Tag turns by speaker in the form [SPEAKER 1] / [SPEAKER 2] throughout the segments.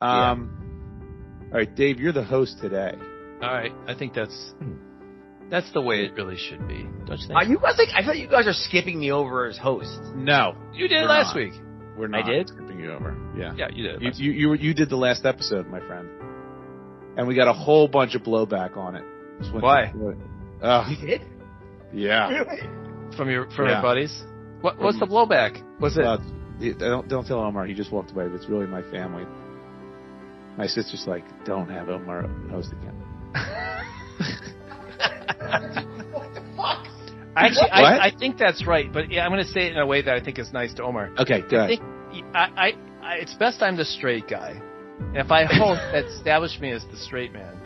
[SPEAKER 1] Um, All right, Dave, you're the host today.
[SPEAKER 2] All right, I think that's that's the way it really should be, Hmm. don't you think?
[SPEAKER 3] Are you guys like? I thought you guys are skipping me over as host.
[SPEAKER 1] No,
[SPEAKER 2] You did
[SPEAKER 1] We're
[SPEAKER 2] last
[SPEAKER 1] not.
[SPEAKER 2] week.
[SPEAKER 1] we're not.
[SPEAKER 3] did?
[SPEAKER 1] skipping you over. Yeah.
[SPEAKER 2] Yeah, you did.
[SPEAKER 1] You,
[SPEAKER 2] last
[SPEAKER 1] you you you did the last episode, my friend, and we got a whole bunch of blowback on it. Just went
[SPEAKER 2] Why?
[SPEAKER 1] through it. Ugh,
[SPEAKER 3] did?
[SPEAKER 1] yeah.
[SPEAKER 3] Really?
[SPEAKER 2] week. from your from
[SPEAKER 1] Yeah.
[SPEAKER 2] your buddies. What what's the
[SPEAKER 1] From-
[SPEAKER 2] blowback? Mm. What's it?
[SPEAKER 1] Uh, it- don't don't tell Omar. He just walked away. But it's really my family. My sister's like, don't have Omar host again.
[SPEAKER 3] what the fuck?
[SPEAKER 2] Actually,
[SPEAKER 1] What?
[SPEAKER 2] I, I think that's right, but yeah, I'm going to say it in a way that I think is nice to Omar.
[SPEAKER 1] Okay, go
[SPEAKER 2] I
[SPEAKER 1] ahead.
[SPEAKER 2] think I, I, I, it's best I'm the straight guy. And if I host, that established me as the straight man.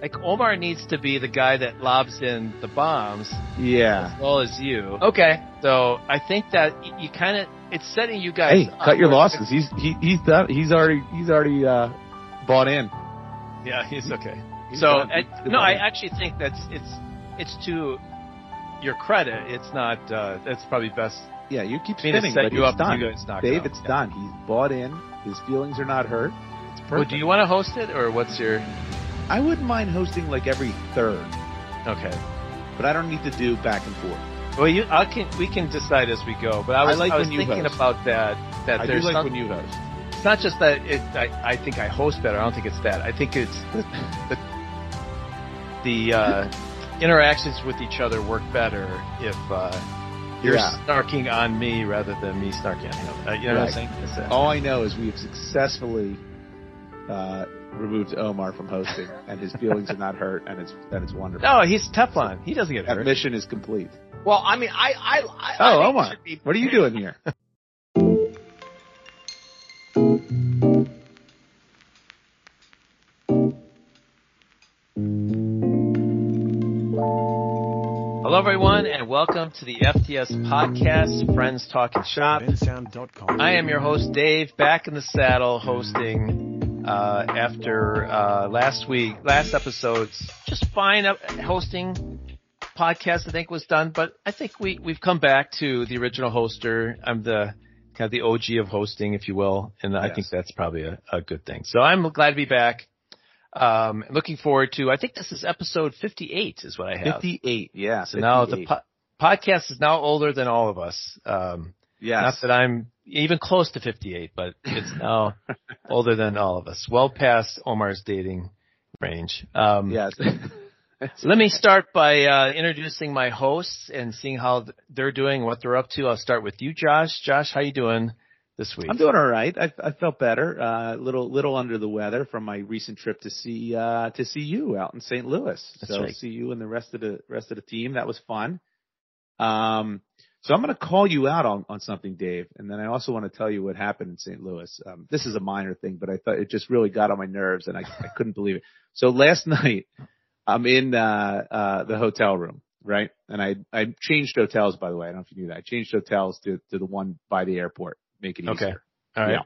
[SPEAKER 2] Like Omar needs to be the guy that lobs in the bombs,
[SPEAKER 1] Yeah.
[SPEAKER 2] as well as you.
[SPEAKER 3] Okay.
[SPEAKER 2] So I think that y- you kind of it's setting you guys. uh,
[SPEAKER 1] Hey,
[SPEAKER 2] up
[SPEAKER 1] cut your
[SPEAKER 2] where-
[SPEAKER 1] losses. He's he, he's done. He's already he's already uh, bought in.
[SPEAKER 2] Yeah, he's okay.
[SPEAKER 1] He's
[SPEAKER 2] so
[SPEAKER 1] done.
[SPEAKER 2] I,
[SPEAKER 1] He's
[SPEAKER 2] no, I
[SPEAKER 1] done.
[SPEAKER 2] actually think that's it's it's to your credit. It's not. uh It's probably best
[SPEAKER 1] yeah, you keep
[SPEAKER 2] me to
[SPEAKER 1] spinning,
[SPEAKER 2] set
[SPEAKER 1] but
[SPEAKER 2] you
[SPEAKER 1] he's
[SPEAKER 2] up. and
[SPEAKER 1] done.
[SPEAKER 2] You guys knock it
[SPEAKER 1] Dave,
[SPEAKER 2] out.
[SPEAKER 1] it's done. He's bought in. His feelings are not hurt. It's perfect.
[SPEAKER 2] Well, do you want to host it or what's your?
[SPEAKER 1] I wouldn't mind hosting like every third,
[SPEAKER 2] Okay.
[SPEAKER 1] but I don't need to do back and forth.
[SPEAKER 2] Well, you, I can, we can decide as we go. But I was,
[SPEAKER 1] I
[SPEAKER 2] I
[SPEAKER 1] like
[SPEAKER 2] was
[SPEAKER 1] when you
[SPEAKER 2] thinking
[SPEAKER 1] host.
[SPEAKER 2] about that. That
[SPEAKER 1] I do
[SPEAKER 2] there's
[SPEAKER 1] like
[SPEAKER 2] some-
[SPEAKER 1] when you host.
[SPEAKER 2] it's not just that it, I, I think I host better. I don't think it's that. I think it's the the, the uh, interactions with each other work better if uh, you're
[SPEAKER 1] Yeah.
[SPEAKER 2] snarking on me rather than me snarking on him. Uh, you know what I'm
[SPEAKER 1] Right.
[SPEAKER 2] saying? It's a-
[SPEAKER 1] All I know is we have successfully uh, removed Omar from hosting, and his feelings are not hurt, and it's and it's wonderful.
[SPEAKER 2] no, Oh, he's Teflon. He doesn't get
[SPEAKER 1] That
[SPEAKER 2] hurt.
[SPEAKER 1] mission is complete.
[SPEAKER 3] Well, I mean, I, I, I I
[SPEAKER 1] Oh,
[SPEAKER 3] think it
[SPEAKER 1] Omar,
[SPEAKER 3] should be-
[SPEAKER 1] what are you doing here?
[SPEAKER 2] Hello, everyone, and welcome to the FTS podcast, Friends Talking Shop.
[SPEAKER 4] bensound.com.
[SPEAKER 2] I am your host, Dave, back in the saddle hosting uh, after uh, last week, last episode's just fine up, hosting podcast. I think was done, but I think we we've come back to the original hoster. I'm the kind of the OG of hosting, if you will, and I
[SPEAKER 1] Yes.
[SPEAKER 2] think that's probably a, a good thing. So I'm glad to be back. Um, looking forward to. I think this is episode 58, is what I have.
[SPEAKER 1] Fifty-eight. Yeah.
[SPEAKER 2] so now the
[SPEAKER 1] 58.
[SPEAKER 2] po- podcast is now older than all of us. Um,
[SPEAKER 1] yes.
[SPEAKER 2] not that I'm even close to 58, but it's now older than all of us. Well past Omar's dating range. Um,
[SPEAKER 1] Yes.
[SPEAKER 2] Let me start by uh, introducing my hosts and seeing how th- they're doing, what they're up to. I'll start with you, Josh. Josh, how you doing this week?
[SPEAKER 1] I'm doing all right. I, I felt better. Uh, little little under the weather from my recent trip to see uh, to see you out in St. Louis.
[SPEAKER 2] That's
[SPEAKER 1] so
[SPEAKER 2] right.
[SPEAKER 1] see you and the rest of the rest of the team. That was fun. Um, so I'm going to call you out on on something, Dave, and then I also want to tell you what happened in St. Louis. Um, this is a minor thing, but I thought it just really got on my nerves, and I, I couldn't believe it. So last night I'm in uh, uh, the hotel room. Right. And I, I changed hotels, by the way. I don't know if you knew that. I changed hotels to, to the one by the airport, make it easier.
[SPEAKER 2] Okay. all right.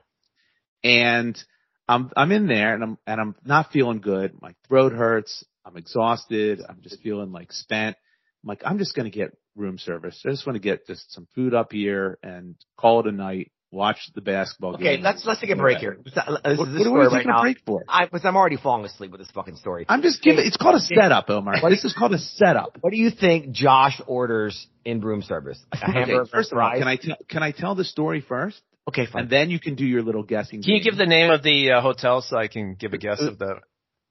[SPEAKER 1] And I'm I'm in there and I'm and I'm not feeling good. My throat hurts. I'm exhausted. I'm just feeling like spent. I'm like, I'm just gonna get room service. I just want to get just some food up here and call it a night, watch the basketball game.
[SPEAKER 3] Okay, let's let's take a break here. This, this
[SPEAKER 1] What,
[SPEAKER 3] is
[SPEAKER 1] what
[SPEAKER 3] this
[SPEAKER 1] are we
[SPEAKER 3] story
[SPEAKER 1] taking
[SPEAKER 3] right now.
[SPEAKER 1] a break for?
[SPEAKER 3] I, because I'm already falling asleep with this fucking story.
[SPEAKER 1] I'm just giving. It's called a
[SPEAKER 3] Dave.
[SPEAKER 1] setup, Omar. This is called a setup.
[SPEAKER 3] What do you think Josh orders in room service? A
[SPEAKER 1] Okay,
[SPEAKER 3] hamburger,
[SPEAKER 1] first of all,
[SPEAKER 3] fries?
[SPEAKER 1] can I tell can I tell the story first,
[SPEAKER 3] Okay, fine.
[SPEAKER 1] and then you can do your little guessing.
[SPEAKER 2] Can you
[SPEAKER 1] game.
[SPEAKER 2] give the name of the uh, hotel so I can give a guess of the?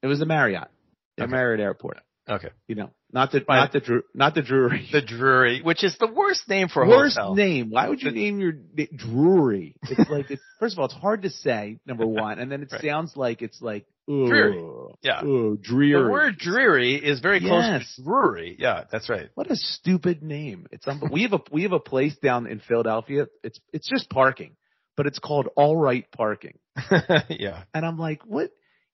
[SPEAKER 1] It was the Marriott, the
[SPEAKER 2] Okay.
[SPEAKER 1] Marriott Airport.
[SPEAKER 2] Okay.
[SPEAKER 1] You know, not the
[SPEAKER 2] Fine.
[SPEAKER 1] not the Drew, not the Drury.
[SPEAKER 2] The Drury, which is the worst name for a
[SPEAKER 1] worst
[SPEAKER 2] hotel.
[SPEAKER 1] name. Why would you name your n- Drury? It's like it's first of all, it's hard to say. Number one, and then it
[SPEAKER 2] Right.
[SPEAKER 1] sounds like it's like ooh,
[SPEAKER 2] Dreary. Yeah.
[SPEAKER 1] ooh,
[SPEAKER 2] The
[SPEAKER 1] dreary.
[SPEAKER 2] word dreary is very close
[SPEAKER 1] Yes.
[SPEAKER 2] to Drury. Yeah, that's right.
[SPEAKER 1] What a stupid name! It's um, we have a we have a place down in Philadelphia. It's it's just parking, but it's called All Right Parking.
[SPEAKER 2] yeah.
[SPEAKER 1] And I'm like, what?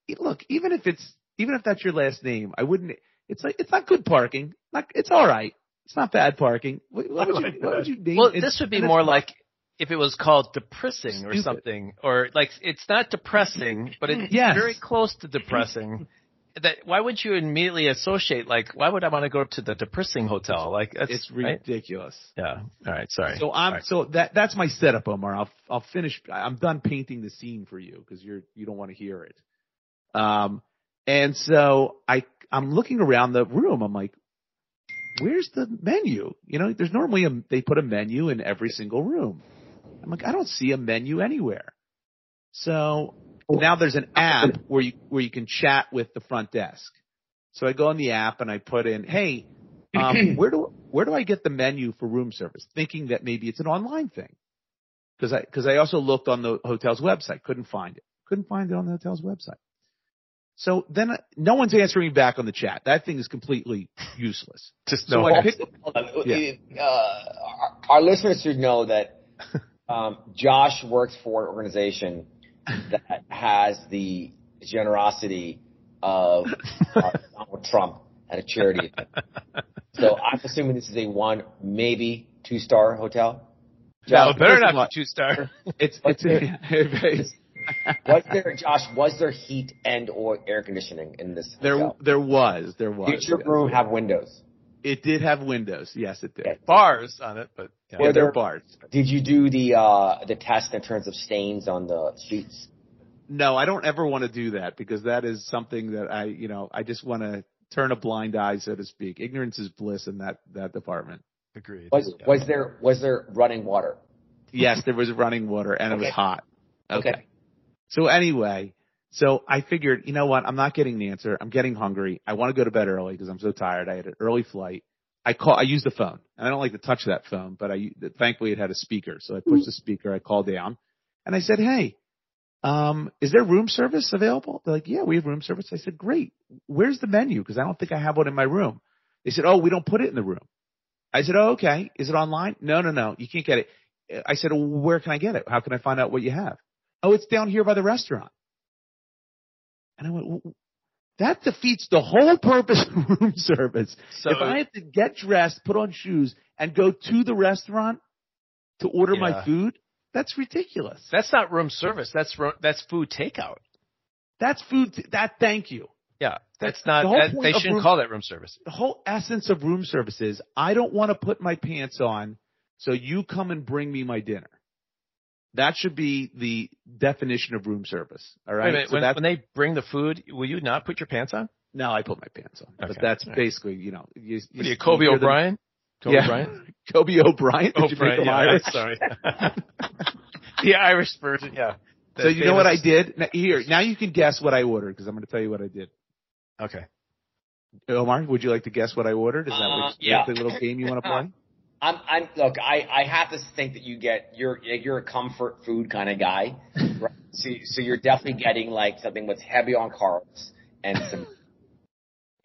[SPEAKER 1] e- Look, even if it's even if that's your last name, I wouldn't. It's like it's not good parking. Not it's all right. It's not bad parking. What, what would you what would you name?
[SPEAKER 2] Well,
[SPEAKER 1] it?
[SPEAKER 2] this would be
[SPEAKER 1] and it's
[SPEAKER 2] more like if it was called depressing or
[SPEAKER 1] Stupid.
[SPEAKER 2] something, or like it's not depressing, but it's
[SPEAKER 1] Yes.
[SPEAKER 2] very close to depressing. that why would you immediately associate like why would I want to go to the depressing hotel? Like that's
[SPEAKER 1] It's
[SPEAKER 2] right?
[SPEAKER 1] ridiculous.
[SPEAKER 2] Yeah. All right. Sorry.
[SPEAKER 1] So I'm
[SPEAKER 2] All right.
[SPEAKER 1] so that that's my setup, Omar. I'll I'll finish. I'm done painting the scene for you because you're you don't want to hear it. Um, and so I I'm looking around the room. I'm like, where's the menu? You know, there's normally a they put a menu in every single room. I'm like, I don't see a menu anywhere. So now there's an app where you where you can chat with the front desk. So I go on the app and I put in, hey, um, where do where do I get the menu for room service? Thinking that maybe it's an online thing, because I because I also looked on the hotel's website, couldn't find it, couldn't find it on the hotel's website. So then I, no one's answering me back on the chat. That thing is completely useless.
[SPEAKER 2] Just
[SPEAKER 1] So
[SPEAKER 2] no.
[SPEAKER 1] I picked
[SPEAKER 4] Hold on. Uh, our- our listeners should know that um, Josh works for an organization that has the generosity of uh, Donald Trump at a charity event. So I'm assuming this is a one, maybe two star hotel.
[SPEAKER 2] no,
[SPEAKER 1] No,
[SPEAKER 4] Josh,
[SPEAKER 1] it
[SPEAKER 2] better
[SPEAKER 1] first
[SPEAKER 2] not
[SPEAKER 1] of all-
[SPEAKER 2] be two star.
[SPEAKER 1] it's it's it's-
[SPEAKER 4] was there Josh? Was there heat and or air conditioning in this?
[SPEAKER 1] there
[SPEAKER 4] hotel?
[SPEAKER 1] there was there
[SPEAKER 4] Did
[SPEAKER 1] was
[SPEAKER 4] your
[SPEAKER 1] yes.
[SPEAKER 4] room have windows?
[SPEAKER 1] it did have windows yes it did
[SPEAKER 4] Okay.
[SPEAKER 2] Bars on it, but
[SPEAKER 1] yeah,
[SPEAKER 2] yeah.
[SPEAKER 4] Were
[SPEAKER 1] there
[SPEAKER 4] there-
[SPEAKER 1] are bars
[SPEAKER 4] Did you do the uh, the test in terms of stains on the sheets?
[SPEAKER 1] no, I don't ever want to do that because that is something that I, you know, I just want to turn a blind eye, so to speak. Ignorance is bliss in that that department.
[SPEAKER 2] agreed.
[SPEAKER 4] Was
[SPEAKER 2] Yeah.
[SPEAKER 4] was there was there running water?
[SPEAKER 1] Yes, there was running water and it was
[SPEAKER 4] Okay.
[SPEAKER 1] hot.
[SPEAKER 4] Okay.
[SPEAKER 1] So anyway, so I figured, you know what? I'm not getting the answer. I'm getting hungry. I want to go to bed early because I'm so tired. I had an early flight. I call. I used the phone, and I don't like to touch that phone, but I thankfully it had a speaker, so I pushed the speaker. I called down, and I said, "Hey, um, is there room service available?" They're like, "Yeah, we have room service." I said, "Great. Where's the menu? Because I don't think I have one in my room." They said, "Oh, we don't put it in the room." I said, "Oh, okay. Is it online?" No, no, no. You can't get it. I said, well, "Where can I get it? How can I find out what you have?" Oh, it's down here by the restaurant. And I went, well, that defeats the whole purpose of room service.
[SPEAKER 2] So
[SPEAKER 1] if I have to get dressed, put on shoes, and go to the restaurant to order
[SPEAKER 2] Yeah.
[SPEAKER 1] my food, that's ridiculous.
[SPEAKER 2] that's not room service. That's ro- that's food takeout.
[SPEAKER 1] That's food. that thank you.
[SPEAKER 2] Yeah. That's not.
[SPEAKER 1] The whole
[SPEAKER 2] that-
[SPEAKER 1] point
[SPEAKER 2] they
[SPEAKER 1] of
[SPEAKER 2] shouldn't
[SPEAKER 1] room-
[SPEAKER 2] call that room service.
[SPEAKER 1] The whole essence of room service is I don't want to put my pants on, so you come and bring me my dinner. That should be the definition of room service. All right.
[SPEAKER 2] Wait a minute.
[SPEAKER 1] So
[SPEAKER 2] when,
[SPEAKER 1] that's-
[SPEAKER 2] when they bring the food, will you not put your pants on?
[SPEAKER 1] No, I put my pants on. But
[SPEAKER 2] Okay.
[SPEAKER 1] that's
[SPEAKER 2] All right.
[SPEAKER 1] basically, you know, you,
[SPEAKER 2] What are
[SPEAKER 1] you-
[SPEAKER 2] you, Kobe
[SPEAKER 1] you hear them-
[SPEAKER 2] O'Brien? Kobe
[SPEAKER 1] Yeah.
[SPEAKER 2] O'Brien?
[SPEAKER 1] Kobe O'Brien. Did you make
[SPEAKER 2] O'Brien,
[SPEAKER 1] him
[SPEAKER 2] yeah,
[SPEAKER 1] Irish?
[SPEAKER 2] sorry. the Irish version, yeah.
[SPEAKER 1] So you know what I did? Now, here, now you can guess what I ordered because I'm going to tell you what I did.
[SPEAKER 2] Okay.
[SPEAKER 1] Omar, would you like to guess what I ordered? Is that
[SPEAKER 4] Uh,
[SPEAKER 1] what,
[SPEAKER 4] yeah.
[SPEAKER 1] the little game you want to play?
[SPEAKER 4] I'm, I'm look. I, I have to think that you get you're you're a comfort food kind of guy, right? so so you're definitely getting like something that's heavy on carbs and some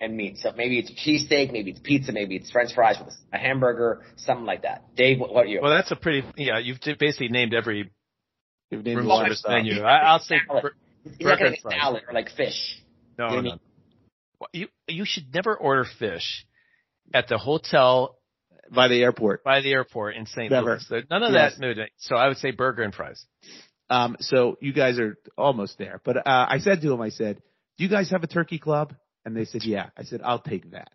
[SPEAKER 4] and meat. So maybe it's cheesesteak, maybe it's pizza, maybe it's French fries with a hamburger, something like that. Dave, what, what are you?
[SPEAKER 2] Well, that's a pretty, yeah, you've t- basically named every
[SPEAKER 1] You've named
[SPEAKER 2] room
[SPEAKER 1] a lot of
[SPEAKER 2] service
[SPEAKER 1] stuff.
[SPEAKER 2] menu. I, I'll say,
[SPEAKER 4] Salad.
[SPEAKER 2] bur-
[SPEAKER 4] you're not gonna get
[SPEAKER 2] burger and fries.
[SPEAKER 4] salad or like fish.
[SPEAKER 2] no,
[SPEAKER 4] You
[SPEAKER 2] no,
[SPEAKER 4] mean-
[SPEAKER 2] Well, You, you should never order fish at the hotel
[SPEAKER 1] by the airport.
[SPEAKER 2] by the airport in St.
[SPEAKER 1] Never.
[SPEAKER 2] Louis. So none of
[SPEAKER 1] Yes.
[SPEAKER 2] that mood. So I would say burger and fries.
[SPEAKER 1] Um, so you guys are almost there. But uh, I said to him, I said, "Do you guys have a turkey club?" And they said, "Yeah." I said, "I'll take that.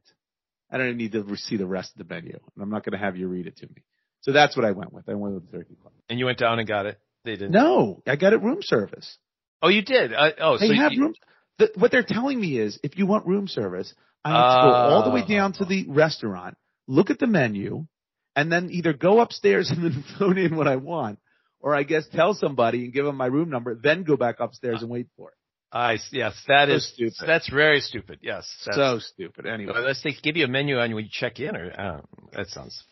[SPEAKER 1] I don't need to re- see the rest of the menu, and I'm not going to have you read it to me." So that's what I went with. I went with the turkey club.
[SPEAKER 2] And you went down and got it. They didn't.
[SPEAKER 1] No, I got it room service.
[SPEAKER 2] Oh, you did. Uh, oh,
[SPEAKER 1] They
[SPEAKER 2] so
[SPEAKER 1] have
[SPEAKER 2] you,
[SPEAKER 1] room. The, what they're telling me is, if you want room service, I have to go all the way down to the restaurant, look at the menu, and then either go upstairs and then phone in what I want, or I guess tell somebody and give them my room number, then go back upstairs and wait for it.
[SPEAKER 2] I yes, that
[SPEAKER 1] So
[SPEAKER 2] is
[SPEAKER 1] stupid.
[SPEAKER 2] That's very stupid. Yes. That's,
[SPEAKER 1] so stupid. Anyway,
[SPEAKER 2] unless they give you a menu on when you check in, or uh, that sounds.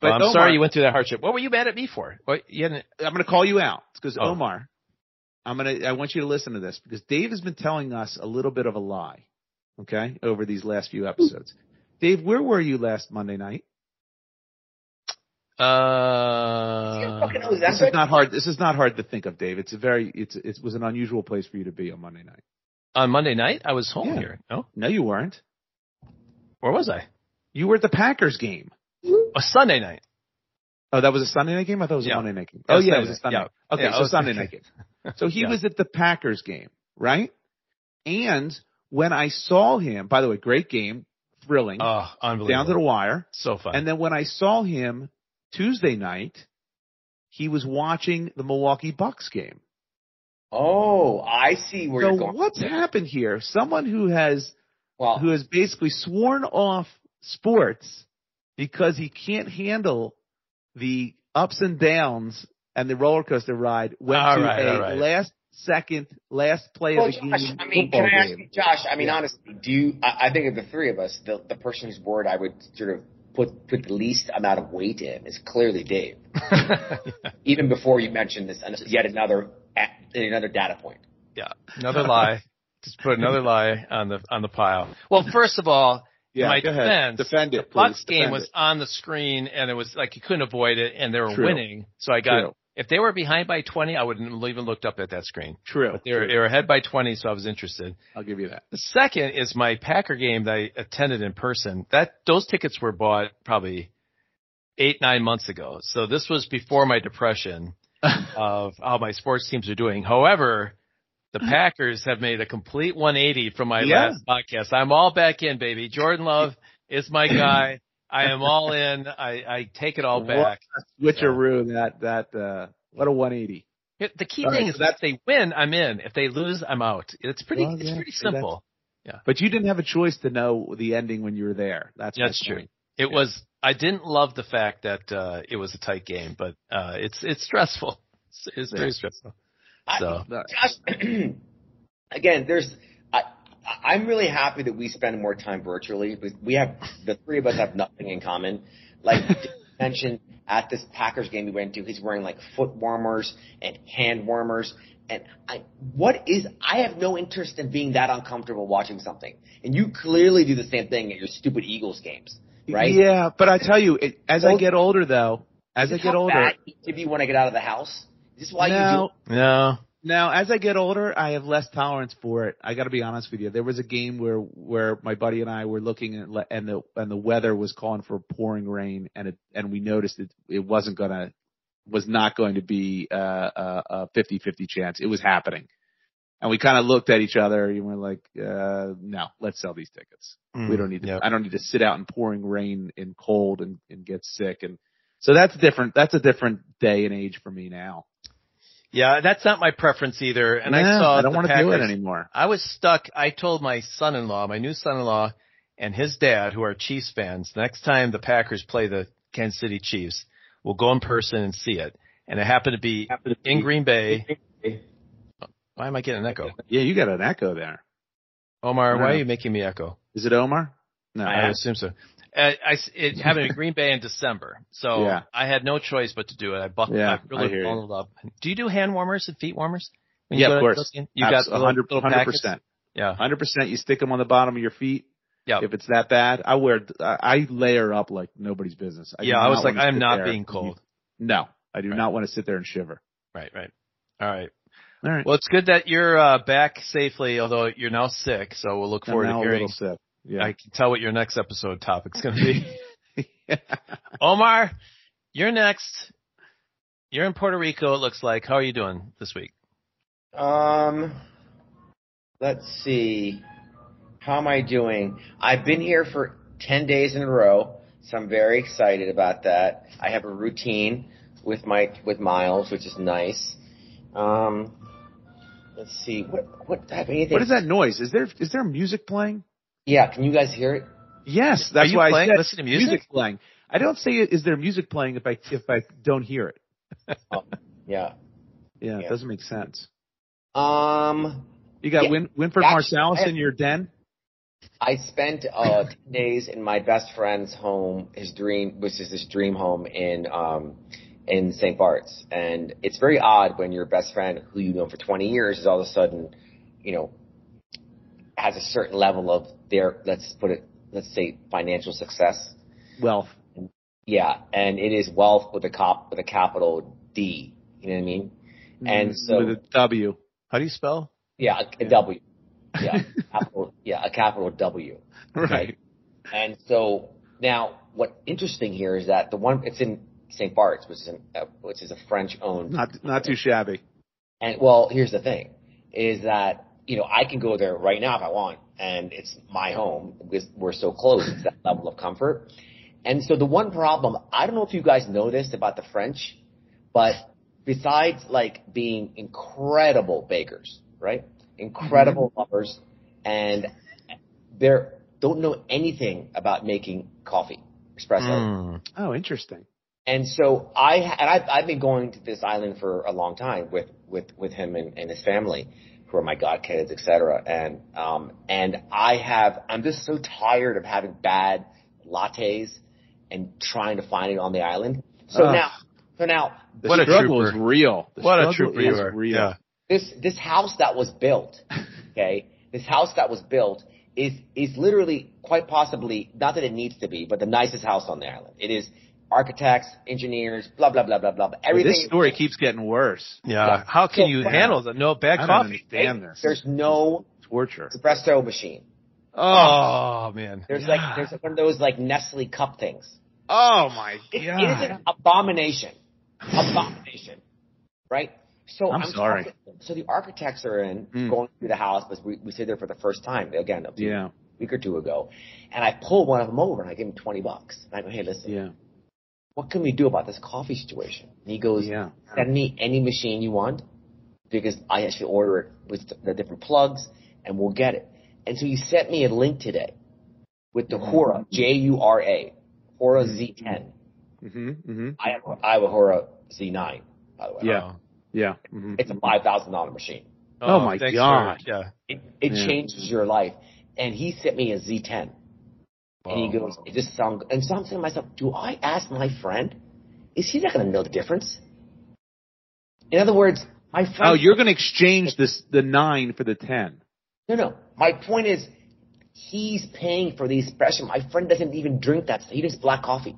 [SPEAKER 1] But
[SPEAKER 2] Well, I'm
[SPEAKER 1] Omar-
[SPEAKER 2] sorry you went through that hardship. What were you mad at me for? What you hadn't?
[SPEAKER 1] I'm going to call you out because
[SPEAKER 2] Oh.
[SPEAKER 1] Omar, I'm going to. I want you to listen to this because Dave has been telling us a little bit of a lie, okay, over these last few episodes. Dave, where were you last Monday night?
[SPEAKER 2] Uh,
[SPEAKER 4] fucking knows
[SPEAKER 1] This is not hard. This is not hard to think of, Dave. It's a very. It's it was an unusual place for you to be on Monday night.
[SPEAKER 2] on Monday night, I was home
[SPEAKER 1] Yeah.
[SPEAKER 2] here. No,
[SPEAKER 1] No, you weren't.
[SPEAKER 2] where was I?
[SPEAKER 1] You were at the Packers game.
[SPEAKER 2] A Sunday night.
[SPEAKER 1] Oh, that was a Sunday night game. I thought it was
[SPEAKER 2] Yeah.
[SPEAKER 1] a Monday night game.
[SPEAKER 2] That
[SPEAKER 1] Oh
[SPEAKER 2] was
[SPEAKER 1] yeah, it was a
[SPEAKER 2] Sunday
[SPEAKER 1] Sunday.
[SPEAKER 2] night.
[SPEAKER 1] Okay,
[SPEAKER 2] Yeah, I
[SPEAKER 1] so
[SPEAKER 2] was-
[SPEAKER 1] Sunday night game. So he
[SPEAKER 2] Yeah.
[SPEAKER 1] was at the Packers game, right? And when I saw him, by the way, great game, thrilling,
[SPEAKER 2] Oh, unbelievable.
[SPEAKER 1] down to the wire.
[SPEAKER 2] so fun.
[SPEAKER 1] And then when I saw him Tuesday night, he was watching the Milwaukee Bucks game.
[SPEAKER 4] Oh, I see where
[SPEAKER 1] So
[SPEAKER 4] you're going.
[SPEAKER 1] what's happened here? Someone who has
[SPEAKER 4] Well,
[SPEAKER 1] who has basically sworn off sports because he can't handle the ups and downs and the roller coaster ride went
[SPEAKER 2] All
[SPEAKER 1] to
[SPEAKER 2] right, all
[SPEAKER 1] a
[SPEAKER 2] right.
[SPEAKER 1] last second, last play
[SPEAKER 4] well,
[SPEAKER 1] of the game.
[SPEAKER 4] Josh, I mean,
[SPEAKER 1] football
[SPEAKER 4] can I ask
[SPEAKER 1] game.
[SPEAKER 4] you, Josh? I mean,
[SPEAKER 1] Yeah.
[SPEAKER 4] honestly, do you? I, I think of the three of us, the the person whose word I would sort of put put the least amount of weight in is clearly Dave. Even before you mentioned this, and yet another another data point.
[SPEAKER 2] yeah, another lie. Just put another lie on the on the pile. Well, first of all,
[SPEAKER 1] Yeah,
[SPEAKER 2] my
[SPEAKER 1] go ahead.
[SPEAKER 2] defense,
[SPEAKER 1] Defend it.
[SPEAKER 2] the Bucks
[SPEAKER 1] please.
[SPEAKER 2] game
[SPEAKER 1] Defend
[SPEAKER 2] was
[SPEAKER 1] it.
[SPEAKER 2] on the screen, and it was like you couldn't avoid it, and they were
[SPEAKER 1] True.
[SPEAKER 2] winning. So I got.
[SPEAKER 1] True.
[SPEAKER 2] If they were behind by 20, I wouldn't have even looked up at that screen.
[SPEAKER 1] true.
[SPEAKER 2] But they were, they were ahead by 20, so I was interested.
[SPEAKER 1] I'll give you that.
[SPEAKER 2] The second is my Packer game that I attended in person. That those tickets were bought probably eight nine months ago. So this was before my depression of how my sports teams are doing. However, the Packers have made a complete 180 from my
[SPEAKER 1] Mm-hmm. Yeah.
[SPEAKER 2] last podcast. I'm all back in, baby. Jordan Love is my guy. I am all in. I, I take it all back.
[SPEAKER 1] Switcheroo. That that uh, what a 180.
[SPEAKER 2] It- The key
[SPEAKER 1] All right,
[SPEAKER 2] thing
[SPEAKER 1] so
[SPEAKER 2] is that if they win, I'm in. If they lose, I'm out. It's pretty.
[SPEAKER 1] Well,
[SPEAKER 2] it's
[SPEAKER 1] yeah,
[SPEAKER 2] pretty
[SPEAKER 1] see, that's-
[SPEAKER 2] simple.
[SPEAKER 1] But you didn't have a choice to know the ending when you were there. That's my
[SPEAKER 2] That's true.
[SPEAKER 1] point.
[SPEAKER 2] It was. I didn't love the fact that uh, it was a tight game, but uh, it's it's stressful. It's, it's very
[SPEAKER 1] Yeah.
[SPEAKER 2] stressful.
[SPEAKER 4] I-
[SPEAKER 2] So
[SPEAKER 1] But-
[SPEAKER 4] Josh, again, there's. I, I- I'm really happy that we spend more time virtually. We- We have the three of us have nothing in common. Like you mentioned at this Packers game we went to, he's wearing like foot warmers and hand warmers. And I, what is? I have no interest in being that uncomfortable watching something. And you clearly do the same thing at your stupid Eagles games, right?
[SPEAKER 1] Yeah, but I tell you, it, as I
[SPEAKER 4] Well-
[SPEAKER 1] get older, though, as
[SPEAKER 4] Is
[SPEAKER 1] I
[SPEAKER 4] this
[SPEAKER 1] get
[SPEAKER 4] how
[SPEAKER 1] older,
[SPEAKER 4] bad each of you want to get out of the house? Is this why you do
[SPEAKER 1] now,
[SPEAKER 2] no,
[SPEAKER 1] now as I get older, I have less tolerance for it. I got to be honest with you. There was a game where where my buddy and I were looking at le- and the and the weather was calling for pouring rain, and it and we noticed it it wasn't gonna was not going to be uh, a a 50-50 chance. It was happening. And we kind of looked at each other and we're like, uh, no, let's sell these tickets. We don't need to.
[SPEAKER 2] Mm, Yeah.
[SPEAKER 1] I don't need to sit out in pouring rain and cold and, and get sick. And so that's different. That's a different day and age for me now.
[SPEAKER 2] Yeah, that's not my preference either. And I
[SPEAKER 1] Yeah,
[SPEAKER 2] saw
[SPEAKER 1] I don't
[SPEAKER 2] the
[SPEAKER 1] want to do it
[SPEAKER 2] Packers-
[SPEAKER 1] anymore.
[SPEAKER 2] I was stuck. I told my son-in-law, my new son-in-law, and his dad, who are Chiefs fans, next time the Packers play the Kansas City Chiefs, we'll go in person and see it. And it happened to be
[SPEAKER 4] Happened to be-
[SPEAKER 2] in Green Bay. Why am I getting an echo?
[SPEAKER 1] Yeah, you got an echo there.
[SPEAKER 2] Omar, why
[SPEAKER 1] I
[SPEAKER 2] are
[SPEAKER 1] don't
[SPEAKER 2] you making me echo?
[SPEAKER 1] Is it Omar? No.
[SPEAKER 2] I assume so. Uh, I s it happened in Green Bay in December, so
[SPEAKER 1] Yeah.
[SPEAKER 2] I had no choice but to do it. I buckled,
[SPEAKER 1] Yeah,
[SPEAKER 2] I really
[SPEAKER 1] I hear you.
[SPEAKER 2] bundled up. Do you do hand warmers and feet warmers?
[SPEAKER 1] Yeah,
[SPEAKER 2] go
[SPEAKER 1] of
[SPEAKER 2] to
[SPEAKER 1] course.
[SPEAKER 2] those games? You got the
[SPEAKER 1] hundred
[SPEAKER 2] little
[SPEAKER 1] hundred
[SPEAKER 2] packets?
[SPEAKER 1] percent.
[SPEAKER 2] Yeah,
[SPEAKER 1] Hundred percent. You stick them on the bottom of your feet.
[SPEAKER 2] Yeah.
[SPEAKER 1] If it's that bad, I wear. I I layer up like nobody's business. do
[SPEAKER 2] yeah. I
[SPEAKER 1] not
[SPEAKER 2] was like,
[SPEAKER 1] wanna
[SPEAKER 2] I'm
[SPEAKER 1] sit
[SPEAKER 2] not
[SPEAKER 1] there
[SPEAKER 2] being
[SPEAKER 1] and be-
[SPEAKER 2] cold.
[SPEAKER 1] No, I do
[SPEAKER 2] Right.
[SPEAKER 1] not want to sit there and shiver.
[SPEAKER 2] Right, right. All right.
[SPEAKER 1] All right.
[SPEAKER 2] Well, it's good that you're uh, back safely, although you're now sick. So we'll look
[SPEAKER 1] I'm
[SPEAKER 2] forward
[SPEAKER 1] now
[SPEAKER 2] to
[SPEAKER 1] a little
[SPEAKER 2] hearing.
[SPEAKER 1] sip.
[SPEAKER 2] I
[SPEAKER 1] Yeah.
[SPEAKER 2] can tell what your next episode topic's going to be. Omar, you're next. You're in Puerto Rico. It looks like. How are you doing this week?
[SPEAKER 4] Um, let's see. How am I doing? I've been here for 10 days in a row, so I'm very excited about that. I have a routine with my with Miles, which is nice. Um, let's see. What what have anything?
[SPEAKER 1] what is that noise? Is there is there music playing?
[SPEAKER 4] Yeah, can you guys hear it?
[SPEAKER 1] Yes, that's
[SPEAKER 2] you
[SPEAKER 1] why
[SPEAKER 2] playing-
[SPEAKER 1] I said
[SPEAKER 2] listening to music?
[SPEAKER 1] playing. I don't say is there music playing if I if I don't hear it.
[SPEAKER 4] Yeah.
[SPEAKER 1] Yeah,
[SPEAKER 4] Yeah.
[SPEAKER 1] it doesn't make sense.
[SPEAKER 4] Um,
[SPEAKER 1] You got
[SPEAKER 4] Yeah.
[SPEAKER 1] Win, Winford
[SPEAKER 4] Actually,
[SPEAKER 1] Marsalis
[SPEAKER 4] I-
[SPEAKER 1] in your den.
[SPEAKER 4] I spent uh, 10 days in my best friend's home, his dream, which is his dream home in um, in St. Bart's. And it's very odd when your best friend, who you've known for 20 years, is all of a sudden, you know, has a certain level of their, let's put it, let's say financial success.
[SPEAKER 1] Well,
[SPEAKER 4] Yeah, and it is wealth with a cop with a capital D. You know what I mean? And
[SPEAKER 1] mm,
[SPEAKER 4] so-
[SPEAKER 1] with a W.
[SPEAKER 2] How do you spell?
[SPEAKER 4] Yeah, a, a W. Yeah, capital, yeah, a capital W.
[SPEAKER 1] Right.
[SPEAKER 4] And so now, what's interesting here is that the one it's in St. Bart's, which is an, uh, which is a French owned.
[SPEAKER 1] Not not too shabby.
[SPEAKER 4] And well, here's the thing: is that you know, I can go there right now if I want, and it's my home because we're so close. It's that level of comfort. And so the one problem, I don't know if you guys noticed about the French, but besides like being incredible bakers, right? Incredible lovers, and they don't know anything about making coffee, espresso.
[SPEAKER 2] Mm.
[SPEAKER 1] Oh, interesting.
[SPEAKER 4] And so I and I've, I've been going to this island for a long time with with with him and, and his family, who are my godkids, etc. And um and I have I'm just so tired of having bad lattes and trying to find it on the island. So
[SPEAKER 1] Ugh.
[SPEAKER 4] now so now
[SPEAKER 1] The
[SPEAKER 2] What a
[SPEAKER 1] struggle
[SPEAKER 2] trooper.
[SPEAKER 1] is real. The
[SPEAKER 2] What a
[SPEAKER 1] struggle
[SPEAKER 2] trooper you
[SPEAKER 1] is
[SPEAKER 2] are.
[SPEAKER 1] Real.
[SPEAKER 2] Yeah.
[SPEAKER 4] this this house that was built, okay, this house that was built is is literally quite possibly not that it needs to be, but the nicest house on the island. It is architects, engineers, blah blah blah blah blah. blah. Everything.
[SPEAKER 1] This story keeps getting worse.
[SPEAKER 2] Yeah. How can
[SPEAKER 4] So-
[SPEAKER 2] you handle that? No bad
[SPEAKER 1] I don't
[SPEAKER 2] coffee.
[SPEAKER 1] understand
[SPEAKER 4] Right?
[SPEAKER 1] this.
[SPEAKER 4] There's no
[SPEAKER 1] torture.
[SPEAKER 4] espresso machine.
[SPEAKER 2] Oh man.
[SPEAKER 4] There's
[SPEAKER 1] Yeah.
[SPEAKER 4] like there's one of those like Nestle cup things.
[SPEAKER 1] Oh my
[SPEAKER 4] It, it is
[SPEAKER 1] god.
[SPEAKER 4] an abomination. Abomination. Right? So
[SPEAKER 1] I'm sorry.
[SPEAKER 4] talking- so the architects are in
[SPEAKER 1] Mm.
[SPEAKER 4] going through the house, but we, we stayed there for the first time again a few
[SPEAKER 1] Yeah.
[SPEAKER 4] week or two ago, and I pulled one of them over and I gave him twenty bucks. And I go, hey, listen,
[SPEAKER 1] Yeah.
[SPEAKER 4] what can we do about this coffee situation? And he goes,
[SPEAKER 1] Yeah.
[SPEAKER 4] send me any machine you want because I actually order it with the different plugs and we'll get it. And so he sent me a link today with the Hura, J U R A, Hura Z10,
[SPEAKER 1] Mm-hmm. Mm-hmm.
[SPEAKER 4] Iowa, Iowa Hura Z9, by the way.
[SPEAKER 1] Yeah. Yeah. Mm-hmm.
[SPEAKER 4] It's a five thousand dollar machine.
[SPEAKER 1] Oh, my
[SPEAKER 2] thanks
[SPEAKER 1] God.
[SPEAKER 2] for- yeah.
[SPEAKER 4] It, it
[SPEAKER 1] Yeah.
[SPEAKER 4] changes your life. And he sent me a Z10. And he goes, it just sound good. And so I'm saying to myself, do I ask my friend? Is he not going to know the difference? In other words, my friend.
[SPEAKER 1] Oh, you're going to exchange this the nine for the ten.
[SPEAKER 4] No, no. My point is, he's paying for the espresso. My friend doesn't even drink that. stuff. He drinks black coffee.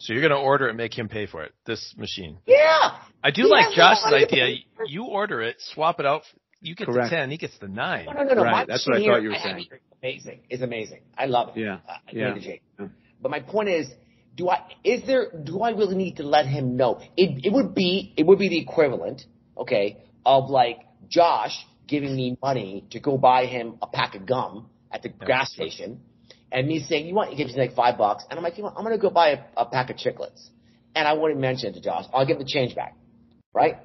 [SPEAKER 2] So you're gonna order it, and make him pay for it. This machine.
[SPEAKER 4] Yeah.
[SPEAKER 2] I do
[SPEAKER 4] He
[SPEAKER 2] like
[SPEAKER 4] has
[SPEAKER 2] Josh's
[SPEAKER 4] no idea.
[SPEAKER 2] idea. You order it, swap it out. You get
[SPEAKER 1] Correct.
[SPEAKER 2] the ten, he gets the nine.
[SPEAKER 4] No, no, no, no.
[SPEAKER 1] Right,
[SPEAKER 4] My
[SPEAKER 1] that's what I
[SPEAKER 4] machine
[SPEAKER 1] thought you were
[SPEAKER 4] here, have
[SPEAKER 1] saying.
[SPEAKER 4] here is Amazing. It's amazing. I love it.
[SPEAKER 1] Yeah,
[SPEAKER 4] I- I
[SPEAKER 1] yeah.
[SPEAKER 4] made the joke.
[SPEAKER 1] Yeah.
[SPEAKER 4] But my point is, do I, is there, do I really need to let him know? It, it would be, it would be the equivalent, okay, of like Josh giving me money to go buy him a pack of gum at the gas station and me saying, you want, he gives me like five bucks. And I'm like, you know, what, I'm going to go buy a, a pack of chiclets. And I wouldn't mention it to Josh. I'll give him the change back. Right?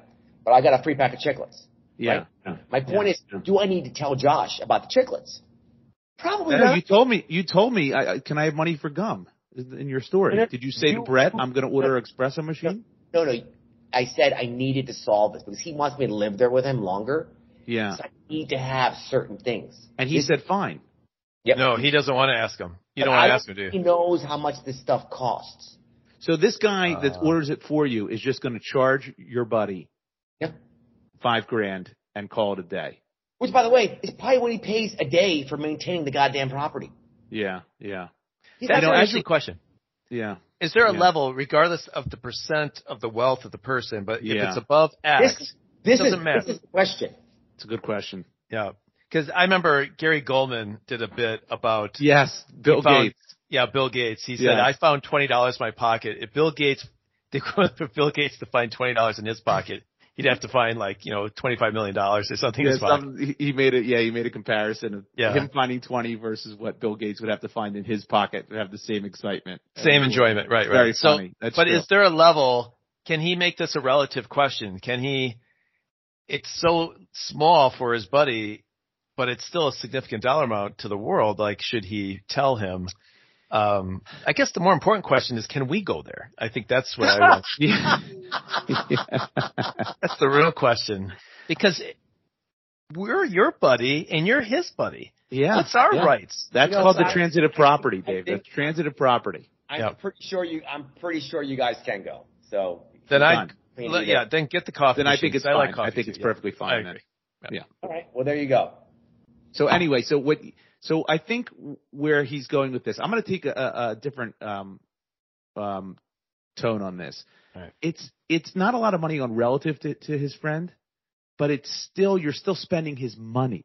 [SPEAKER 4] But I got a free pack of chiclets.
[SPEAKER 1] Yeah.
[SPEAKER 4] Right.
[SPEAKER 1] yeah.
[SPEAKER 4] My point
[SPEAKER 1] Yeah.
[SPEAKER 4] is, do I need to tell Josh about the chiclets? Probably
[SPEAKER 1] No,
[SPEAKER 4] not.
[SPEAKER 1] you told me. You told me. I, I, can I have money for gum? In your story,
[SPEAKER 4] No, no,
[SPEAKER 1] did you say to
[SPEAKER 4] you-
[SPEAKER 1] Brett, "I'm going to order an espresso machine"?
[SPEAKER 4] no, no. I said I needed to solve this because he wants me to live there with him longer.
[SPEAKER 1] Yeah,
[SPEAKER 4] So I need to have certain things.
[SPEAKER 1] and he said, "Fine."
[SPEAKER 4] Yep.
[SPEAKER 2] No, he doesn't want to ask him. You
[SPEAKER 4] But
[SPEAKER 2] don't want to
[SPEAKER 4] I
[SPEAKER 2] ask him, do
[SPEAKER 4] He
[SPEAKER 2] you?
[SPEAKER 4] knows how much this stuff costs.
[SPEAKER 1] So this guy that
[SPEAKER 2] Uh.
[SPEAKER 1] orders it for you is just going to charge your buddy
[SPEAKER 4] Yeah.
[SPEAKER 1] five grand and call it a day.
[SPEAKER 4] Which, by the way, is probably what he pays a day for maintaining the goddamn property.
[SPEAKER 1] Yeah, yeah,
[SPEAKER 4] He's
[SPEAKER 1] You know,
[SPEAKER 2] That's an
[SPEAKER 4] gonna-
[SPEAKER 2] interesting question.
[SPEAKER 1] yeah.
[SPEAKER 2] Is there a
[SPEAKER 1] Yeah.
[SPEAKER 2] level, regardless of the percent of the wealth of the person, but
[SPEAKER 1] Yeah.
[SPEAKER 2] if it's above X,
[SPEAKER 4] this, this, is,
[SPEAKER 2] Doesn't matter.
[SPEAKER 4] this is the question.
[SPEAKER 1] It's a good question.
[SPEAKER 2] yeah. Because I remember Gary Goldman did a bit about
[SPEAKER 1] Yes, Bill
[SPEAKER 2] found-
[SPEAKER 1] Gates.
[SPEAKER 2] Yeah, Bill Gates. He said,
[SPEAKER 1] Yeah.
[SPEAKER 2] I found twenty dollars in my pocket. If Bill Gates the equivalent for Bill Gates to find twenty dollars in his pocket, he'd have to find like, you know, twenty five million dollars or something in
[SPEAKER 1] Yeah,
[SPEAKER 2] his pocket.
[SPEAKER 1] some- he- he made it. Yeah, he made a comparison of
[SPEAKER 2] Yeah.
[SPEAKER 1] him finding twenty versus what Bill Gates would have to find in his pocket to have the same excitement,
[SPEAKER 2] Same enjoyment, right, right.
[SPEAKER 1] Very
[SPEAKER 2] so
[SPEAKER 1] funny. That's
[SPEAKER 2] but
[SPEAKER 1] true.
[SPEAKER 2] is there a level can he make this a relative question? Can he it's so small for his buddy, but it's still a significant dollar amount to the world. Like, should he tell him? Um, I guess the more important question is, can we go there? I think that's what I want.
[SPEAKER 1] Yeah.
[SPEAKER 2] That's the real question. Because it- we're your buddy and you're his buddy.
[SPEAKER 1] yeah.
[SPEAKER 2] What's our
[SPEAKER 1] yeah.
[SPEAKER 2] rights?
[SPEAKER 1] That's
[SPEAKER 4] You know,
[SPEAKER 1] called the
[SPEAKER 4] I-
[SPEAKER 1] transitive property, Dave.
[SPEAKER 4] think-
[SPEAKER 1] That's transitive property.
[SPEAKER 4] I'm
[SPEAKER 2] Yeah.
[SPEAKER 4] pretty sure you. I'm pretty sure you guys can go. So
[SPEAKER 2] Then I,
[SPEAKER 1] Fine.
[SPEAKER 4] we
[SPEAKER 2] le-
[SPEAKER 4] need
[SPEAKER 2] yeah,
[SPEAKER 4] it.
[SPEAKER 2] then get the coffee.
[SPEAKER 1] Then I think
[SPEAKER 2] machine,
[SPEAKER 1] it's
[SPEAKER 2] 'cause I like
[SPEAKER 1] fine.
[SPEAKER 2] coffee.
[SPEAKER 1] I think
[SPEAKER 2] too,
[SPEAKER 1] it's
[SPEAKER 2] yeah.
[SPEAKER 1] perfectly
[SPEAKER 2] I
[SPEAKER 1] fine.
[SPEAKER 2] agree.
[SPEAKER 1] Then.
[SPEAKER 4] All right. Well, there you go.
[SPEAKER 1] So anyway, so what? So I think where he's going with this, I'm going to take a- a, a different um, um, tone on this.
[SPEAKER 2] All right.
[SPEAKER 1] It's it's not a lot of money on relative to, to his friend, but it's still you're still spending his money.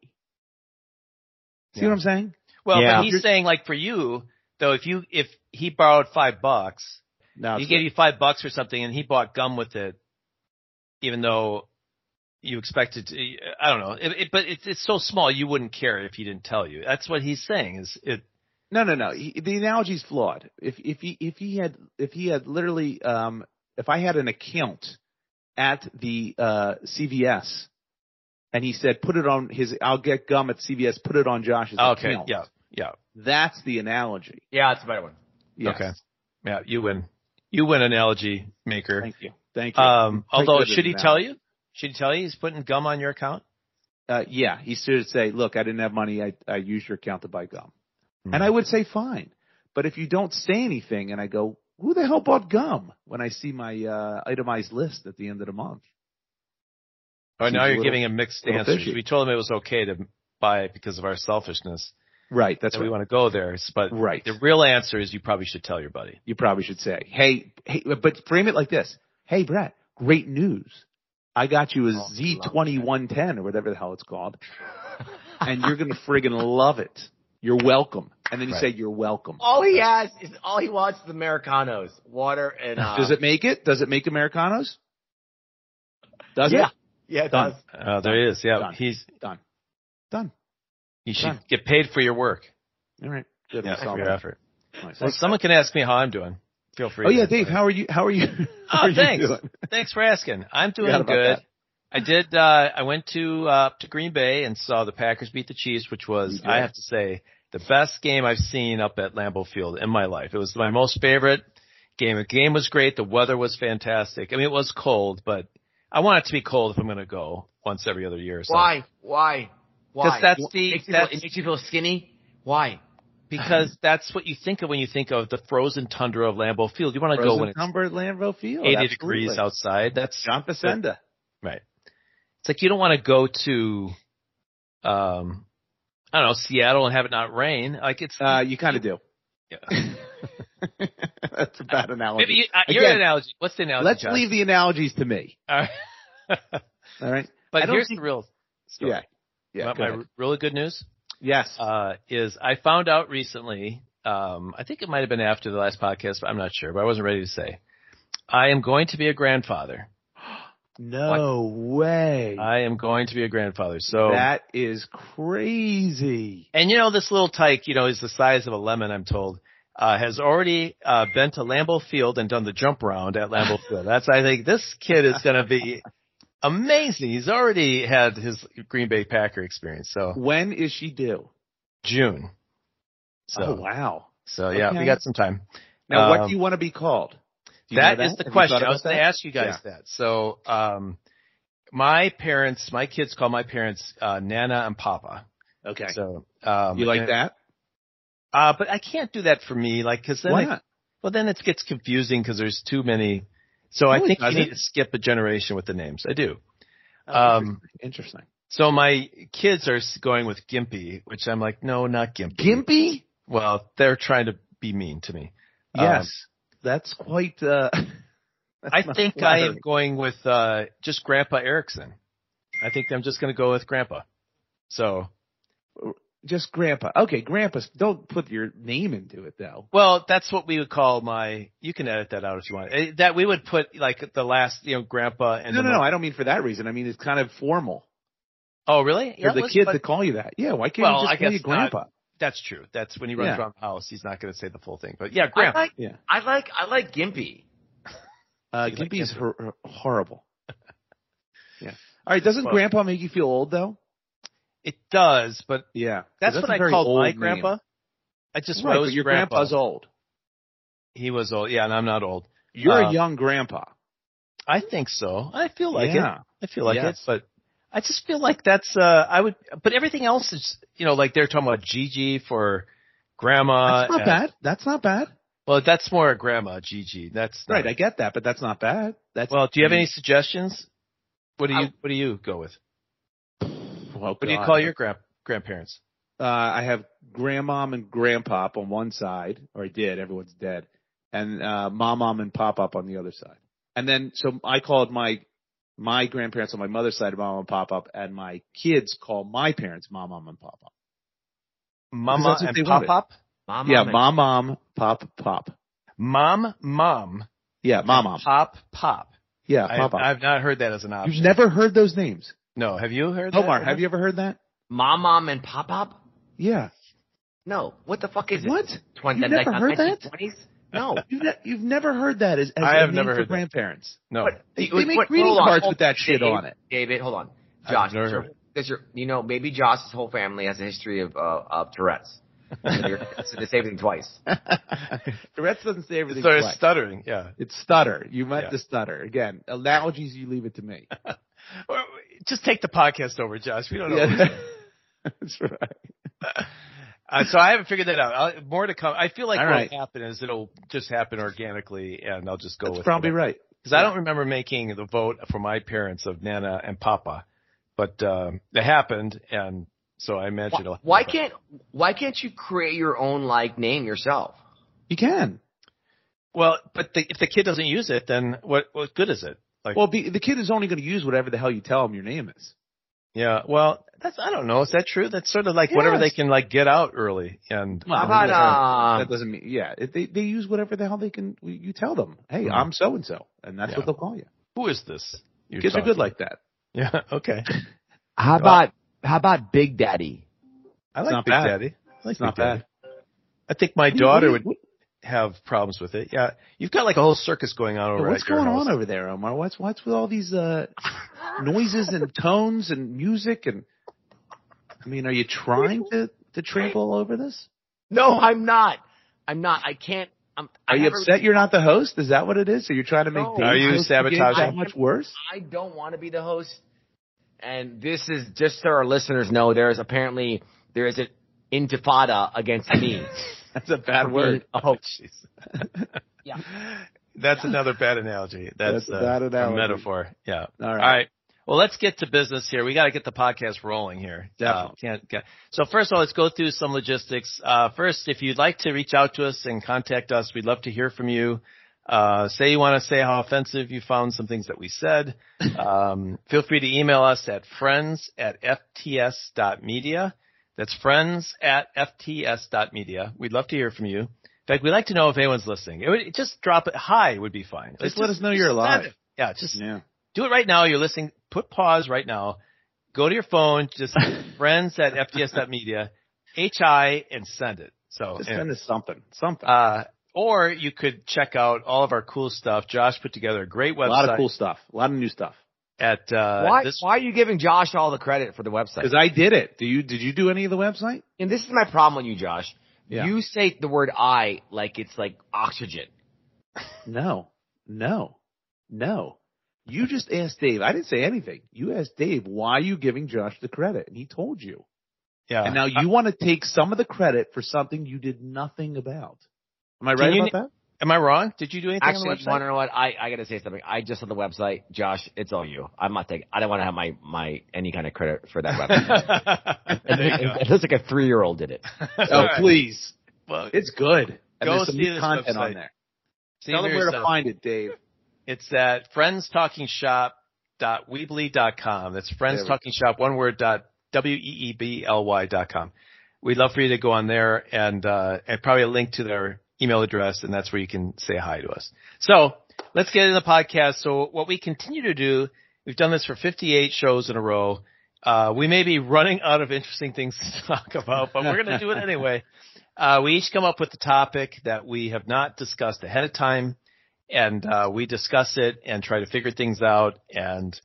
[SPEAKER 1] See
[SPEAKER 2] Yeah.
[SPEAKER 1] what I'm saying?
[SPEAKER 2] Well,
[SPEAKER 1] Yeah.
[SPEAKER 2] but he's saying like for you, though, if you, if he borrowed five bucks,
[SPEAKER 1] No,
[SPEAKER 2] he
[SPEAKER 1] it's
[SPEAKER 2] gave you five bucks for something and he bought gum with it, even though you expected to, I don't know, it, it, but it's it's so small you wouldn't care if he didn't tell you. That's what he's saying is it.
[SPEAKER 1] No, no, no. He, the analogy's flawed. If if he if he had if he had literally um if I had an account at the uh CVS and he said put it on his I'll get gum at CVS put it on Josh's
[SPEAKER 2] Okay,
[SPEAKER 1] account.
[SPEAKER 2] yeah, yeah,
[SPEAKER 1] That's the analogy.
[SPEAKER 3] Yeah, that's a better one.
[SPEAKER 1] Yes.
[SPEAKER 2] Okay. yeah. You win. You win analogy maker.
[SPEAKER 1] Thank you. Thank you.
[SPEAKER 2] Um,
[SPEAKER 1] Pretty
[SPEAKER 2] although
[SPEAKER 1] good at
[SPEAKER 2] should he
[SPEAKER 1] analogy.
[SPEAKER 2] tell you? Should he tell you he's putting gum on your account?
[SPEAKER 1] Uh, yeah, he should say, look, I didn't have money. I, I used your account to buy gum.
[SPEAKER 2] Hmm.
[SPEAKER 1] And I would say fine. But if you don't say anything and I go, who the hell bought gum when I see my, uh, itemized list at the end of the month?
[SPEAKER 2] Oh,
[SPEAKER 1] Seems
[SPEAKER 2] now
[SPEAKER 1] a
[SPEAKER 2] you're
[SPEAKER 1] little-
[SPEAKER 2] giving him mixed
[SPEAKER 1] little
[SPEAKER 2] answers.
[SPEAKER 1] fishy.
[SPEAKER 2] We told him it was okay to buy it because of our selfishness.
[SPEAKER 1] Right. That's
[SPEAKER 2] That's we
[SPEAKER 1] right.
[SPEAKER 2] want to go there. But
[SPEAKER 1] Right.
[SPEAKER 2] the real answer is you probably should tell your buddy.
[SPEAKER 1] You probably should say, hey, hey, but frame it like this. Hey, Brett, great news. I got you a
[SPEAKER 3] Oh,
[SPEAKER 1] Z2110 or whatever the hell it's called. and you're going to friggin' love it. You're welcome. And then you
[SPEAKER 2] Right.
[SPEAKER 1] say, you're welcome.
[SPEAKER 2] Oh,
[SPEAKER 3] All he has is all he wants is Americanos, water and. Uh,
[SPEAKER 1] Does it make it? Does it make Americanos? Does
[SPEAKER 3] yeah.
[SPEAKER 1] it?
[SPEAKER 3] Yeah, it
[SPEAKER 1] Done.
[SPEAKER 3] does.
[SPEAKER 2] Uh, there he is. Yeah.
[SPEAKER 1] Done.
[SPEAKER 2] He's,
[SPEAKER 1] Done. Done.
[SPEAKER 2] you should
[SPEAKER 1] Done.
[SPEAKER 2] get paid for your work.
[SPEAKER 1] All right. Good.
[SPEAKER 2] Yeah,
[SPEAKER 1] We solved
[SPEAKER 2] for your
[SPEAKER 1] that.
[SPEAKER 2] effort.
[SPEAKER 1] Nice.
[SPEAKER 2] Well, someone can ask me how I'm doing. Feel free.
[SPEAKER 1] Oh yeah,
[SPEAKER 2] to-
[SPEAKER 1] Dave. How are you? How are you? how
[SPEAKER 2] Oh,
[SPEAKER 1] are you
[SPEAKER 2] thanks.
[SPEAKER 1] doing?
[SPEAKER 2] Thanks for asking. I'm doing
[SPEAKER 1] Forgot
[SPEAKER 2] good.
[SPEAKER 1] about that.
[SPEAKER 2] I did. Uh, I went to uh, up to Green Bay and saw the Packers beat the Chiefs, which was,
[SPEAKER 1] You did.
[SPEAKER 2] I have to say, the best game I've seen up at Lambeau Field in my life. It was my most favorite game. The game was great. The weather was fantastic. I mean, it was cold, but I want it to be cold if I'm going to go once every other year. or so.
[SPEAKER 4] Why? Why? Why?
[SPEAKER 2] Because that's
[SPEAKER 4] It
[SPEAKER 2] the-
[SPEAKER 4] makes you
[SPEAKER 2] that's-
[SPEAKER 4] feel- it makes you feel skinny. Why?
[SPEAKER 2] Because that's what you think of when you think of the frozen tundra of Lambeau Field. You want to go when
[SPEAKER 1] Frozen
[SPEAKER 2] it's
[SPEAKER 1] Humber at Lambeau Field.
[SPEAKER 2] 80
[SPEAKER 1] absolutely.
[SPEAKER 2] degrees outside. That's
[SPEAKER 1] John Facenda.
[SPEAKER 2] Right. It's like you don't want to go to, um, I don't know, Seattle and have it not rain. Like it's
[SPEAKER 1] Uh, you kind of do.
[SPEAKER 2] Yeah.
[SPEAKER 1] That's a bad analogy.
[SPEAKER 2] maybe you, uh, your
[SPEAKER 1] Again,
[SPEAKER 2] analogy. What's the analogy?
[SPEAKER 1] Let's
[SPEAKER 2] Josh?
[SPEAKER 1] leave the analogies to me.
[SPEAKER 2] All right.
[SPEAKER 1] All right. I
[SPEAKER 2] but
[SPEAKER 1] don't
[SPEAKER 2] here's
[SPEAKER 1] think-
[SPEAKER 2] the real story.
[SPEAKER 1] Yeah. Yeah.
[SPEAKER 2] Want
[SPEAKER 1] go
[SPEAKER 2] my
[SPEAKER 1] ahead.
[SPEAKER 2] r- really good news
[SPEAKER 1] yes.
[SPEAKER 2] uh, is I found out recently. Um, I think it might have been after the last podcast, but I'm not sure. But I wasn't ready to say. I am going to be a grandfather.
[SPEAKER 1] no way.
[SPEAKER 2] I am going to be a grandfather. Uh, So
[SPEAKER 1] that is crazy.
[SPEAKER 2] And you know, this little tyke, you know, is the size of a lemon, I'm told, uh, has already, uh, been to Lambeau Field and done the jump round at Lambeau Field. That's, I think this kid is going to be amazing. He's already had his Green Bay Packer experience. So
[SPEAKER 1] When is she due?
[SPEAKER 2] June. So,
[SPEAKER 1] oh wow.
[SPEAKER 2] so yeah,
[SPEAKER 1] Okay.
[SPEAKER 2] we got some time.
[SPEAKER 1] Now, what
[SPEAKER 2] Um,
[SPEAKER 1] do you want to be called? Do you know
[SPEAKER 2] that is the
[SPEAKER 1] Have you
[SPEAKER 2] question.
[SPEAKER 1] thought
[SPEAKER 2] I was
[SPEAKER 1] about
[SPEAKER 2] going to
[SPEAKER 1] that?
[SPEAKER 2] ask you guys that. So, um, my parents, my kids call my parents, uh, Nana and Papa.
[SPEAKER 1] Okay.
[SPEAKER 2] So, um,
[SPEAKER 1] you like
[SPEAKER 2] and-
[SPEAKER 1] that?
[SPEAKER 2] Uh, but I can't do that for me, like, cause then
[SPEAKER 1] Why
[SPEAKER 2] it-
[SPEAKER 1] not?
[SPEAKER 2] Well, then it gets confusing because there's too many. So I
[SPEAKER 1] No, it
[SPEAKER 2] think you
[SPEAKER 1] doesn't.
[SPEAKER 2] need to skip a generation with the names. I do.
[SPEAKER 1] Oh,
[SPEAKER 2] Um,
[SPEAKER 1] interesting.
[SPEAKER 2] So my kids are s- going with Gimpy, which I'm like, no, not Gimpy.
[SPEAKER 1] interesting. Gimpy?
[SPEAKER 2] Well, they're trying to be mean to me. Um,
[SPEAKER 1] Yes. that's quite. Uh, that's
[SPEAKER 2] I
[SPEAKER 1] not
[SPEAKER 2] think I am
[SPEAKER 1] flattering.
[SPEAKER 2] going with, uh, just Grandpa Erickson. I think I'm just going to go with Grandpa. So,
[SPEAKER 1] just Grandpa. Okay, Grandpa. Don't put your name into it though.
[SPEAKER 2] well, that's what we would call my, you can edit that out if you want. Eh, That we would put like the last, you know, Grandpa and
[SPEAKER 1] no,
[SPEAKER 2] the
[SPEAKER 1] no,
[SPEAKER 2] mo-
[SPEAKER 1] no. I don't mean for that reason. I mean it's kind of formal
[SPEAKER 2] Oh, really?
[SPEAKER 1] for the
[SPEAKER 2] let's
[SPEAKER 1] kids
[SPEAKER 2] put-
[SPEAKER 1] to call you that. Yeah. Why can't
[SPEAKER 2] Well,
[SPEAKER 1] you
[SPEAKER 2] I
[SPEAKER 1] just call
[SPEAKER 2] guess
[SPEAKER 1] you Grandpa?
[SPEAKER 2] That's true. That's when he runs
[SPEAKER 1] Yeah.
[SPEAKER 2] around the house, he's not going to say the full thing. But yeah,
[SPEAKER 4] I
[SPEAKER 2] Grandpa.
[SPEAKER 4] like.
[SPEAKER 1] Yeah.
[SPEAKER 4] I like. I like Gimpy.
[SPEAKER 1] Uh,
[SPEAKER 2] You like
[SPEAKER 1] Gimpy's
[SPEAKER 2] Gimpy.
[SPEAKER 1] hor- hor- horrible. yeah. All right. Doesn't
[SPEAKER 2] Well-
[SPEAKER 1] Grandpa make you feel old though?
[SPEAKER 2] it does, but
[SPEAKER 1] Yeah. 'Cause
[SPEAKER 2] that's,
[SPEAKER 1] a
[SPEAKER 2] what I
[SPEAKER 1] very
[SPEAKER 2] called
[SPEAKER 1] old
[SPEAKER 2] my
[SPEAKER 1] name.
[SPEAKER 2] grandpa. I just
[SPEAKER 1] Right,
[SPEAKER 2] I was
[SPEAKER 1] but your
[SPEAKER 2] grandpa.
[SPEAKER 1] grandpa's old.
[SPEAKER 2] He was old. Yeah, and I'm not old.
[SPEAKER 1] You're
[SPEAKER 2] Uh,
[SPEAKER 1] a young grandpa.
[SPEAKER 2] I think so. I feel like it.
[SPEAKER 1] yeah.
[SPEAKER 2] I feel like
[SPEAKER 1] Yes.
[SPEAKER 2] it, but I just feel like that's uh I would but everything else is you know like they're talking about Gigi for grandma.
[SPEAKER 1] That's not
[SPEAKER 2] and-
[SPEAKER 1] bad. That's not bad.
[SPEAKER 2] Well, that's more a grandma Gigi. That's not,
[SPEAKER 1] Right, I Mm. get that, but that's not bad. That's
[SPEAKER 2] well, do you have any suggestions? What do you
[SPEAKER 4] I-
[SPEAKER 2] what do you go with?
[SPEAKER 1] Well,
[SPEAKER 2] What do you call your grand grandparents?
[SPEAKER 1] Uh, I have grandmom and grandpop on one side, or I did. Everyone's dead, and uh, mom, mom, and pop up on the other side. And then, so I called my my grandparents on my mother's side, mom and pop up, and my kids call my parents mom, mom, and pop up.
[SPEAKER 2] Mama
[SPEAKER 1] that's what
[SPEAKER 2] and
[SPEAKER 1] they
[SPEAKER 2] Pop
[SPEAKER 1] wanted.
[SPEAKER 2] Pop?
[SPEAKER 4] Mom,
[SPEAKER 1] yeah,
[SPEAKER 4] mom, and-
[SPEAKER 1] mom, mom, pop, pop.
[SPEAKER 2] Mom, mom,
[SPEAKER 1] Yeah, mom,
[SPEAKER 2] and
[SPEAKER 1] mom.
[SPEAKER 2] pop, pop.
[SPEAKER 1] Yeah,
[SPEAKER 2] I,
[SPEAKER 1] Popeye.
[SPEAKER 2] I've not heard that as an option.
[SPEAKER 1] You've never heard those names.
[SPEAKER 2] no, have you heard?
[SPEAKER 1] Omar,
[SPEAKER 2] that?
[SPEAKER 1] have you ever heard that?
[SPEAKER 4] Mom, mom, and pop pop.
[SPEAKER 1] Yeah.
[SPEAKER 4] No, what the fuck is
[SPEAKER 1] What?
[SPEAKER 4] it? Twen-
[SPEAKER 1] You never heard that?
[SPEAKER 4] 1920s? No.
[SPEAKER 1] You've, ne- you've never heard that as, as
[SPEAKER 2] I
[SPEAKER 1] a
[SPEAKER 2] have
[SPEAKER 1] name
[SPEAKER 2] never
[SPEAKER 1] for
[SPEAKER 2] heard that.
[SPEAKER 1] grandparents.
[SPEAKER 2] No.
[SPEAKER 4] What-
[SPEAKER 1] They- they
[SPEAKER 4] what-
[SPEAKER 1] make
[SPEAKER 4] what-
[SPEAKER 1] greeting
[SPEAKER 4] hold on,
[SPEAKER 1] cards
[SPEAKER 4] hold
[SPEAKER 1] with that shit
[SPEAKER 4] Dave,
[SPEAKER 1] on it.
[SPEAKER 4] David, hold on.
[SPEAKER 2] I've
[SPEAKER 4] Josh,
[SPEAKER 2] never
[SPEAKER 4] does your,
[SPEAKER 2] heard
[SPEAKER 4] does your, you know, maybe Josh's whole family has a history of, uh, of Tourette's. So you're- so the same thing twice.
[SPEAKER 1] Tourette's doesn't say everything.
[SPEAKER 2] Sorry,
[SPEAKER 1] twice.
[SPEAKER 2] stuttering. Yeah.
[SPEAKER 1] It's stutter. You meant
[SPEAKER 2] Yeah.
[SPEAKER 1] to stutter. Again, analogies, you leave it to me.
[SPEAKER 2] Or- Just take the podcast over, Josh. We don't know.
[SPEAKER 1] Yeah. That's right.
[SPEAKER 2] Uh, so I haven't figured that out. I'll, more to come. I feel like
[SPEAKER 1] All
[SPEAKER 2] what'll
[SPEAKER 1] right.
[SPEAKER 2] happen is it'll just happen organically, and I'll just go
[SPEAKER 1] That's
[SPEAKER 2] with
[SPEAKER 1] probably right.
[SPEAKER 2] Because I don't remember making the vote for my parents of Nana and Papa, but um, it happened, and so I imagine.
[SPEAKER 4] Why,
[SPEAKER 2] it'll
[SPEAKER 4] why
[SPEAKER 2] happen.
[SPEAKER 4] can't, why can't you create your own, like, name yourself?
[SPEAKER 1] You can.
[SPEAKER 2] Well, but the, if the kid doesn't use it, then what what good is it? Like,
[SPEAKER 1] Well, be, the kid is only going to use whatever the hell you tell him your name is.
[SPEAKER 2] yeah. Well, that's I don't know. Is that true? That's sort of like whatever
[SPEAKER 1] Yes.
[SPEAKER 2] they can like get out early, and
[SPEAKER 1] Well,
[SPEAKER 4] How about, uh,
[SPEAKER 1] that doesn't mean, yeah, it- they, they use whatever the hell they can, you tell them, hey,
[SPEAKER 2] Mhm.
[SPEAKER 1] I'm so and so, and that's
[SPEAKER 2] Yeah.
[SPEAKER 1] what they'll call you.
[SPEAKER 2] who is this? You're
[SPEAKER 1] Kids are good
[SPEAKER 2] talking-
[SPEAKER 1] like that.
[SPEAKER 2] Yeah. Okay.
[SPEAKER 4] how about, how about Big Daddy?
[SPEAKER 2] I
[SPEAKER 1] It's
[SPEAKER 2] like
[SPEAKER 1] not
[SPEAKER 2] Big
[SPEAKER 1] bad.
[SPEAKER 2] Daddy. I like
[SPEAKER 1] It's not
[SPEAKER 2] Big Daddy.
[SPEAKER 1] bad.
[SPEAKER 2] I think my
[SPEAKER 1] What do you-
[SPEAKER 2] daughter
[SPEAKER 1] what
[SPEAKER 2] would
[SPEAKER 1] do you-
[SPEAKER 2] have problems with it. Yeah, you've got like a whole circus going on over.
[SPEAKER 1] what- what's
[SPEAKER 2] at your
[SPEAKER 1] going
[SPEAKER 2] house.
[SPEAKER 1] on over there, Omar? What's, what's with all these, uh, noises and tones and music and, I mean, are you trying to, to trample all over this?
[SPEAKER 4] No, I'm not. I'm not. I can't. I'm,
[SPEAKER 1] Are
[SPEAKER 4] I
[SPEAKER 1] you
[SPEAKER 4] never-
[SPEAKER 1] upset you're not the host? Is that what it is? So you're trying to make
[SPEAKER 4] No.
[SPEAKER 1] Dave
[SPEAKER 2] Are you
[SPEAKER 1] host the game that
[SPEAKER 2] sabotaging?
[SPEAKER 1] much worse?
[SPEAKER 4] I don't want to be the host. And this is just so our listeners know, there is apparently there is an intifada against me.
[SPEAKER 1] That's a bad
[SPEAKER 4] word.
[SPEAKER 1] word.
[SPEAKER 4] Oh,
[SPEAKER 2] Jeez.
[SPEAKER 4] Yeah.
[SPEAKER 2] That's another bad analogy. That's,
[SPEAKER 1] That's a bad
[SPEAKER 2] uh,
[SPEAKER 1] analogy.
[SPEAKER 2] a metaphor. Yeah.
[SPEAKER 1] All
[SPEAKER 2] All
[SPEAKER 1] right.
[SPEAKER 2] right. Well, let's get to business here. We got to get the podcast rolling here.
[SPEAKER 1] Definitely.
[SPEAKER 2] Uh, can't, get- so first of all, let's go through some logistics. Uh, first, if you'd like to reach out to us and contact us, we'd love to hear from you. Uh, say you want to say how offensive you found some things that we said. Um, feel free to email us at friends at fts.media. That's friends at fts.media. We'd love to hear from you. In fact, we'd like to know if anyone's listening. It would, just drop it. Hi would be fine.
[SPEAKER 1] Just let us know you're
[SPEAKER 2] just
[SPEAKER 1] alive.
[SPEAKER 2] send it. Yeah, just
[SPEAKER 1] Yeah.
[SPEAKER 2] do it right now. You're listening. Put pause right now. Go to your phone. Just friends at fts.media, hi, and send it. So,
[SPEAKER 1] Just
[SPEAKER 2] anyway.
[SPEAKER 1] send us something. Something.
[SPEAKER 2] uh, or you could check out all of our cool stuff. Josh put together a great
[SPEAKER 1] a lot
[SPEAKER 2] website
[SPEAKER 1] of cool stuff. A lot of new stuff.
[SPEAKER 2] at uh,
[SPEAKER 4] why,
[SPEAKER 2] this.
[SPEAKER 4] why are you giving Josh all the credit for the website?
[SPEAKER 1] Because I did it. Do you? Did you do any of the website?
[SPEAKER 4] And this is my problem with you, Josh.
[SPEAKER 1] Yeah.
[SPEAKER 4] You say the word I like it's like oxygen.
[SPEAKER 1] No. No. No. You just asked Dave. I didn't say anything. You asked Dave, why are you giving Josh the credit? And he told you.
[SPEAKER 2] Yeah.
[SPEAKER 1] and now you want to take some of the credit for something you did nothing about. Am I
[SPEAKER 2] Can
[SPEAKER 1] right
[SPEAKER 2] you-
[SPEAKER 1] about that?
[SPEAKER 2] Am I wrong? Did you do anything
[SPEAKER 4] Actually,
[SPEAKER 2] on the
[SPEAKER 4] you
[SPEAKER 2] website?
[SPEAKER 4] want to know what? I, I gotta say something. I just saw the website. Josh, it's all you. I'm not taking, I don't want to have my, my, any kind of credit for that website.
[SPEAKER 2] There you go.
[SPEAKER 4] it looks like a three year old did it.
[SPEAKER 1] Oh,
[SPEAKER 2] All right.
[SPEAKER 1] please.
[SPEAKER 2] Well,
[SPEAKER 1] It's good. And
[SPEAKER 2] Go
[SPEAKER 1] there's some
[SPEAKER 2] see
[SPEAKER 1] new
[SPEAKER 2] this
[SPEAKER 1] content
[SPEAKER 2] website.
[SPEAKER 1] on there.
[SPEAKER 2] see
[SPEAKER 1] Tell
[SPEAKER 2] for
[SPEAKER 1] them where to
[SPEAKER 2] yourself.
[SPEAKER 1] find it, Dave.
[SPEAKER 2] It's at friendstalkingshop.weebly.com. That's
[SPEAKER 1] we go.
[SPEAKER 2] friendstalkingshop, one word, dot E W-E-E-B-L-Y dot com. We'd love for you to go on there and, uh, and probably a link to their email address and that's where you can say hi to us. So let's get into the podcast. So what we continue to do, we've done this for 58 shows in a row. Uh, we may be running out of interesting things to talk about, but we're going to do it anyway. Uh, we each come up with a topic that we have not discussed ahead of time and uh, we discuss it and try to figure things out and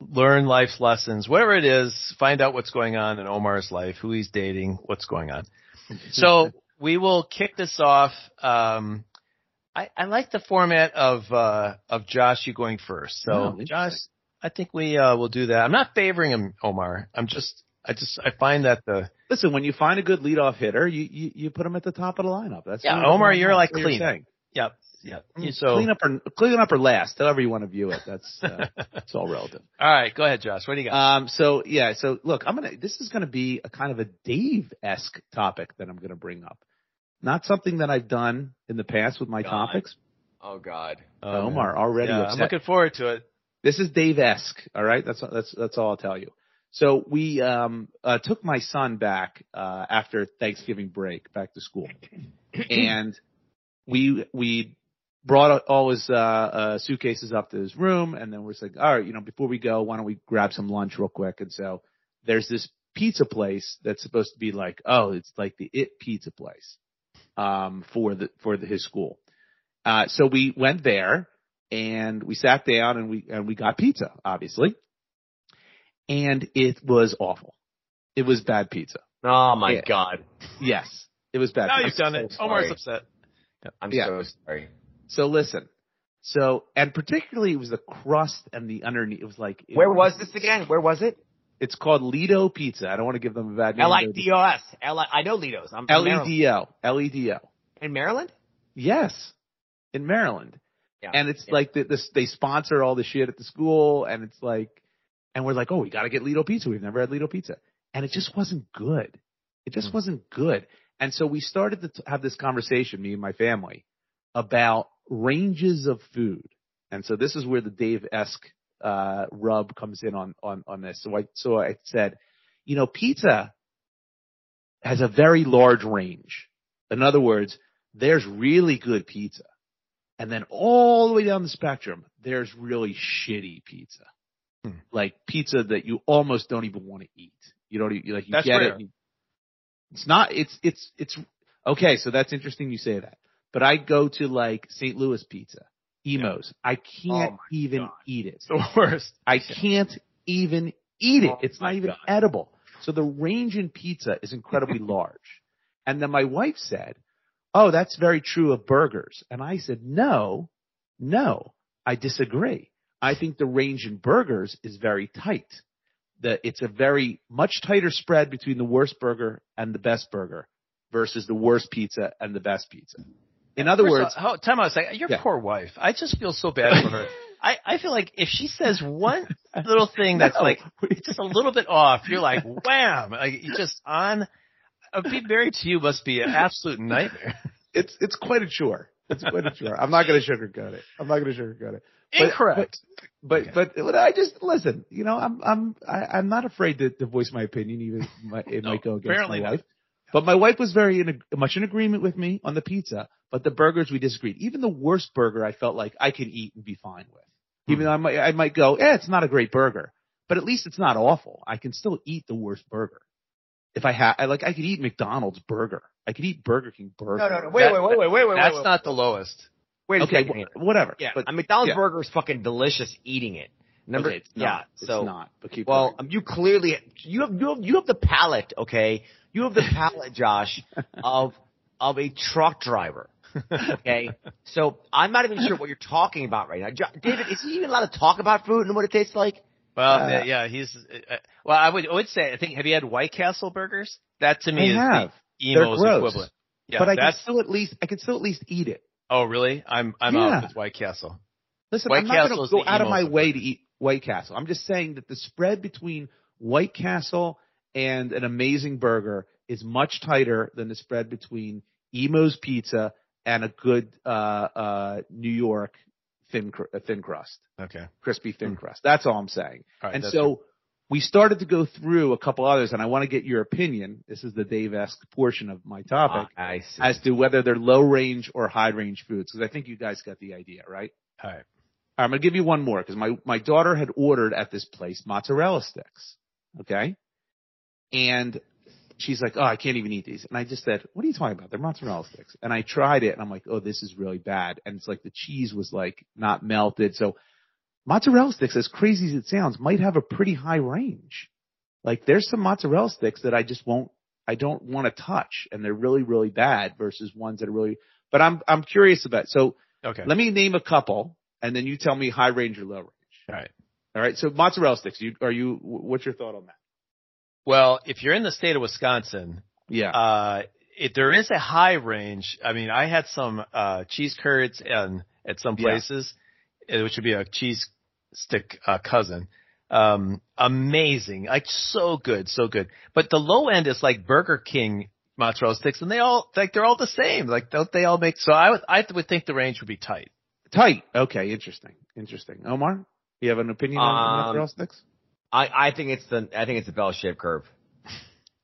[SPEAKER 2] learn life's lessons, whatever it is, find out what's going on in Omar's life, who he's dating, what's going on. So we will kick this off. Um, I, I like the format of uh, of Josh you going first. So
[SPEAKER 1] Oh, interesting.
[SPEAKER 2] Josh, I think we uh, will do that. I'm not favoring him, Omar. I'm just I just I find that the
[SPEAKER 1] Listen, when you find a good leadoff hitter, you, you, you put him at the top of the lineup. That's
[SPEAKER 2] Yeah,
[SPEAKER 1] really
[SPEAKER 2] Omar,
[SPEAKER 1] what
[SPEAKER 2] you're like
[SPEAKER 1] what
[SPEAKER 2] clean.
[SPEAKER 1] saying.
[SPEAKER 2] yeah yeah. So
[SPEAKER 1] Mm, Clean up or clean up or last, however you want to view it. That's uh, it's all relative.
[SPEAKER 2] all right, go ahead, Josh. What do you got?
[SPEAKER 1] Um, so yeah, so look, I'm gonna. This is gonna be a kind of a Dave-esque topic that I'm gonna bring up. Not something that I've done in the past with my
[SPEAKER 4] God.
[SPEAKER 1] topics.
[SPEAKER 4] Oh God.
[SPEAKER 2] Oh, man.
[SPEAKER 1] Omar already
[SPEAKER 2] Yeah, I'm
[SPEAKER 1] upset.
[SPEAKER 2] looking forward to it.
[SPEAKER 1] This is Dave-esque. All right. That's, that's, that's all I'll tell you. So we, um, uh, took my son back, uh, after Thanksgiving break back to school and we, we brought all his uh, uh, suitcases up to his room, and then we're just like, all right, you know, before we go, why don't we grab some lunch real quick? And so there's this pizza place that's supposed to be like, oh, it's like the it pizza place um, for the for the, his school. Uh, so we went there and we sat down and we and we got pizza, obviously, and it was awful. It was bad pizza.
[SPEAKER 4] Oh my
[SPEAKER 1] Yeah.
[SPEAKER 4] god.
[SPEAKER 1] Yes, it was bad.
[SPEAKER 2] Now
[SPEAKER 1] pizza.
[SPEAKER 2] you've done it.
[SPEAKER 4] so
[SPEAKER 2] Omar's
[SPEAKER 4] sorry.
[SPEAKER 2] upset.
[SPEAKER 4] I'm
[SPEAKER 1] Yeah.
[SPEAKER 4] so sorry.
[SPEAKER 1] So listen. So and particularly it was the crust and the underneath. It was like it
[SPEAKER 4] Where was this again? Where was it?
[SPEAKER 1] It's called Lido Pizza. I don't want to give them a bad name.
[SPEAKER 4] L I D O S. L I I know Lido's. I'm from
[SPEAKER 1] L E
[SPEAKER 4] Maryland.
[SPEAKER 1] D O. L E D O.
[SPEAKER 4] in Maryland?
[SPEAKER 1] Yes, in Maryland.
[SPEAKER 4] Yeah.
[SPEAKER 1] And it's
[SPEAKER 4] Yeah.
[SPEAKER 1] like the, this, they sponsor all the shit at the school, and it's like, and we're like, oh, we got to get Lido Pizza. We've never had Lido Pizza, and it just wasn't good. It just
[SPEAKER 4] Hmm.
[SPEAKER 1] wasn't good. And so we started to t- have this conversation, me and my family, about ranges of food. And so this is where the Dave esque uh, rub comes in on on on this. So I so I said, you know, pizza has a very large range. In other words, there's really good pizza. And then all the way down the spectrum, there's really shitty pizza.
[SPEAKER 2] Hmm.
[SPEAKER 1] Like pizza that you almost don't even want to eat. You don't even, like you
[SPEAKER 2] That's
[SPEAKER 1] get
[SPEAKER 2] rare.
[SPEAKER 1] it. and- It's not, it's, it's, it's, okay. So that's interesting you say that, but I go to like St. Louis pizza, Emo's. I can't
[SPEAKER 4] Oh my
[SPEAKER 1] even
[SPEAKER 4] God.
[SPEAKER 1] eat it.
[SPEAKER 2] It's the worst.
[SPEAKER 1] I can't even eat it.
[SPEAKER 4] Oh
[SPEAKER 1] it's
[SPEAKER 4] my
[SPEAKER 1] not even
[SPEAKER 4] God.
[SPEAKER 1] edible. So the range in pizza is incredibly large. And then my wife said, Oh, that's very true of burgers. And I said, No, no, I disagree. I think the range in burgers is very tight. The, it's a very much tighter spread between the worst burger and the best burger versus the worst pizza and the best pizza. In other
[SPEAKER 2] First of
[SPEAKER 1] words,
[SPEAKER 2] all, how- time out a second. Your
[SPEAKER 1] Yeah.
[SPEAKER 2] poor wife. I just feel so bad for her. I, I feel like if she says one little thing that's
[SPEAKER 1] No.
[SPEAKER 2] like it's just a little bit off, you're like wham, like you just on. Uh, be married to you must be an absolute nightmare.
[SPEAKER 1] it's, it's quite a chore. It's quite a chore. I'm not going to sugarcoat it. I'm not going to sugarcoat it. But-
[SPEAKER 2] Incorrect.
[SPEAKER 1] But
[SPEAKER 2] Okay.
[SPEAKER 1] but but I just listen. You know, I'm I'm I, I'm not afraid to, to voice my opinion, even if my, it
[SPEAKER 2] No,
[SPEAKER 1] might go against
[SPEAKER 2] apparently
[SPEAKER 1] my
[SPEAKER 2] not.
[SPEAKER 1] wife. But my wife was very in a, much in agreement with me on the pizza, but the burgers we disagreed. Even the worst burger, I felt like I could eat and be fine with.
[SPEAKER 2] Hmm.
[SPEAKER 1] Even though I might I might go, eh, it's not a great burger, but at least it's not awful. I can still eat the worst burger. If I had, I like, I could eat McDonald's burger. I could eat Burger King burger.
[SPEAKER 4] No, no, no. Wait, wait, wait, wait, wait, wait.
[SPEAKER 2] That's
[SPEAKER 4] wait,
[SPEAKER 2] not the lowest.
[SPEAKER 4] wait, wait a
[SPEAKER 1] Okay,
[SPEAKER 4] second.
[SPEAKER 1] wh- whatever.
[SPEAKER 4] Yeah,
[SPEAKER 1] but
[SPEAKER 4] a McDonald's
[SPEAKER 1] yeah.
[SPEAKER 4] burger is fucking delicious eating it. Number
[SPEAKER 1] okay, it's not.
[SPEAKER 4] yeah,
[SPEAKER 1] it's
[SPEAKER 4] so
[SPEAKER 1] not. But keep
[SPEAKER 4] well,
[SPEAKER 1] going.
[SPEAKER 4] um, you clearly you have you have you have the palate, okay? You have the palate, Josh, of of a truck driver. Okay, so I'm not even sure what you're talking about right now, jo- David. Is he even allowed to talk about food and what it tastes like?
[SPEAKER 2] Well,
[SPEAKER 1] Uh,
[SPEAKER 2] yeah, yeah, he's. uh, Uh, well, I would I would say I think. Have you had White Castle burgers? That to me
[SPEAKER 1] I
[SPEAKER 2] is
[SPEAKER 1] have.
[SPEAKER 2] the
[SPEAKER 1] They're
[SPEAKER 2] emo's
[SPEAKER 1] gross.
[SPEAKER 2] equivalent. Yeah,
[SPEAKER 1] but I can
[SPEAKER 2] that's.
[SPEAKER 1] still at least I can still at least eat it.
[SPEAKER 2] Oh, really? I'm I'm
[SPEAKER 1] Yeah.
[SPEAKER 2] out with White Castle.
[SPEAKER 1] Listen,
[SPEAKER 2] White
[SPEAKER 1] I'm not
[SPEAKER 2] Castle
[SPEAKER 1] going
[SPEAKER 2] is
[SPEAKER 1] to go
[SPEAKER 2] the
[SPEAKER 1] out of
[SPEAKER 2] emo
[SPEAKER 1] my
[SPEAKER 2] food.
[SPEAKER 1] way to eat White Castle. I'm just saying that the spread between White Castle and an amazing burger is much tighter than the spread between Emo's Pizza and a good uh, uh, New York thin cr- uh, thin crust,
[SPEAKER 2] Okay. All
[SPEAKER 1] crispy thin crust. That's all I'm saying.
[SPEAKER 2] right.
[SPEAKER 1] and
[SPEAKER 2] that's
[SPEAKER 1] so we started to go through a couple others, and I want to get your opinion. This is the Dave-esque portion of my topic.
[SPEAKER 4] Ah, I see.
[SPEAKER 1] as to whether they're low range or high range foods. Cause I think you guys got the idea, right?
[SPEAKER 2] All
[SPEAKER 1] All
[SPEAKER 2] right.
[SPEAKER 1] right, I'm going to give you one more because my, my daughter had ordered at this place mozzarella sticks. Okay. And she's like, Oh, I can't even eat these. And I just said, what are you talking about? They're mozzarella sticks. And I tried it and I'm like, Oh, this is really bad. And it's like the cheese was like not melted. So mozzarella sticks, as crazy as it sounds, might have a pretty high range. Like there's some mozzarella sticks that I just won't, I don't want to touch and they're really, really bad versus ones that are really, but I'm, I'm curious about, so
[SPEAKER 2] Okay.
[SPEAKER 1] let me name a couple, and then you tell me high range or low range.
[SPEAKER 2] All right.
[SPEAKER 1] All right. So mozzarella sticks. You are you? wh- What's your thought on that?
[SPEAKER 2] Well, if you're in the state of Wisconsin,
[SPEAKER 1] Yeah.
[SPEAKER 2] uh, it, there is a high range. I mean, I had some uh, cheese curds and at some
[SPEAKER 1] Yeah.
[SPEAKER 2] places, uh, which would be a cheese stick uh, cousin. Um, amazing, like so good, so good. But the low end is like Burger King mozzarella sticks, and they all like they're all the same. Like don't they all make? So I would I would think the range would be tight.
[SPEAKER 1] Tight. Okay. Interesting. Interesting. Omar, you have an opinion on
[SPEAKER 4] Um,
[SPEAKER 1] mozzarella sticks?
[SPEAKER 4] I I think it's the I think it's the bell shaped curve.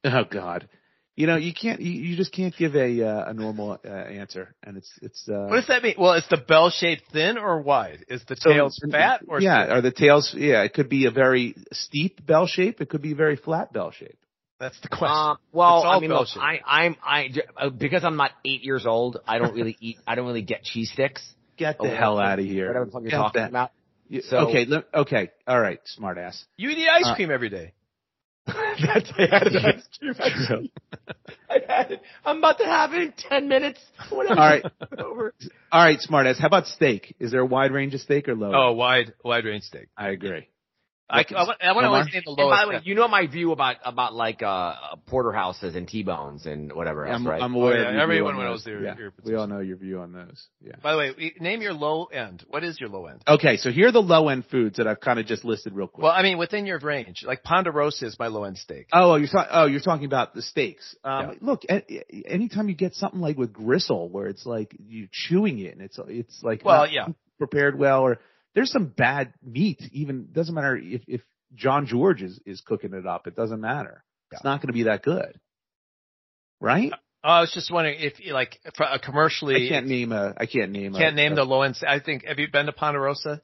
[SPEAKER 1] Oh God. You know, you can't, you, you just can't give a uh, a normal uh, answer, and it's it's. Uh,
[SPEAKER 2] What does that mean? Well, is the bell shaped thin or wide? Is the
[SPEAKER 1] so-
[SPEAKER 2] tail fat or
[SPEAKER 1] yeah?
[SPEAKER 2] thin?
[SPEAKER 1] Are the tails? Yeah, it could be a very steep bell shape. It could be a very flat bell shape.
[SPEAKER 2] That's the question.
[SPEAKER 1] Uh,
[SPEAKER 4] Um, well,
[SPEAKER 2] It's all
[SPEAKER 4] I mean, look,
[SPEAKER 2] bullshit.
[SPEAKER 4] I, I'm, I, uh, because I'm not eight years old, I don't really eat, I don't really get cheese sticks.
[SPEAKER 1] Get the
[SPEAKER 4] Oh,
[SPEAKER 1] hell out of here.
[SPEAKER 4] Whatever the fuck you're
[SPEAKER 1] Get
[SPEAKER 4] talking
[SPEAKER 1] that.
[SPEAKER 4] about.
[SPEAKER 1] You-
[SPEAKER 4] So-
[SPEAKER 1] okay, let, okay, all right, smartass.
[SPEAKER 2] you eat ice
[SPEAKER 1] uh,
[SPEAKER 2] cream every day.
[SPEAKER 4] That's, I had an ice cream.
[SPEAKER 1] True.
[SPEAKER 4] I had it. I'm about to have it in 10 minutes. When
[SPEAKER 1] All right,
[SPEAKER 4] Over.
[SPEAKER 1] all right, smartass. How about steak? Is there a wide range of steak or low?
[SPEAKER 2] Oh, wide wide range steak.
[SPEAKER 1] I agree.
[SPEAKER 2] I, I, wa- I want to
[SPEAKER 1] Omar?
[SPEAKER 2] always name the
[SPEAKER 4] And
[SPEAKER 2] lowest.
[SPEAKER 4] by the way, you know my view about, about like, uh, uh, porterhouses and T-bones and whatever else,
[SPEAKER 1] I'm,
[SPEAKER 4] right?
[SPEAKER 1] I'm
[SPEAKER 2] Oh,
[SPEAKER 1] aware.
[SPEAKER 2] yeah,
[SPEAKER 1] of your
[SPEAKER 2] everyone
[SPEAKER 1] view on
[SPEAKER 2] knows
[SPEAKER 1] those.
[SPEAKER 2] your-
[SPEAKER 1] yeah.
[SPEAKER 2] your
[SPEAKER 1] We all know your view on those. Yeah.
[SPEAKER 2] By the way, we- name your low end. What is your low end?
[SPEAKER 1] Okay, so here are the low end foods that I've kind of just listed real quick.
[SPEAKER 2] Well, I mean, within your range, like Ponderosa is my low end steak.
[SPEAKER 1] Oh, you're talking. Oh, you're talking about the steaks. Um, Look, a- a- anytime you get something like with gristle, where it's like you chewing it, and it's it's like
[SPEAKER 2] Well,
[SPEAKER 1] not
[SPEAKER 2] yeah.
[SPEAKER 1] prepared well, or there's some bad meat. Even doesn't matter if if John George is is cooking it up. It doesn't matter. It's not going to be that good, right?
[SPEAKER 2] Oh, I was just wondering if, you like, for a commercially,
[SPEAKER 1] I can't name a. I can't name.
[SPEAKER 2] can't
[SPEAKER 1] a,
[SPEAKER 2] name
[SPEAKER 1] a,
[SPEAKER 2] the low end. I think. Have you been to Ponderosa?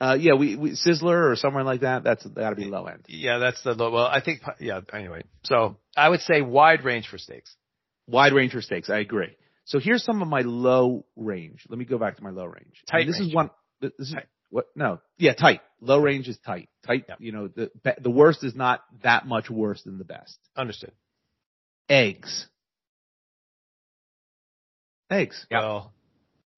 [SPEAKER 1] Uh, yeah, we, we Sizzler or somewhere like that. That's got to be low end.
[SPEAKER 2] Yeah, that's the low. Well, I think. Yeah. Anyway, so I would say wide range for steaks.
[SPEAKER 1] Wide range for steaks. I agree. So here's some of my low range. Let me go back to my low range.
[SPEAKER 2] Tight
[SPEAKER 1] And this
[SPEAKER 2] range.
[SPEAKER 1] is one. th- This is
[SPEAKER 2] Tight.
[SPEAKER 1] what? No. Yeah, tight. Low range is tight. Tight.
[SPEAKER 2] Yeah.
[SPEAKER 1] You know, the be- the worst is not that much worse than the best.
[SPEAKER 2] Understood.
[SPEAKER 1] Eggs. Eggs.
[SPEAKER 4] Yeah.
[SPEAKER 2] Well,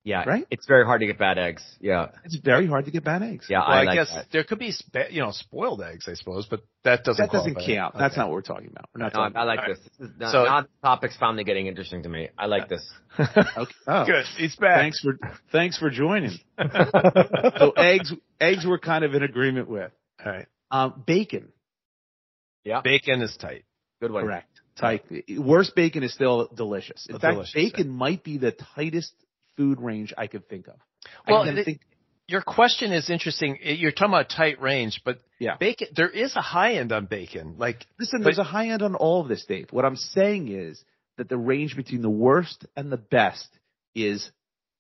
[SPEAKER 4] yeah.
[SPEAKER 1] right?
[SPEAKER 4] It's very hard to get bad eggs. Yeah.
[SPEAKER 1] It's very hard to get bad eggs.
[SPEAKER 4] Yeah.
[SPEAKER 2] well,
[SPEAKER 4] I,
[SPEAKER 2] I,
[SPEAKER 4] like
[SPEAKER 2] guess
[SPEAKER 4] that.
[SPEAKER 2] there could be, sp- you know, spoiled eggs, I suppose, but that doesn't
[SPEAKER 1] That doesn't
[SPEAKER 2] qualify.
[SPEAKER 1] count. That's
[SPEAKER 2] Okay.
[SPEAKER 1] not what we're talking about. We're not
[SPEAKER 4] No, I,
[SPEAKER 1] talking.
[SPEAKER 4] I like
[SPEAKER 2] All right.
[SPEAKER 4] this. this is, now,
[SPEAKER 2] So-
[SPEAKER 4] now the topic's finally getting interesting to me. I like this.
[SPEAKER 1] Okay. Oh,
[SPEAKER 2] Good. He's back.
[SPEAKER 1] Thanks for thanks for joining. so eggs eggs we're kind of in agreement with.
[SPEAKER 2] All right.
[SPEAKER 1] Um, bacon.
[SPEAKER 2] Bacon is tight.
[SPEAKER 4] Good one.
[SPEAKER 1] Correct. Tight. Worst bacon is still delicious. In
[SPEAKER 2] Still
[SPEAKER 1] fact,
[SPEAKER 2] delicious,
[SPEAKER 1] bacon might be the tightest food range I could think of. I
[SPEAKER 2] Well,
[SPEAKER 1] can
[SPEAKER 2] it-
[SPEAKER 1] think-
[SPEAKER 2] Your question is interesting. You're talking about tight range, but
[SPEAKER 1] Yeah.
[SPEAKER 2] bacon, there is a high end on bacon. Like,
[SPEAKER 1] listen,
[SPEAKER 2] but-
[SPEAKER 1] there's a high end on all of this, Dave. What I'm saying is that the range between the worst and the best is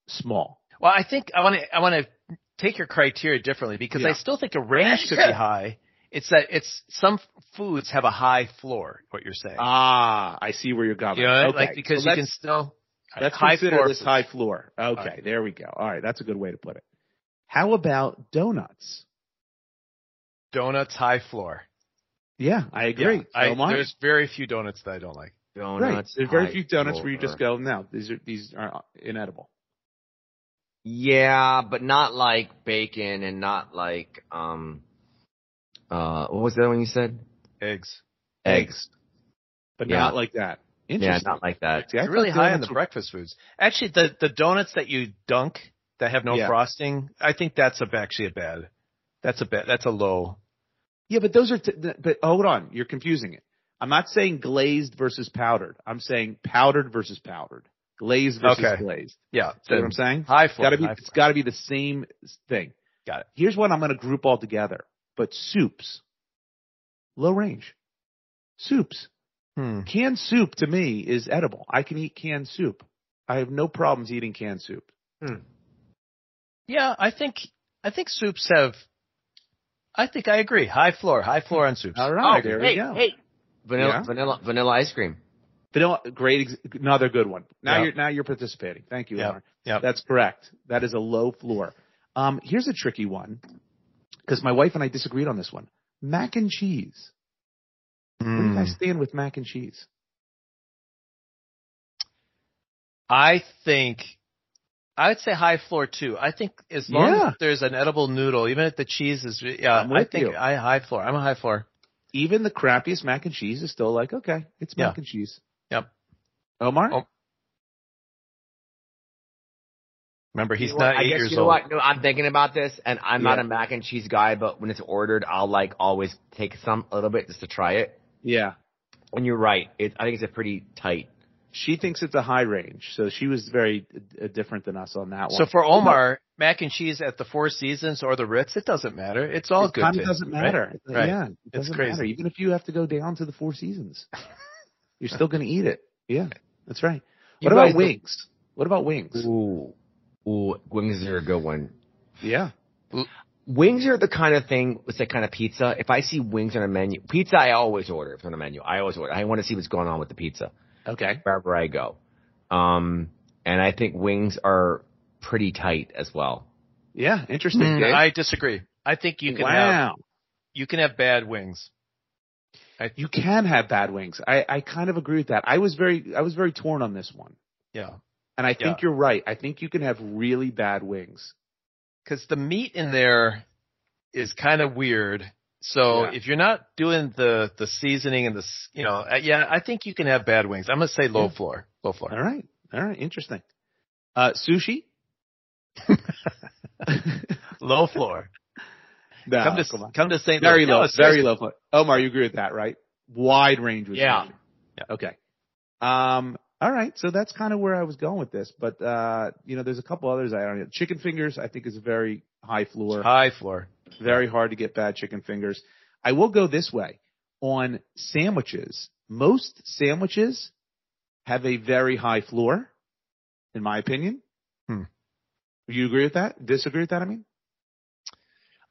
[SPEAKER 1] small.
[SPEAKER 2] well, I think I want to, I want to take your criteria differently because I
[SPEAKER 1] Yeah.
[SPEAKER 2] still think a range could be high. It's that it's some foods have a high floor, what you're saying.
[SPEAKER 1] Ah, I see where you're going.
[SPEAKER 2] you know,
[SPEAKER 1] Okay.
[SPEAKER 2] like
[SPEAKER 1] So
[SPEAKER 2] because you
[SPEAKER 1] let's-
[SPEAKER 2] can still uh,
[SPEAKER 1] Let's
[SPEAKER 2] high
[SPEAKER 1] consider
[SPEAKER 2] floor
[SPEAKER 1] this
[SPEAKER 2] food.
[SPEAKER 1] high floor. Okay,
[SPEAKER 2] right.
[SPEAKER 1] there we go. All right, that's a good way to put it. How about donuts?
[SPEAKER 2] donuts high floor.
[SPEAKER 1] Yeah, I agree.
[SPEAKER 2] Yeah, I-
[SPEAKER 1] So am I.
[SPEAKER 2] there's very few donuts that I don't like.
[SPEAKER 1] right.
[SPEAKER 4] Donuts.
[SPEAKER 1] There's very
[SPEAKER 4] high
[SPEAKER 1] few donuts where you
[SPEAKER 4] floor.
[SPEAKER 1] just go, no, these are these are inedible.
[SPEAKER 4] Yeah, but not like bacon and not like um uh what was the other one you said?
[SPEAKER 2] Eggs.
[SPEAKER 4] Eggs.
[SPEAKER 1] but
[SPEAKER 4] Yeah.
[SPEAKER 1] not like that.
[SPEAKER 4] Yeah,
[SPEAKER 1] Interesting.
[SPEAKER 4] not like that.
[SPEAKER 1] See, I
[SPEAKER 2] It's
[SPEAKER 1] thought
[SPEAKER 2] really high on
[SPEAKER 1] donuts
[SPEAKER 2] the
[SPEAKER 1] were-
[SPEAKER 2] breakfast foods. Actually, the the donuts that you dunk that have no
[SPEAKER 1] Yeah.
[SPEAKER 2] frosting, I think that's a, actually a bad. That's a bad. That's a low.
[SPEAKER 1] Yeah, but those are. T- th- but hold on, you're confusing it. I'm not saying glazed versus powdered. I'm saying powdered versus powdered, glazed versus
[SPEAKER 2] Okay.
[SPEAKER 1] glazed.
[SPEAKER 2] Yeah,
[SPEAKER 1] See what
[SPEAKER 2] the
[SPEAKER 1] I'm saying?
[SPEAKER 2] high floor.
[SPEAKER 1] Gotta be,
[SPEAKER 2] high
[SPEAKER 1] it's got to be the same thing.
[SPEAKER 2] Got it.
[SPEAKER 1] Here's one I'm going to group all together. But soups, low range, soups.
[SPEAKER 2] floor. Hmm.
[SPEAKER 1] Canned soup to me is edible. I can eat canned soup. I have no problems eating canned soup.
[SPEAKER 2] Yeah, I think I think soups have. I think I agree. High floor, high floor on soups.
[SPEAKER 1] All right,
[SPEAKER 4] Oh,
[SPEAKER 1] there
[SPEAKER 4] hey,
[SPEAKER 1] we go.
[SPEAKER 4] hey. Vanilla
[SPEAKER 1] Yeah.
[SPEAKER 4] vanilla vanilla ice cream.
[SPEAKER 1] Vanilla, great, ex- another good one. Now
[SPEAKER 2] Yeah.
[SPEAKER 1] you're now you're participating. Thank you,
[SPEAKER 2] Yeah.
[SPEAKER 1] Lauren.
[SPEAKER 2] Yeah.
[SPEAKER 1] That's correct. That is a low floor. Um, here's a tricky one because my wife and I disagreed on this one. Mac and cheese. Where do you
[SPEAKER 2] Hmm.
[SPEAKER 1] guys stand with mac and cheese?
[SPEAKER 2] I think I'd say high floor too. I think as long
[SPEAKER 1] Yeah.
[SPEAKER 2] as there's an edible noodle, even if the cheese is, yeah,
[SPEAKER 1] I'm
[SPEAKER 2] I
[SPEAKER 1] with
[SPEAKER 2] think
[SPEAKER 1] you.
[SPEAKER 2] I high floor. I'm a high floor.
[SPEAKER 1] Even the crappiest mac and cheese is still like, okay, it's mac
[SPEAKER 2] Yeah.
[SPEAKER 1] and cheese.
[SPEAKER 2] Yep.
[SPEAKER 1] Omar?
[SPEAKER 2] Oh. Remember, he's
[SPEAKER 4] You know
[SPEAKER 2] not
[SPEAKER 4] what?
[SPEAKER 2] eight
[SPEAKER 4] I guess
[SPEAKER 2] years
[SPEAKER 4] you know
[SPEAKER 2] old.
[SPEAKER 4] what? No, I'm thinking about this and I'm not
[SPEAKER 1] Yeah.
[SPEAKER 4] a mac and cheese guy, but when it's ordered, I'll like always take some a little bit just to try it.
[SPEAKER 1] Yeah.
[SPEAKER 4] And you're right. It I think it's a pretty tight.
[SPEAKER 1] She thinks it's a high range, so she was very uh, different than us on that one.
[SPEAKER 2] So for Omar, mac and cheese at the Four Seasons or the Ritz, it doesn't matter. It's all
[SPEAKER 1] it
[SPEAKER 2] good.
[SPEAKER 1] kinda
[SPEAKER 2] to-
[SPEAKER 1] Oh, doesn't
[SPEAKER 2] right?
[SPEAKER 1] matter.
[SPEAKER 2] Right.
[SPEAKER 1] Yeah, it doesn't
[SPEAKER 2] crazy.
[SPEAKER 1] matter. Even if you have to go down to the Four Seasons, You're still going to eat it. Yeah, that's right.
[SPEAKER 4] You
[SPEAKER 1] What about
[SPEAKER 4] guys-
[SPEAKER 1] wings? What about wings?
[SPEAKER 4] Ooh, ooh, wings are a good one.
[SPEAKER 1] Yeah.
[SPEAKER 4] Wings are the kind of thing. It's the kind of pizza. If I see wings on a menu, pizza I always order. If it's on a menu, I always order. I want to see what's going on with the pizza
[SPEAKER 1] Okay.
[SPEAKER 4] wherever I go. Um, and I think wings are pretty tight as well.
[SPEAKER 1] Yeah. Interesting. Dave.
[SPEAKER 2] Mm, Hmm, I disagree. I think you can have
[SPEAKER 1] wow.
[SPEAKER 2] you can have bad wings. I,
[SPEAKER 1] You can have bad wings. I, I kind of agree with that. I was very I was very torn on this one.
[SPEAKER 2] yeah,
[SPEAKER 1] And I think
[SPEAKER 2] Yeah.
[SPEAKER 1] you're right. I think you can have really bad wings.
[SPEAKER 2] because the meat in there is kind of weird. So
[SPEAKER 1] Yeah.
[SPEAKER 2] if you're not doing the the seasoning and the s- you know uh, yeah, I think you can have bad wings. I'm gonna say low floor, low floor.
[SPEAKER 1] All right. All right. Interesting. Uh, sushi?
[SPEAKER 2] low floor.
[SPEAKER 1] No,
[SPEAKER 2] come to
[SPEAKER 1] come on.
[SPEAKER 2] come to St.
[SPEAKER 1] Very
[SPEAKER 2] Louis.
[SPEAKER 1] low.
[SPEAKER 2] No, it's-
[SPEAKER 1] very low. Omar, you agree with that, right? Wide range. With
[SPEAKER 4] Yeah.
[SPEAKER 1] sushi.
[SPEAKER 2] Yeah.
[SPEAKER 1] Okay. Um, all right. So that's kind of where I was going with this, but, uh, you know, there's a couple others I don't know. Chicken fingers, I think is a very high floor.
[SPEAKER 2] High floor.
[SPEAKER 1] Very hard to get bad chicken fingers. I will go this way on sandwiches. Most sandwiches have a very high floor, in my opinion.
[SPEAKER 2] Hmm.
[SPEAKER 1] You agree with that? Disagree with that? I mean,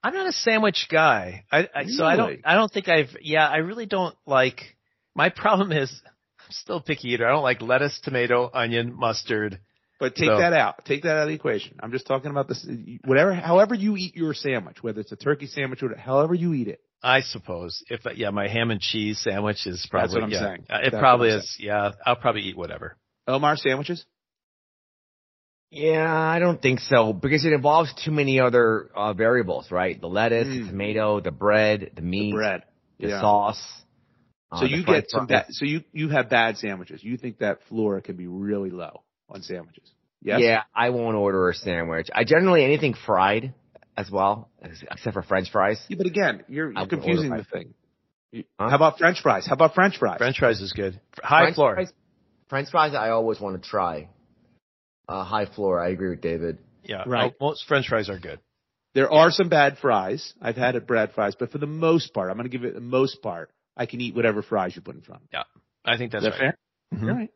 [SPEAKER 2] I'm not a sandwich guy. I, I so I don't
[SPEAKER 1] Really?
[SPEAKER 2] I don't think I've yeah, I really don't like my problem is I'm still a picky eater. I don't like lettuce, tomato, onion, mustard.
[SPEAKER 1] but take
[SPEAKER 2] No.
[SPEAKER 1] that out. Take that out of the equation. I'm just talking about this. Whatever, however you eat your sandwich, whether it's a turkey sandwich or however you eat it.
[SPEAKER 2] I suppose if yeah, my ham and cheese sandwich is probably
[SPEAKER 1] what I'm
[SPEAKER 2] yeah.
[SPEAKER 1] saying.
[SPEAKER 2] Uh, It
[SPEAKER 1] That's
[SPEAKER 2] probably
[SPEAKER 1] what I'm
[SPEAKER 2] is. Yeah, I'll probably eat whatever.
[SPEAKER 1] Omar sandwiches.
[SPEAKER 4] Yeah, I don't think so because it involves too many other uh, variables, right? The lettuce, the
[SPEAKER 1] Mm.
[SPEAKER 4] tomato, the bread, the meat, the,
[SPEAKER 1] Bread. Yeah.
[SPEAKER 4] sauce. uh,
[SPEAKER 1] so
[SPEAKER 4] the
[SPEAKER 1] you
[SPEAKER 4] fried
[SPEAKER 1] get some
[SPEAKER 4] fries.
[SPEAKER 1] bad, so you, you have bad sandwiches. You think that floor can be really low on sandwiches. Yes?
[SPEAKER 4] Yeah, I won't order a sandwich. I generally anything fried as well, ex- except for French fries.
[SPEAKER 1] Yeah, but again, you're, you're
[SPEAKER 4] wouldn't
[SPEAKER 1] confusing
[SPEAKER 4] order
[SPEAKER 1] the thing. You-
[SPEAKER 4] Huh?
[SPEAKER 1] How about French fries? How about French fries?
[SPEAKER 2] French fries is good. High
[SPEAKER 4] French
[SPEAKER 2] floor.
[SPEAKER 4] Fries, French fries, I always want to try. Uh, high floor. I agree with David.
[SPEAKER 2] Yeah.
[SPEAKER 1] Right.
[SPEAKER 2] uh, most French fries are good.
[SPEAKER 1] There are some bad fries. I've had it bad fries, but for the most part, I'm going to give it the most part. I can eat whatever fries you put in front. of me.
[SPEAKER 2] I think that's
[SPEAKER 1] Is that
[SPEAKER 2] right.
[SPEAKER 1] fair?
[SPEAKER 2] Mhm.
[SPEAKER 1] All right.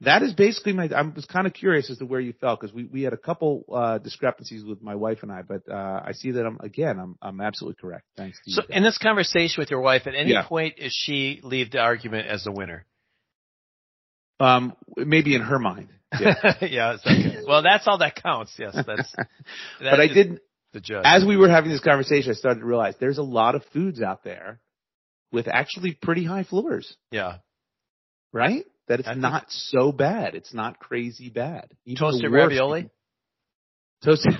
[SPEAKER 1] That is basically my. I was kind of curious as to where you fell because we we had a couple uh discrepancies with my wife and I, but uh I see that I'm again I'm I'm absolutely correct. Thanks. To
[SPEAKER 2] So
[SPEAKER 1] you guys.
[SPEAKER 2] in this conversation with your wife, at any
[SPEAKER 1] Yeah.
[SPEAKER 2] point is she leave the argument as the winner?
[SPEAKER 1] um, maybe in her mind, yeah.
[SPEAKER 2] Yeah. it's not good. well, that's all that counts. Yes, that's.
[SPEAKER 1] but I
[SPEAKER 2] did.
[SPEAKER 1] didn't.
[SPEAKER 2] the judge.
[SPEAKER 1] as we were having this conversation, I started to realize there's a lot of foods out there with actually pretty high floors,
[SPEAKER 2] yeah.
[SPEAKER 1] right? That it's
[SPEAKER 2] I think-
[SPEAKER 1] not so bad. It's not crazy bad. Even the
[SPEAKER 2] Toasted
[SPEAKER 1] worst-
[SPEAKER 2] ravioli,
[SPEAKER 1] Toasted.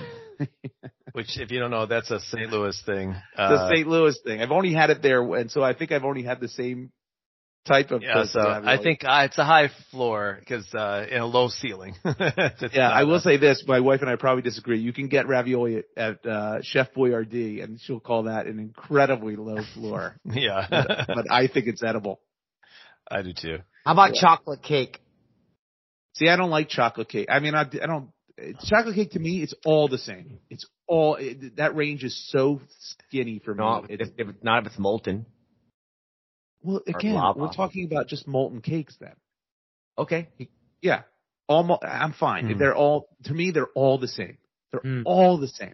[SPEAKER 2] which if you don't know, that's a St. Louis thing.
[SPEAKER 1] the
[SPEAKER 2] Uh,
[SPEAKER 1] St. Louis thing. I've only had it there, and so I think I've only had the same type of.
[SPEAKER 2] yeah,
[SPEAKER 1] toasted
[SPEAKER 2] so I
[SPEAKER 1] ravioli.
[SPEAKER 2] think uh, it's a high floor because uh, in a low ceiling. It's
[SPEAKER 1] Yeah,
[SPEAKER 2] not uh,
[SPEAKER 1] I will
[SPEAKER 2] a-
[SPEAKER 1] say this. My wife and I probably disagree. You can get ravioli at, at uh, Chef Boyardee, and she'll call that an incredibly low floor.
[SPEAKER 2] Yeah,
[SPEAKER 1] but I think it's edible.
[SPEAKER 2] I do too.
[SPEAKER 4] How about
[SPEAKER 1] Yeah.
[SPEAKER 4] chocolate cake?
[SPEAKER 1] See, I don't like chocolate cake. I mean, I, I don't. it's- Chocolate cake to me, it's all the same. It's all it, that range is so skinny for me.
[SPEAKER 4] No,
[SPEAKER 1] It-
[SPEAKER 4] if, if it's not if it's molten.
[SPEAKER 1] well, again,
[SPEAKER 4] lava.
[SPEAKER 1] we're talking about just molten cakes then.
[SPEAKER 4] Okay.
[SPEAKER 1] Yeah, almost. I'm fine.
[SPEAKER 2] Hmm.
[SPEAKER 1] They're all to me. They're all the same. They're
[SPEAKER 4] Hmm.
[SPEAKER 1] all the same.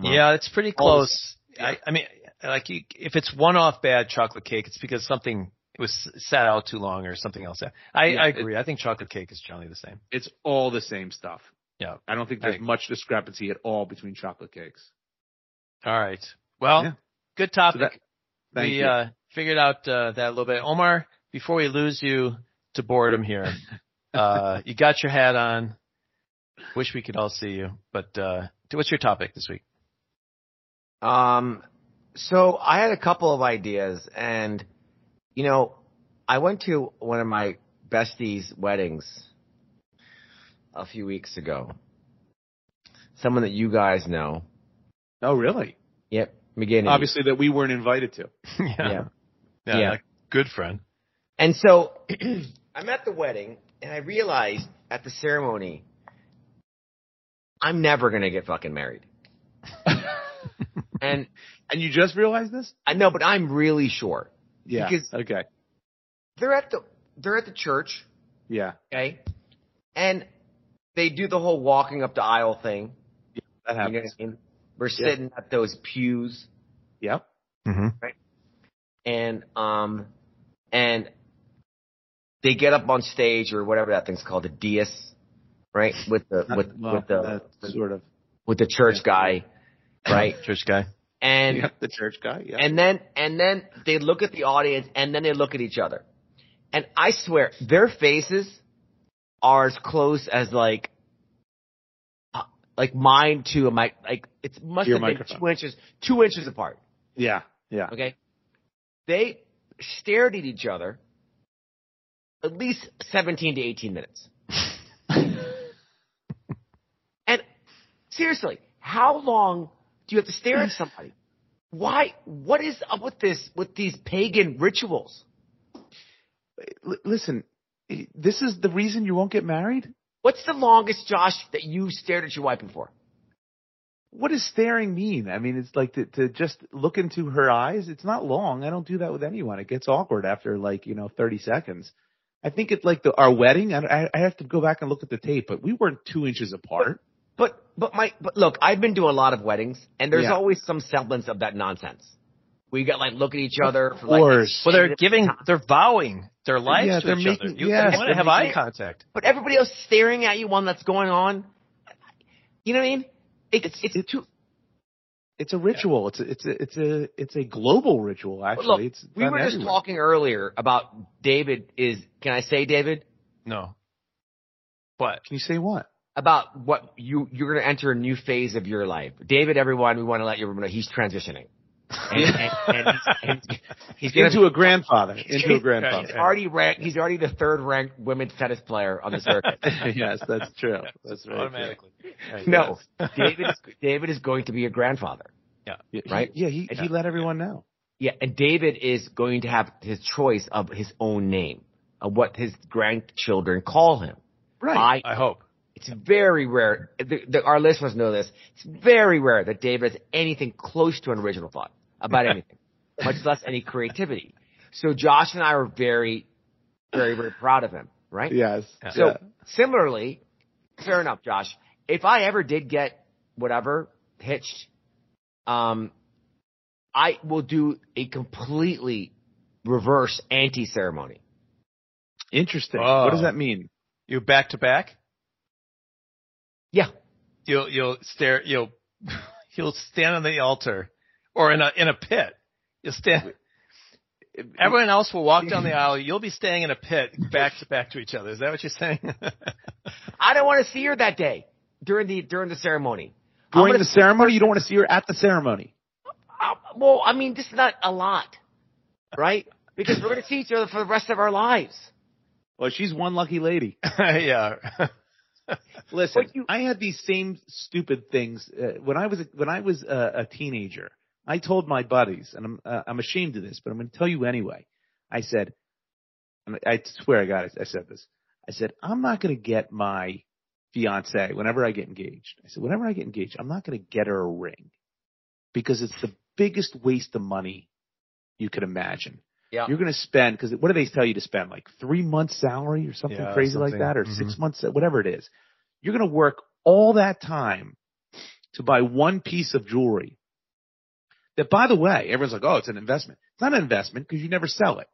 [SPEAKER 2] Yeah, it's pretty
[SPEAKER 1] Mm-hmm. All the
[SPEAKER 2] close. I, I mean, like you, if it's one-off bad chocolate cake, it's because something was sat out too long or something else. I,
[SPEAKER 1] Yeah,
[SPEAKER 2] I
[SPEAKER 1] it-
[SPEAKER 2] agree. I think chocolate cake is generally the same.
[SPEAKER 1] It's all the same stuff.
[SPEAKER 2] Yeah.
[SPEAKER 1] I don't think
[SPEAKER 2] I
[SPEAKER 1] there's
[SPEAKER 2] agree.
[SPEAKER 1] much discrepancy at all between chocolate cakes.
[SPEAKER 2] All right. Well,
[SPEAKER 1] Yeah.
[SPEAKER 2] good
[SPEAKER 1] So
[SPEAKER 2] topic.
[SPEAKER 1] that- Thank
[SPEAKER 2] we
[SPEAKER 1] you.
[SPEAKER 2] uh, figured out uh, that a little bit. Omar, before we lose you to boredom here, uh, you got your hat on. Wish we could all see you, but uh, what's your topic this week?
[SPEAKER 4] Um, so I had a couple of ideas, and you know, I went to one of my besties' weddings a few weeks ago. Someone that you guys know.
[SPEAKER 1] oh, really?
[SPEAKER 4] Yep, McGinney.
[SPEAKER 1] Obviously, that we weren't invited to.
[SPEAKER 4] Yeah.
[SPEAKER 2] yeah,
[SPEAKER 4] Yeah.
[SPEAKER 2] like, good friend.
[SPEAKER 4] And so I'm at the wedding, and I realized at the ceremony, I'm never gonna get fucking married. and
[SPEAKER 1] And you just realized this?
[SPEAKER 4] I know, but I'm really sure.
[SPEAKER 1] Yeah.
[SPEAKER 4] Because-
[SPEAKER 1] okay.
[SPEAKER 4] they're at the they're at the church,
[SPEAKER 1] Yeah.
[SPEAKER 4] okay, and they do the whole walking up the aisle thing.
[SPEAKER 1] That
[SPEAKER 4] You know
[SPEAKER 1] happens.
[SPEAKER 4] what I mean? We're sitting at those pews,
[SPEAKER 1] Yep.
[SPEAKER 4] and um, and they get up on stage or whatever that thing's called, the dais, right? With the
[SPEAKER 1] Not-
[SPEAKER 4] with
[SPEAKER 1] well,
[SPEAKER 4] with the
[SPEAKER 1] uh, sort of.
[SPEAKER 4] with the church guy, right?
[SPEAKER 2] Church guy.
[SPEAKER 4] And
[SPEAKER 1] Yep. The church guy. Yeah.
[SPEAKER 4] and then and then they look at the audience and then they look at each other. And I swear their faces are as close as like uh, like mine to a mic like it must
[SPEAKER 1] Your
[SPEAKER 4] have been
[SPEAKER 1] microphone.
[SPEAKER 4] two inches two inches apart.
[SPEAKER 1] yeah. Yeah.
[SPEAKER 4] Okay. They stared at each other at least 17 to 18 minutes. and seriously, how long do you have to stare at somebody? Why? What is up with this, with these pagan rituals?
[SPEAKER 1] L- listen, this is the reason you won't get married.
[SPEAKER 4] What's the longest, Josh, that you stared at your wife before?
[SPEAKER 1] What does staring mean? I mean, it's like to, to just look into her eyes. It's not long. I don't do that with anyone. It gets awkward after like, you know, 30 seconds. I think it's like the, our wedding. I- I, I have to go back and look at the tape, but we weren't two inches apart.
[SPEAKER 4] But, but my, but look, I've been doing a lot of weddings and there's
[SPEAKER 1] Yeah.
[SPEAKER 4] always some semblance of that nonsense. We got like look at each other for like
[SPEAKER 1] course.
[SPEAKER 2] Well, they're giving, they're vowing their lives
[SPEAKER 1] Yeah,
[SPEAKER 2] to
[SPEAKER 1] they're
[SPEAKER 2] each other.
[SPEAKER 1] making-
[SPEAKER 2] You,
[SPEAKER 1] yes,
[SPEAKER 2] want to
[SPEAKER 1] they're
[SPEAKER 2] have eye
[SPEAKER 1] making-
[SPEAKER 2] contact.
[SPEAKER 4] but everybody else staring at you while that's going on. You know what I mean? It, it's it's too.
[SPEAKER 1] It's a ritual. It's a, it's a, it's a, it's a global ritual. Actually,
[SPEAKER 4] Look,
[SPEAKER 1] it's
[SPEAKER 4] we
[SPEAKER 1] done
[SPEAKER 4] were just
[SPEAKER 1] everywhere.
[SPEAKER 4] talking earlier about David. Is can I say David
[SPEAKER 2] No. But
[SPEAKER 1] Can you say what?
[SPEAKER 4] about what you you're going to enter a new phase of your life? David, everyone, we want to let you know he's transitioning. And, and, and he's, and he's- he's gonna
[SPEAKER 1] Into a grandfather. Into a
[SPEAKER 4] He's
[SPEAKER 1] grandfather.
[SPEAKER 4] already ranked. He's already the third ranked women's tennis player on the circuit.
[SPEAKER 1] yes, that's true. That's right.
[SPEAKER 2] automatically.
[SPEAKER 4] no, David. Is, David is going to be a grandfather.
[SPEAKER 1] Yeah, he-
[SPEAKER 4] Right?
[SPEAKER 1] yeah, he, he let everyone know.
[SPEAKER 4] Yeah, and David is going to have his choice of his own name, of what his grandchildren call him.
[SPEAKER 1] Right.
[SPEAKER 4] I,
[SPEAKER 2] I hope.
[SPEAKER 4] it's very rare. The, the, our listeners know this. It's very rare that David has anything close to an original thought about anything, much less any creativity. So Josh and I are very, very, very proud of him, right?
[SPEAKER 1] yes.
[SPEAKER 4] So
[SPEAKER 1] Yeah.
[SPEAKER 4] similarly, fair enough, Josh. If I ever did get whatever hitched, um, I will do a completely reverse anti ceremony.
[SPEAKER 1] Interesting.
[SPEAKER 2] Oh.
[SPEAKER 1] What does that mean?
[SPEAKER 2] You back to back?
[SPEAKER 4] Yeah.
[SPEAKER 2] You'll you'll stare you'll you'll stand on the altar or in a in a pit. You'll stand everyone else will walk down the aisle, you'll be staying in a pit back to back to each other. Is that what you're saying?
[SPEAKER 4] I don't want to see her that day during the during the ceremony. I'm
[SPEAKER 1] During
[SPEAKER 4] gonna-
[SPEAKER 1] the ceremony, you don't want to see her at the ceremony.
[SPEAKER 4] Uh, well, I mean, just not a lot, right? Because we're going to see each other for the rest of our lives.
[SPEAKER 1] Well, she's one lucky lady.
[SPEAKER 2] yeah.
[SPEAKER 1] Listen,
[SPEAKER 4] But you-
[SPEAKER 1] I had these same stupid things uh, when I was a, when I was a, a teenager. I told my buddies, and I'm uh, I'm ashamed of this, but I'm going to tell you anyway. I said, and I swear I got it. I said this. I said I'm not going to get my fiance whenever I get engaged. I said whenever I get engaged, I'm not going to get her a ring because it's the biggest waste of money you could imagine.
[SPEAKER 4] Yeah.
[SPEAKER 1] You're going to spend because what do they tell you to spend? Like three months salary or something
[SPEAKER 2] Yeah,
[SPEAKER 1] crazy like
[SPEAKER 2] something. Mm-hmm.
[SPEAKER 1] that, or six months, whatever it is you're going to work all that time to buy one piece of jewelry. That by the way, everyone's like, oh, it's an investment. It's not an investment because you never sell it.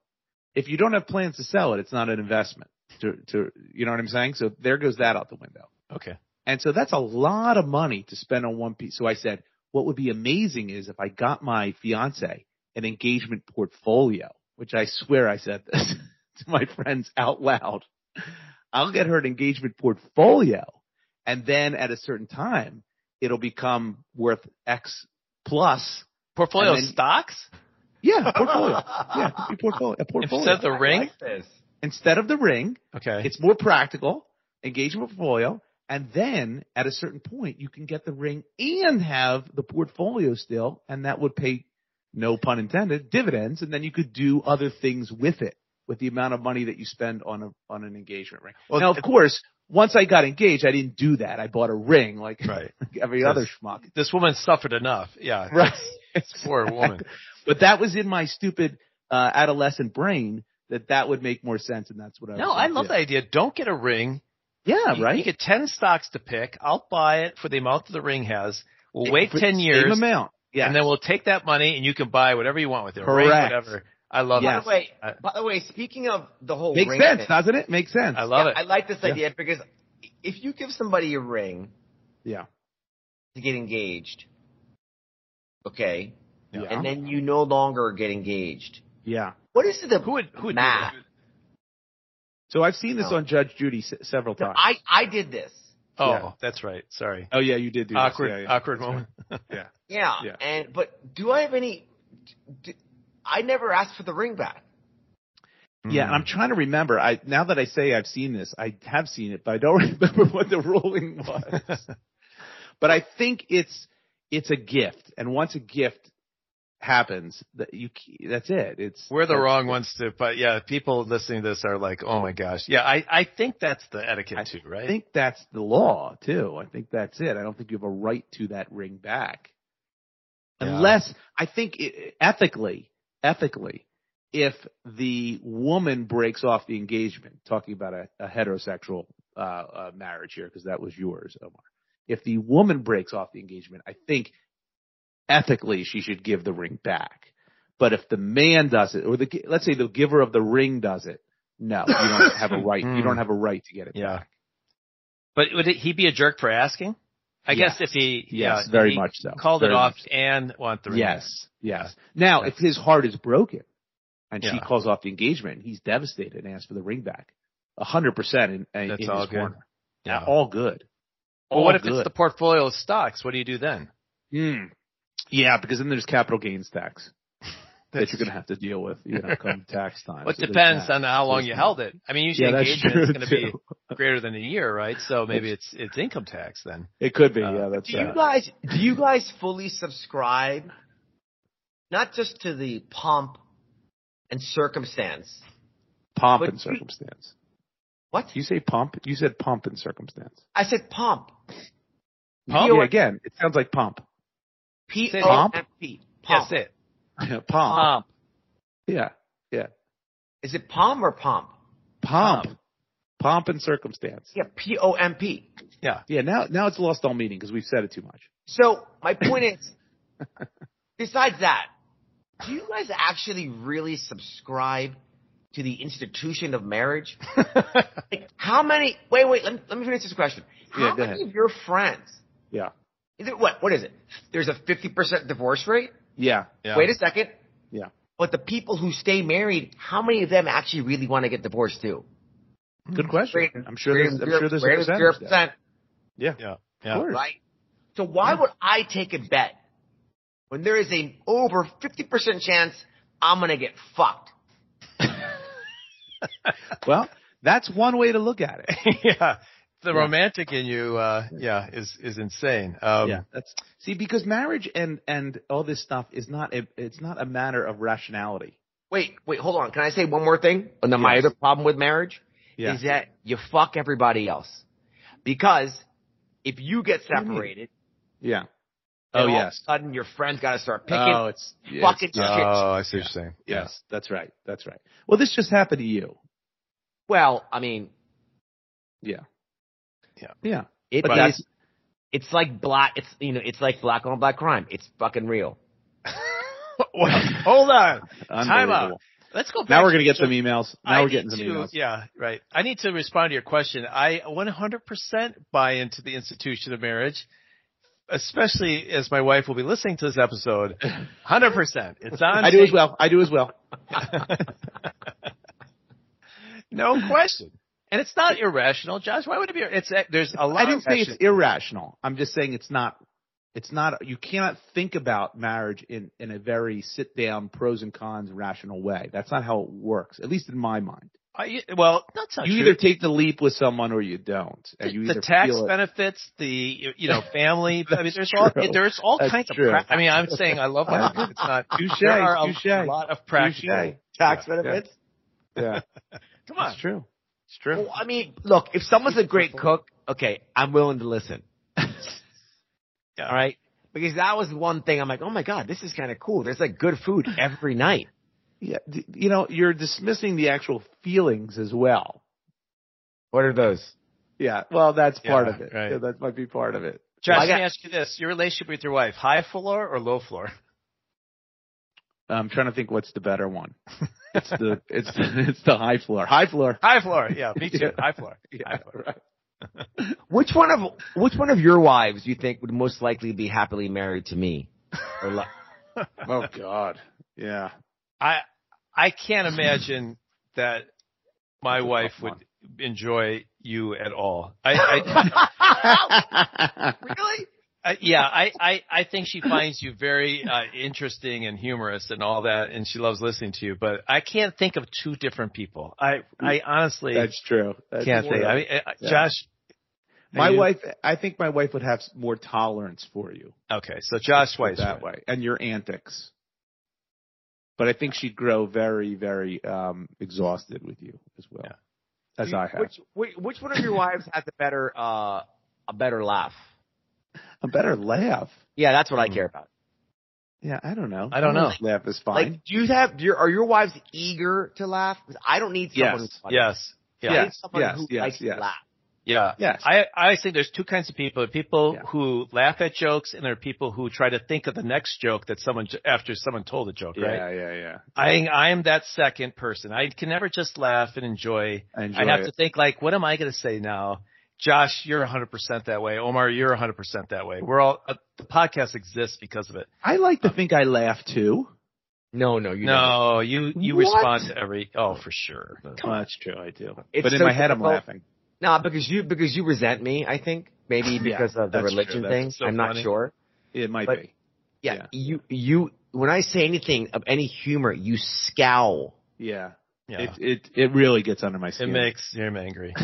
[SPEAKER 1] If you don't have plans to sell it, it's not an investment to, to, you know what I'm saying? So there goes that out the window.
[SPEAKER 2] Okay.
[SPEAKER 1] And so that's a lot of money to spend on one piece. So I said, what would be amazing is if I got my fiance an engagement portfolio, which I swear I said this to my friends out loud. I'll get her an engagement portfolio and then at a certain time it'll become worth X plus.
[SPEAKER 2] Portfolio
[SPEAKER 1] And then-
[SPEAKER 2] stocks?
[SPEAKER 1] Yeah, portfolio. yeah, it could be portfolio. A portfolio.
[SPEAKER 2] Instead of the ring?
[SPEAKER 4] this.
[SPEAKER 1] Instead of the ring,
[SPEAKER 2] okay.
[SPEAKER 1] it's more practical, engagement portfolio, and then at a certain point you can get the ring and have the portfolio still, and that would pay, no pun intended, dividends, and then you could do other things with it, with the amount of money that you spend on a on an engagement ring.
[SPEAKER 2] Well,
[SPEAKER 1] now, of course, once I got engaged, I didn't do that. I bought a ring like
[SPEAKER 2] right.
[SPEAKER 1] every
[SPEAKER 2] Yes.
[SPEAKER 1] other schmuck.
[SPEAKER 2] This woman suffered enough. Yeah.
[SPEAKER 1] Right.
[SPEAKER 2] Poor woman.
[SPEAKER 1] But that was in my stupid uh, adolescent brain that that would make more sense, and that's what I.
[SPEAKER 2] No,
[SPEAKER 1] was
[SPEAKER 2] I
[SPEAKER 1] gonna
[SPEAKER 2] love
[SPEAKER 1] do.
[SPEAKER 2] that idea. Don't get a ring.
[SPEAKER 1] Yeah,
[SPEAKER 2] You- You
[SPEAKER 1] right.
[SPEAKER 2] get 10 stocks to pick. I'll buy it for the amount that the ring has. We'll wait 10
[SPEAKER 1] Same
[SPEAKER 2] years
[SPEAKER 1] amount. Yeah.
[SPEAKER 2] and then we'll take that money and you can buy whatever you want with it. a Ring,
[SPEAKER 1] Correct.
[SPEAKER 2] whatever. I love
[SPEAKER 1] Yes.
[SPEAKER 4] By the way,
[SPEAKER 2] I-
[SPEAKER 4] by the way, speaking of the whole
[SPEAKER 1] makes
[SPEAKER 4] ring
[SPEAKER 1] sense,
[SPEAKER 4] thing,
[SPEAKER 1] doesn't it? Makes sense.
[SPEAKER 2] it. I love
[SPEAKER 4] I
[SPEAKER 2] it.
[SPEAKER 4] like this
[SPEAKER 1] Yeah.
[SPEAKER 4] idea because if you give somebody a ring
[SPEAKER 1] yeah.
[SPEAKER 4] to get engaged, okay,
[SPEAKER 1] Yeah.
[SPEAKER 4] and then you no longer get engaged,
[SPEAKER 1] yeah.
[SPEAKER 4] what is the
[SPEAKER 2] Who would, who would do
[SPEAKER 4] math?
[SPEAKER 2] that?
[SPEAKER 1] So I've seen this
[SPEAKER 4] No.
[SPEAKER 1] on Judge Judy se- several
[SPEAKER 4] No,
[SPEAKER 1] times.
[SPEAKER 4] I I did this.
[SPEAKER 2] Oh,
[SPEAKER 1] Yeah.
[SPEAKER 2] that's right. Sorry.
[SPEAKER 1] oh yeah, you did do this.
[SPEAKER 2] awkward,
[SPEAKER 1] Yeah, yeah.
[SPEAKER 2] awkward moment.
[SPEAKER 4] Yeah,
[SPEAKER 1] Yeah.
[SPEAKER 4] and but do I have any? d- I never asked for the ring back.
[SPEAKER 1] Yeah, and I'm trying to remember. I now that I say I've seen this, I have seen it, but I don't remember what the ruling was. but I think it's it's a gift, and once a gift happens, that you c- that's it. It's
[SPEAKER 2] We're the
[SPEAKER 1] that's-
[SPEAKER 2] wrong ones to, but yeah, people listening to this are like, oh my gosh. Yeah, I, I think that's the etiquette
[SPEAKER 1] I
[SPEAKER 2] too,
[SPEAKER 1] I
[SPEAKER 2] right?
[SPEAKER 1] think that's the law too. I think that's it. I don't think you have a right to that ring back,
[SPEAKER 2] Yeah.
[SPEAKER 1] unless I think it, ethically, ethically, if the woman breaks off the engagement, talking about a, a heterosexual uh, uh, marriage here, because that was yours, Omar. If the woman breaks off the engagement, I think ethically she should give the ring back. But if the man does it, or the gi- let's say the giver of the ring does it, no, you don't have a right. You don't have a right to get it.
[SPEAKER 2] Yeah. But would he be a jerk for asking? I
[SPEAKER 1] Yes.
[SPEAKER 2] guess if he yeah,
[SPEAKER 1] Yes,
[SPEAKER 2] if
[SPEAKER 1] very
[SPEAKER 2] he
[SPEAKER 1] much so.
[SPEAKER 2] called
[SPEAKER 1] Very
[SPEAKER 2] it off
[SPEAKER 1] much so.
[SPEAKER 2] and want the ring.
[SPEAKER 1] Yes, yes. Now, if his heart is broken and she
[SPEAKER 2] Yeah.
[SPEAKER 1] calls off the engagement, he's devastated and asks for the ring back. A hundred percent in, in,
[SPEAKER 2] That's
[SPEAKER 1] in
[SPEAKER 2] all
[SPEAKER 1] his
[SPEAKER 2] good.
[SPEAKER 1] corner.
[SPEAKER 2] Yeah.
[SPEAKER 1] All good.
[SPEAKER 2] Well,
[SPEAKER 1] All
[SPEAKER 2] what if it's hmm.
[SPEAKER 1] good.
[SPEAKER 2] the portfolio of stocks? What do you do then?
[SPEAKER 1] Mm. Yeah, because then there's capital gains tax that you're going to have to deal with, you know, come tax time.
[SPEAKER 2] Well, it
[SPEAKER 1] So there's
[SPEAKER 2] depends
[SPEAKER 1] that.
[SPEAKER 2] on how long
[SPEAKER 1] There's
[SPEAKER 2] you
[SPEAKER 1] that.
[SPEAKER 2] held it. I mean, usually
[SPEAKER 1] Yeah, that's
[SPEAKER 2] engagement is
[SPEAKER 1] true,
[SPEAKER 2] going to be
[SPEAKER 1] too.
[SPEAKER 2] greater than a year, right? So maybe it's it's income tax then.
[SPEAKER 1] It could be.
[SPEAKER 2] Uh,
[SPEAKER 1] yeah, that's
[SPEAKER 4] Do you
[SPEAKER 1] right.
[SPEAKER 4] guys do you guys fully subscribe not just to the pomp and circumstance?
[SPEAKER 1] Pomp
[SPEAKER 4] but
[SPEAKER 1] and
[SPEAKER 4] you-
[SPEAKER 1] circumstance.
[SPEAKER 4] What?
[SPEAKER 1] You say pomp. You said pomp and circumstance.
[SPEAKER 4] I said pomp.
[SPEAKER 1] Pomp.
[SPEAKER 4] P O-
[SPEAKER 1] Yeah, again, it sounds like pomp.
[SPEAKER 4] P
[SPEAKER 2] Say
[SPEAKER 4] O
[SPEAKER 1] pomp.
[SPEAKER 4] M
[SPEAKER 2] Yes,
[SPEAKER 4] P. Pomp.
[SPEAKER 2] it.
[SPEAKER 1] pomp.
[SPEAKER 4] Pomp.
[SPEAKER 1] Yeah. Yeah.
[SPEAKER 4] Is it pomp or pomp?
[SPEAKER 1] Pomp. Pomp and circumstance.
[SPEAKER 4] Yeah, P O M P.
[SPEAKER 1] Yeah, now now it's lost all meaning because we've said it too much.
[SPEAKER 4] So my point is, besides that, do you guys actually really subscribe to the institution of marriage? Like, how many? Wait, wait. Let me, let me finish this question.
[SPEAKER 1] Yeah, go
[SPEAKER 4] How many
[SPEAKER 1] ahead.
[SPEAKER 4] of your friends?
[SPEAKER 1] Yeah.
[SPEAKER 4] Is it what? What is it? There's a fifty percent divorce rate.
[SPEAKER 1] Yeah.
[SPEAKER 2] Yeah.
[SPEAKER 4] Wait a second.
[SPEAKER 1] Yeah.
[SPEAKER 4] But the people who stay married, how many of them actually really want to get divorced too?
[SPEAKER 1] Good question. I'm sure there's I'm sure there's a
[SPEAKER 4] Greater than
[SPEAKER 1] percentage. there. Yeah.
[SPEAKER 4] 0%,
[SPEAKER 2] yeah.
[SPEAKER 1] Of
[SPEAKER 2] Yeah.
[SPEAKER 1] course.
[SPEAKER 4] right? So why would I take a bet when there is a over fifty percent chance I'm gonna get fucked?
[SPEAKER 1] Well, that's one way to look at it.
[SPEAKER 2] yeah. The
[SPEAKER 1] Yeah.
[SPEAKER 2] romantic in you, uh, yeah, is, is insane. Um,
[SPEAKER 1] yeah. That's see, because marriage and and all this stuff is not a, it's not a matter of rationality.
[SPEAKER 4] Wait, wait, hold on. Can I say one more thing? And then my
[SPEAKER 1] Yes.
[SPEAKER 4] other problem with marriage
[SPEAKER 1] Yeah.
[SPEAKER 4] is that you fuck everybody else. Because if you get separated,
[SPEAKER 1] Yeah. Oh
[SPEAKER 4] then all
[SPEAKER 1] yes.
[SPEAKER 4] of a sudden your friends gotta start picking
[SPEAKER 1] Oh, it's yeah,
[SPEAKER 4] fucking
[SPEAKER 1] it's-
[SPEAKER 4] shit.
[SPEAKER 2] Oh, I see what you're saying. Yeah.
[SPEAKER 1] Yes, that's right. That's right. Well, this just happened to you.
[SPEAKER 4] Well, I mean,
[SPEAKER 1] Yeah.
[SPEAKER 2] Yeah.
[SPEAKER 1] Yeah.
[SPEAKER 4] it
[SPEAKER 1] But
[SPEAKER 4] is-
[SPEAKER 1] that's-
[SPEAKER 4] It's like black. It's you know. It's like black on black crime. It's fucking real.
[SPEAKER 2] Well, hold on. Time out.
[SPEAKER 1] Unbelievable.
[SPEAKER 2] Let's go back.
[SPEAKER 1] Now we're gonna
[SPEAKER 2] to-
[SPEAKER 1] get some emails. Now
[SPEAKER 2] I
[SPEAKER 1] we're getting
[SPEAKER 2] need
[SPEAKER 1] some
[SPEAKER 2] to-
[SPEAKER 1] emails.
[SPEAKER 2] Yeah, right. I need to respond to your question. I 100% buy into the institution of marriage, especially as my wife will be listening to this episode. 100%. It's on.
[SPEAKER 1] I do as well. I do as well.
[SPEAKER 2] No question. And it's not irrational, Josh. Why would it be? It's uh, there's a lot.
[SPEAKER 1] I didn't
[SPEAKER 2] of
[SPEAKER 1] say it's
[SPEAKER 2] rational-
[SPEAKER 1] irrational. I'm just saying it's not. It's not. You cannot think about marriage in in a very sit down pros and cons rational way. That's not how it works. At least in my mind.
[SPEAKER 2] I, well, that's not
[SPEAKER 1] you
[SPEAKER 2] true.
[SPEAKER 1] either take the leap with someone or you don't, and you
[SPEAKER 2] the
[SPEAKER 1] either
[SPEAKER 2] tax
[SPEAKER 1] feel it.
[SPEAKER 2] benefits, the you know family. I mean, there's all
[SPEAKER 1] true.
[SPEAKER 2] there's all
[SPEAKER 1] That's
[SPEAKER 2] kinds
[SPEAKER 1] true.
[SPEAKER 2] of. Pra- I mean, I'm saying I love my. It's not.
[SPEAKER 1] Touche,
[SPEAKER 2] there are a
[SPEAKER 1] touche,
[SPEAKER 2] lot of
[SPEAKER 1] touche.
[SPEAKER 2] practical.
[SPEAKER 1] Yeah, yeah. Yeah,
[SPEAKER 2] Come on.
[SPEAKER 1] it's true. It's true.
[SPEAKER 4] Well, I mean, look. If someone's a great cook, okay, I'm willing to listen.
[SPEAKER 2] Yeah.
[SPEAKER 4] All right, because that was one thing. I'm like, oh my god, this is kind of cool. There's like good food every night.
[SPEAKER 1] yeah, d- you know, you're dismissing the actual feelings as well.
[SPEAKER 4] What are those?
[SPEAKER 1] Yeah, well, that's part
[SPEAKER 2] Yeah,
[SPEAKER 1] of it.
[SPEAKER 2] right.
[SPEAKER 1] Yeah, that might be part of it.
[SPEAKER 2] Josh,
[SPEAKER 4] Well, I
[SPEAKER 2] let me ask you this: Your relationship with your wife, high floor or low floor?
[SPEAKER 1] I'm trying to think what's the better one. It's the it's it's the high floor. High floor.
[SPEAKER 2] High floor, yeah, me too.
[SPEAKER 1] Yeah.
[SPEAKER 2] High floor.
[SPEAKER 1] Yeah, right.
[SPEAKER 4] Which one of which one of your wives do you think would most likely be happily married to me? Or li-
[SPEAKER 1] Oh God. Yeah.
[SPEAKER 2] I I can't imagine that my
[SPEAKER 1] That's a
[SPEAKER 2] wife
[SPEAKER 1] tough
[SPEAKER 2] would
[SPEAKER 1] one.
[SPEAKER 2] enjoy you at all. I, I,
[SPEAKER 4] really?
[SPEAKER 2] I Uh, yeah, I, I I think she finds you very uh, interesting and humorous and all that, and she loves listening to you. But I can't think of two different people. I I honestly
[SPEAKER 1] That's true. That's
[SPEAKER 2] can't
[SPEAKER 1] true.
[SPEAKER 2] think. I mean, uh,
[SPEAKER 1] Yeah.
[SPEAKER 2] Josh.
[SPEAKER 1] my
[SPEAKER 2] are you-
[SPEAKER 1] wife, I think my wife would have s- more tolerance for you
[SPEAKER 2] Okay, so Josh
[SPEAKER 1] put it
[SPEAKER 2] Weiss.
[SPEAKER 1] that way and your antics. But I think she'd grow very, very um exhausted with you as well.
[SPEAKER 2] Yeah.
[SPEAKER 1] As I have.
[SPEAKER 4] Which, which which one of your wives has a better uh a better laugh?
[SPEAKER 1] A better laugh.
[SPEAKER 4] Yeah, that's
[SPEAKER 1] Hmm.
[SPEAKER 4] what I care about.
[SPEAKER 1] Yeah, I don't know.
[SPEAKER 2] I don't know.
[SPEAKER 1] Laugh is fine.
[SPEAKER 4] Like, do you have? Do your, are your wives eager to laugh? 'Cause I don't need someone.
[SPEAKER 1] Yes.
[SPEAKER 4] Who's funny.
[SPEAKER 2] Yes. Yeah.
[SPEAKER 4] I
[SPEAKER 1] Yeah.
[SPEAKER 4] need someone
[SPEAKER 1] Yes,
[SPEAKER 4] who
[SPEAKER 1] yes,
[SPEAKER 4] likes
[SPEAKER 1] yes.
[SPEAKER 4] to laugh.
[SPEAKER 2] Yeah.
[SPEAKER 1] yes.
[SPEAKER 2] I, I always think there's two kinds of people. People
[SPEAKER 1] Yeah.
[SPEAKER 2] who laugh at jokes and there are people who try to think of the next joke that someone, after someone told a joke, right?
[SPEAKER 1] yeah, yeah, yeah.
[SPEAKER 2] I, I am that second person. I can never just laugh and enjoy.
[SPEAKER 1] I enjoy
[SPEAKER 2] I have
[SPEAKER 1] it.
[SPEAKER 2] to think like, what am I going to say now? Josh, you're 100% that way. Omar, you're 100% that way. We're all, uh, the podcast exists because of it.
[SPEAKER 1] I like to think I laugh too.
[SPEAKER 4] No, no, you Don't.
[SPEAKER 2] no, you, you
[SPEAKER 1] What?
[SPEAKER 2] respond to every, oh, for sure.
[SPEAKER 1] Well, that's true. I do.
[SPEAKER 4] It's
[SPEAKER 1] but in
[SPEAKER 4] so
[SPEAKER 1] my head, I'm
[SPEAKER 4] difficult.
[SPEAKER 1] laughing.
[SPEAKER 4] No, because you because you resent me. I think maybe because of the
[SPEAKER 1] that's true.
[SPEAKER 4] religion
[SPEAKER 1] That's
[SPEAKER 4] thing.
[SPEAKER 2] so
[SPEAKER 4] I'm not
[SPEAKER 2] funny.
[SPEAKER 4] sure.
[SPEAKER 1] It might
[SPEAKER 4] But-
[SPEAKER 1] be.
[SPEAKER 4] Yeah,
[SPEAKER 1] Yeah.
[SPEAKER 4] you you when I say anything of any humor, you scowl.
[SPEAKER 1] Yeah.
[SPEAKER 2] Yeah.
[SPEAKER 1] It it it really gets under my
[SPEAKER 2] It
[SPEAKER 1] skin.
[SPEAKER 2] makes him angry.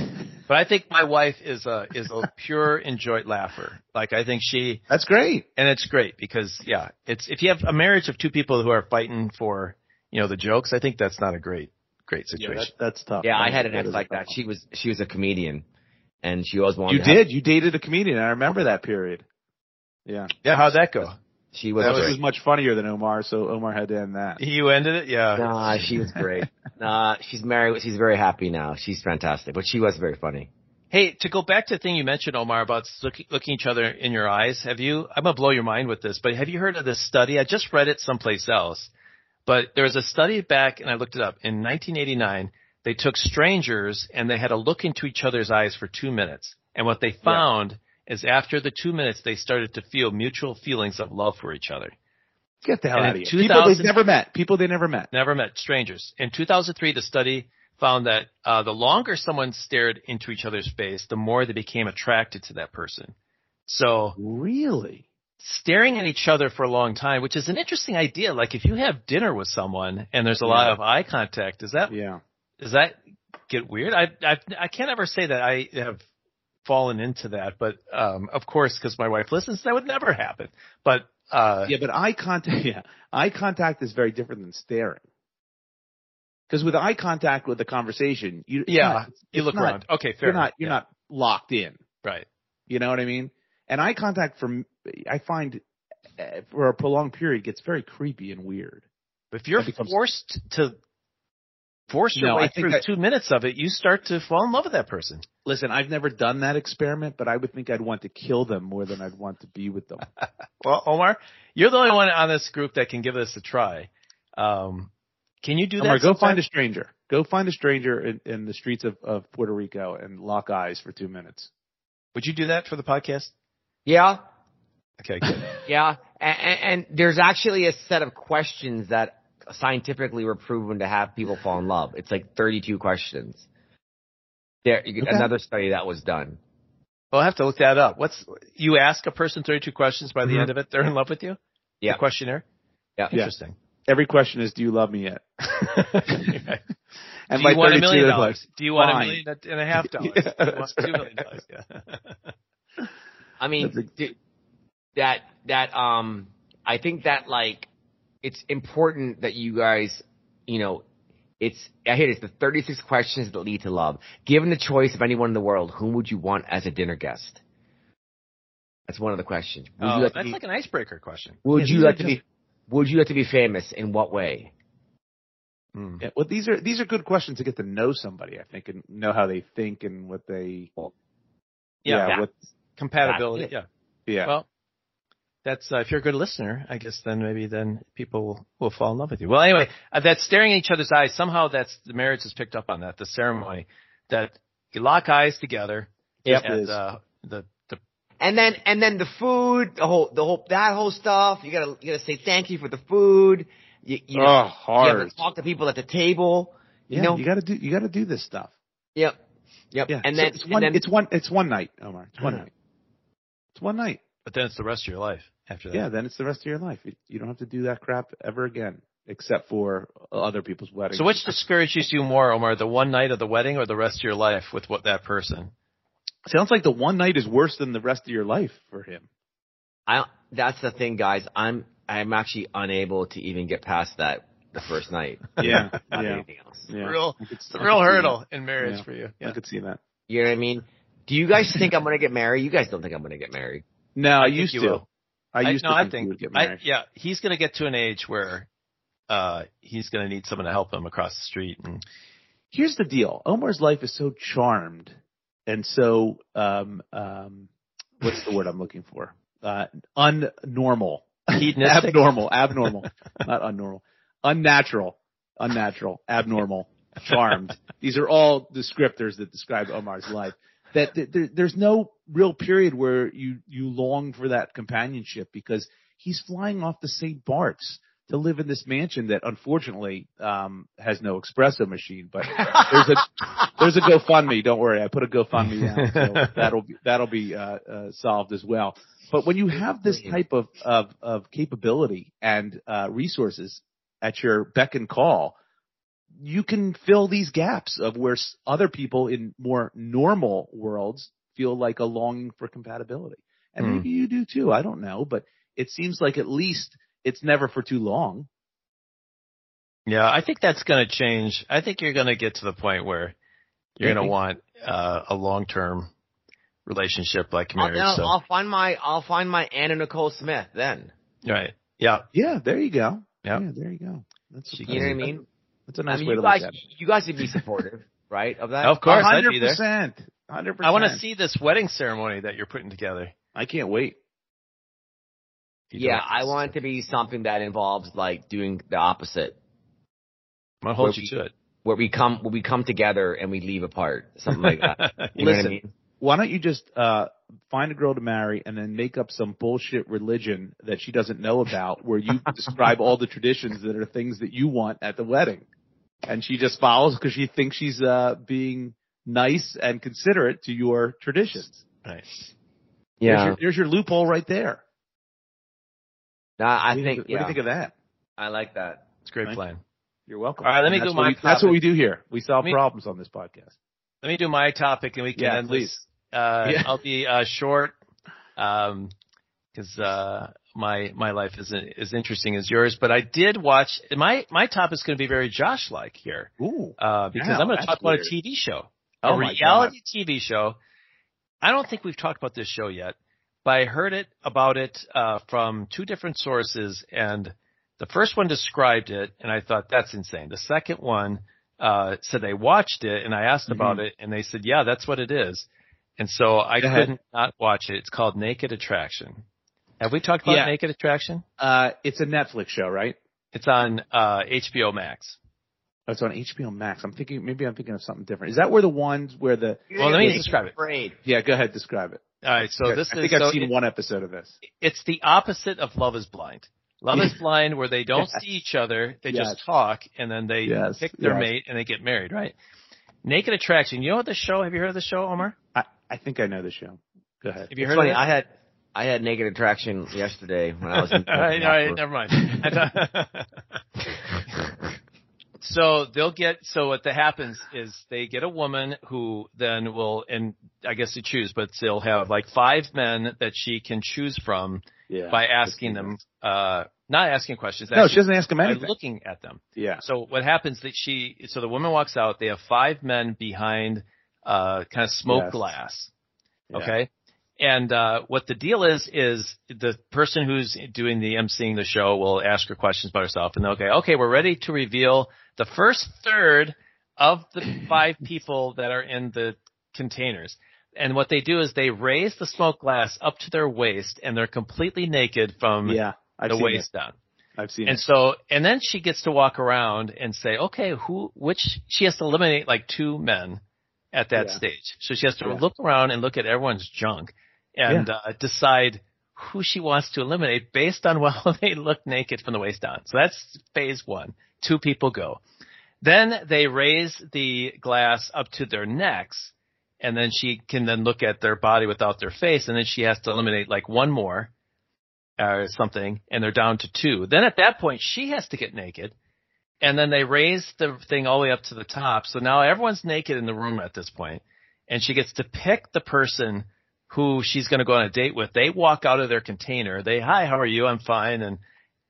[SPEAKER 2] But I think my wife is a is a pure enjoyed laugher. Like I think she
[SPEAKER 1] That's great.
[SPEAKER 2] and it's great because yeah, it's if you have a marriage of two people who are fighting for, you know, the jokes, I think that's not a great great situation.
[SPEAKER 1] that's tough.
[SPEAKER 4] Yeah, I
[SPEAKER 1] That-
[SPEAKER 4] had an ex
[SPEAKER 1] is
[SPEAKER 4] like
[SPEAKER 1] tough.
[SPEAKER 4] that. She was she was a comedian, and she always wanted.
[SPEAKER 1] You
[SPEAKER 4] to have-
[SPEAKER 1] did. You dated a comedian. I remember that period. Yeah.
[SPEAKER 2] yeah, how'd that go?
[SPEAKER 4] she was.
[SPEAKER 1] That was
[SPEAKER 4] great.
[SPEAKER 1] just much funnier than Omar, so Omar had to end that.
[SPEAKER 2] You ended it? Yeah.
[SPEAKER 4] Nah, she was great. nah, she's married. She's very happy now. She's fantastic, but she was very funny.
[SPEAKER 2] Hey, to go back to the thing you mentioned, Omar, about look, looking each other in your eyes, have you, I'm going to blow your mind with this, but have you heard of this study? I just read it someplace else, but there was a study back, and I looked it up, in 1989, they took strangers and they had to look into each other's eyes for two minutes. And what they found is after the two minutes, they started to feel mutual feelings of love for each other.
[SPEAKER 1] Get the hell
[SPEAKER 2] And
[SPEAKER 1] out of
[SPEAKER 2] in
[SPEAKER 1] here. People they've
[SPEAKER 2] 2000
[SPEAKER 1] never met. People they never met.
[SPEAKER 2] Never met strangers. In 2003, the study found that uh, the longer someone stared into each other's face, the more they became attracted to that person. So
[SPEAKER 1] Really?
[SPEAKER 2] staring at each other for a long time, which is an interesting idea. Like if you have dinner with someone and there's a lot
[SPEAKER 1] Yeah.
[SPEAKER 2] of eye contact, does that
[SPEAKER 1] Yeah.
[SPEAKER 2] does that get weird? I I I can't ever say that I have fallen into that, but um, of course, because my wife listens, that would never happen. But uh,
[SPEAKER 1] Yeah, but eye contact. Yeah, eye contact is very different than staring. Because with eye contact with the conversation, you it's
[SPEAKER 2] Yeah,
[SPEAKER 1] not-
[SPEAKER 2] you
[SPEAKER 1] it's
[SPEAKER 2] look
[SPEAKER 1] not-
[SPEAKER 2] around. Okay, fair.
[SPEAKER 1] You're not
[SPEAKER 2] enough.
[SPEAKER 1] you're
[SPEAKER 2] Yeah,
[SPEAKER 1] not locked in.
[SPEAKER 2] right.
[SPEAKER 1] You know what I mean? And eye contact from I find uh, for a prolonged period gets very creepy and weird.
[SPEAKER 2] But if you're
[SPEAKER 1] That becomes-
[SPEAKER 2] forced to force your
[SPEAKER 1] No, I
[SPEAKER 2] way
[SPEAKER 1] think
[SPEAKER 2] through
[SPEAKER 1] that-
[SPEAKER 2] two minutes of it, you start to fall in love with that person.
[SPEAKER 1] Listen, I've never done that experiment, but I would think I'd want to kill them more than I'd want to be with them.
[SPEAKER 2] Well, Omar, you're the only one on this group that can give this a try. Um, can you do
[SPEAKER 1] Omar,
[SPEAKER 2] that?
[SPEAKER 1] go
[SPEAKER 2] sometime?
[SPEAKER 1] find a stranger. Go find a stranger in, in the streets of, of Puerto Rico and lock eyes for two minutes.
[SPEAKER 2] Would you do that for the podcast?
[SPEAKER 4] Yeah,
[SPEAKER 2] Okay, good.
[SPEAKER 4] yeah. And, and, and there's actually a set of questions that scientifically were proven to have people fall in love. It's like 32 questions. There, you,
[SPEAKER 1] Okay.
[SPEAKER 4] another study that was done.
[SPEAKER 2] well, I have to look that up. What's you ask a person 32 questions by the
[SPEAKER 1] Mhm.
[SPEAKER 2] end of it, they're in love with you?
[SPEAKER 4] Yeah.
[SPEAKER 2] The questionnaire?
[SPEAKER 4] Yeah.
[SPEAKER 1] Yeah.
[SPEAKER 2] Interesting.
[SPEAKER 1] Every question is, do you love me yet?
[SPEAKER 2] Okay.
[SPEAKER 1] And
[SPEAKER 2] do you
[SPEAKER 1] by
[SPEAKER 2] want a
[SPEAKER 1] 32,
[SPEAKER 2] million
[SPEAKER 1] they're like,
[SPEAKER 2] dollars? Do you want
[SPEAKER 1] fine.
[SPEAKER 2] a million and a half dollars?
[SPEAKER 1] Yeah,
[SPEAKER 2] Do you want
[SPEAKER 1] that's
[SPEAKER 2] two
[SPEAKER 1] right.
[SPEAKER 2] million dollars? Yeah.
[SPEAKER 4] I mean,
[SPEAKER 1] That's
[SPEAKER 4] d- that that um, I think that like, it's important that you guys, you know, it's I hate it. It's the 36 questions that lead to love. Given the choice of anyone in the world, whom would you want as a dinner guest? That's one of the questions. Would
[SPEAKER 2] Oh,
[SPEAKER 4] you like to
[SPEAKER 2] that's
[SPEAKER 4] be,
[SPEAKER 2] like an icebreaker question.
[SPEAKER 4] would
[SPEAKER 1] Yeah,
[SPEAKER 4] you
[SPEAKER 1] these are
[SPEAKER 4] like to
[SPEAKER 1] just-
[SPEAKER 4] be would you like to be famous in what way?
[SPEAKER 2] Mm.
[SPEAKER 1] Yeah, well, these are these are good questions to get to know somebody, I think, and know how they think and what they.
[SPEAKER 2] Yeah,
[SPEAKER 1] yeah,
[SPEAKER 4] that-
[SPEAKER 1] what,
[SPEAKER 2] Compatibility.
[SPEAKER 4] That's
[SPEAKER 2] Yeah.
[SPEAKER 1] yeah.
[SPEAKER 2] Well, that's uh, if you're a good listener, I guess then maybe then people will, will fall in love with you. Well, anyway, uh, that staring at each other's eyes somehow that's the marriage has picked up on that. The ceremony that you lock eyes together
[SPEAKER 1] Yep. It
[SPEAKER 2] and
[SPEAKER 1] is.
[SPEAKER 2] uh, the the
[SPEAKER 4] And then and then the food, the whole the whole that whole stuff. You gotta you gotta say thank you for the food. You, you, know,
[SPEAKER 1] oh,
[SPEAKER 4] you have
[SPEAKER 1] hard.
[SPEAKER 4] to talk to people at the table.
[SPEAKER 1] Yeah,
[SPEAKER 4] You know.
[SPEAKER 1] you got to do you got to do this stuff.
[SPEAKER 4] Yep. Yep.
[SPEAKER 1] Yeah,
[SPEAKER 4] And
[SPEAKER 1] So
[SPEAKER 4] then
[SPEAKER 1] it's
[SPEAKER 4] and
[SPEAKER 1] one
[SPEAKER 4] then-
[SPEAKER 1] it's one it's one night, Omar. It's one
[SPEAKER 2] Mhm.
[SPEAKER 1] night. It's one night.
[SPEAKER 2] but then it's the rest of your life after that.
[SPEAKER 1] Yeah, then it's the rest of your life. You- You don't have to do that crap ever again, except for other people's weddings.
[SPEAKER 2] So which discourages you more, Omar, the one night of the wedding or the rest of your life with what that person?
[SPEAKER 1] sounds like the one night is worse than the rest of your life for him.
[SPEAKER 4] I that's the thing, guys. I'm I'm actually unable to even get past that the first night.
[SPEAKER 1] Yeah,
[SPEAKER 4] Not
[SPEAKER 1] yeah,
[SPEAKER 4] anything else.
[SPEAKER 1] yeah.
[SPEAKER 2] Real,
[SPEAKER 1] I could-
[SPEAKER 2] it's
[SPEAKER 1] I
[SPEAKER 2] the
[SPEAKER 1] could
[SPEAKER 2] real
[SPEAKER 1] see
[SPEAKER 2] hurdle in marriage
[SPEAKER 1] Yeah.
[SPEAKER 2] for you.
[SPEAKER 1] that. I could see that.
[SPEAKER 4] You know what I mean? Do you guys think I'm gonna get married? You guys don't think I'm gonna get married.
[SPEAKER 1] No, I,
[SPEAKER 2] I think
[SPEAKER 1] used
[SPEAKER 2] you
[SPEAKER 1] to.
[SPEAKER 2] will.
[SPEAKER 1] I used
[SPEAKER 2] no,
[SPEAKER 1] to
[SPEAKER 2] I
[SPEAKER 1] think,
[SPEAKER 2] think
[SPEAKER 1] you would get
[SPEAKER 2] I,
[SPEAKER 1] married.
[SPEAKER 2] yeah, he's going to get to an age where uh, he's going to need someone to help him across the street. And
[SPEAKER 1] Here's the deal: Omar's life is so charmed and so um um, what's the word I'm looking for? Uh, unnormal.
[SPEAKER 2] hedonistic.
[SPEAKER 1] abnormal, abnormal, not unnormal, unnatural, unnatural, abnormal, charmed. These are all descriptors that describe Omar's life. That th- there, there's no real period where you you long for that companionship because he's flying off to St. Bart's to live in this mansion that unfortunately um, has no espresso machine, but there's a there's a GoFundMe. Don't worry, I put a GoFundMe down, so that'll be, that'll be uh, uh, solved as well. But when you have this type of of, of capability and uh, resources at your beck and call, you can fill these gaps of where s- other people in more normal worlds feel like a longing for compatibility, and
[SPEAKER 2] Hmm.
[SPEAKER 1] maybe you do too. I don't know, but it seems like at least it's never for too long.
[SPEAKER 2] Yeah, I think that's going to change. I think you're going to get to the point where you're going
[SPEAKER 1] Maybe.
[SPEAKER 2] to want uh, a long-term relationship like marriage.
[SPEAKER 4] I'll,
[SPEAKER 2] so,
[SPEAKER 4] I'll find my I'll find my Anna Nicole Smith then.
[SPEAKER 2] right. Yeah.
[SPEAKER 1] Yeah, there you go.
[SPEAKER 2] Yeah.
[SPEAKER 1] yeah there you go. That's a,
[SPEAKER 2] She
[SPEAKER 4] You know what I mean?
[SPEAKER 1] That's a nice
[SPEAKER 4] I mean,
[SPEAKER 1] way
[SPEAKER 4] you
[SPEAKER 1] to
[SPEAKER 4] guys
[SPEAKER 1] look at it.
[SPEAKER 4] you guys would be supportive, right? Of that.
[SPEAKER 2] Of course, I'd be there.
[SPEAKER 1] percent. Hundred percent.
[SPEAKER 2] I want to see this wedding ceremony that you're putting together.
[SPEAKER 1] I can't wait.
[SPEAKER 2] You
[SPEAKER 4] yeah,
[SPEAKER 2] don't-
[SPEAKER 4] I want it to be something that involves like doing the opposite,
[SPEAKER 2] I'm going to hold you to it.
[SPEAKER 4] where we come where we come together and we leave apart, something like that. You know what I
[SPEAKER 1] Listen,
[SPEAKER 4] mean?
[SPEAKER 1] Why don't you just uh find a girl to marry and then make up some bullshit religion that she doesn't know about, where you describe all the traditions that are things that you want at the wedding, and she just follows because she thinks she's uh being nice and considerate to your traditions.
[SPEAKER 2] Right.
[SPEAKER 1] There's your, there's your loophole right there.
[SPEAKER 4] No, I
[SPEAKER 1] What do you
[SPEAKER 4] think
[SPEAKER 1] What do
[SPEAKER 4] yeah,
[SPEAKER 1] you think of that?
[SPEAKER 4] I like that.
[SPEAKER 2] It's a great
[SPEAKER 1] Right.
[SPEAKER 2] plan.
[SPEAKER 1] You're welcome.
[SPEAKER 2] All right, let me
[SPEAKER 1] And that's
[SPEAKER 2] do
[SPEAKER 1] what
[SPEAKER 2] my
[SPEAKER 1] we- That's what
[SPEAKER 2] topic.
[SPEAKER 1] we do here. We solve
[SPEAKER 2] Let me-
[SPEAKER 1] problems on this podcast.
[SPEAKER 2] Let me do my topic and we can
[SPEAKER 1] Yeah,
[SPEAKER 2] end
[SPEAKER 1] please.
[SPEAKER 2] this. Uh,
[SPEAKER 1] Yeah.
[SPEAKER 2] I'll be uh, short um 'cause uh, my my life isn't as interesting as yours. But I did watch my my topic is going to be very Josh like here
[SPEAKER 1] Ooh.
[SPEAKER 2] uh, because
[SPEAKER 1] Wow,
[SPEAKER 2] I'm going to
[SPEAKER 1] that's
[SPEAKER 2] talk about
[SPEAKER 1] weird.
[SPEAKER 2] a TV show,
[SPEAKER 1] Oh
[SPEAKER 2] a
[SPEAKER 1] my
[SPEAKER 2] reality TV show. I don't think we've talked about this show yet, but I heard it about it uh, from two different sources, and the first one described it, and I thought that's insane. The second one uh, said they watched it, and I asked
[SPEAKER 1] Mm-hmm.
[SPEAKER 2] about it, and they said, yeah, that's what it is. And so I
[SPEAKER 1] Go ahead.
[SPEAKER 2] couldn't not watch it. It's called Naked Attraction. Have we talked about
[SPEAKER 1] Yeah.
[SPEAKER 2] Naked Attraction?
[SPEAKER 1] Uh, it's a Netflix show, right?
[SPEAKER 2] It's on uh, HBO Max.
[SPEAKER 1] Oh, it's on HBO Max. I'm thinking maybe I'm thinking of something different. Is that where the ones where the
[SPEAKER 2] Well, let me describe it.
[SPEAKER 4] Afraid.
[SPEAKER 1] yeah? Go ahead, describe it.
[SPEAKER 2] All right, so this
[SPEAKER 1] I think
[SPEAKER 2] is so
[SPEAKER 1] I've seen
[SPEAKER 2] it-
[SPEAKER 1] one episode of this.
[SPEAKER 2] it's the opposite of Love is Blind. Love is Blind, where they don't see each other, they
[SPEAKER 1] Yes.
[SPEAKER 2] just talk, and then they
[SPEAKER 1] Yes,
[SPEAKER 2] pick their
[SPEAKER 1] yes.
[SPEAKER 2] mate and they get married, right? Naked Attraction. You know what the show? Have you heard of the show, Omar?
[SPEAKER 1] I I think I know the show. Go ahead.
[SPEAKER 2] Have you
[SPEAKER 4] It's
[SPEAKER 2] heard
[SPEAKER 4] funny.
[SPEAKER 2] of it?
[SPEAKER 4] I had I had naked attraction yesterday when I was. In
[SPEAKER 2] all right, all right, never mind. I thought- so they'll get. So what that happens is they get a woman who then will, and I guess they choose, but they'll have like five men that she can choose from
[SPEAKER 1] Yeah.
[SPEAKER 2] by asking them, uh, not asking questions,
[SPEAKER 1] No, she
[SPEAKER 2] actually
[SPEAKER 1] doesn't ask him
[SPEAKER 2] by
[SPEAKER 1] anything.
[SPEAKER 2] looking at them.
[SPEAKER 1] yeah.
[SPEAKER 2] So what happens that she, so the woman walks out, they have five men behind, uh, kind of smoke
[SPEAKER 1] Yes.
[SPEAKER 2] glass.
[SPEAKER 1] Yeah.
[SPEAKER 2] Okay. and uh, what the deal is is the person who's doing the emceeing the show will ask her questions about herself, and they'll go, "Okay, we're ready to reveal the first third of the five people that are in the containers." And what they do is they raise the smoke glass up to their waist, and they're completely naked from
[SPEAKER 1] Yeah, I've
[SPEAKER 2] the
[SPEAKER 1] seen
[SPEAKER 2] waist down.
[SPEAKER 1] it. I've seen
[SPEAKER 2] And
[SPEAKER 1] it.
[SPEAKER 2] so, and then she gets to walk around and say, okay, who, which, she has to eliminate like two men at that
[SPEAKER 1] Yeah.
[SPEAKER 2] stage. So she has to
[SPEAKER 1] Yeah.
[SPEAKER 2] look around and look at everyone's junk and uh, decide who she wants to eliminate based on well they look naked from the waist down. So that's phase one. Two people go. Then they raise the glass up to their necks and then she can then look at their body without their face and then she has to eliminate like one more or something and they're down to two. Then at that point she has to get naked and then they raise the thing all the way up to the top. So now everyone's naked in the room at this point and she gets to pick the person who she's going to go on a date with. They walk out of their container. They, hi, how are you? I'm fine. And,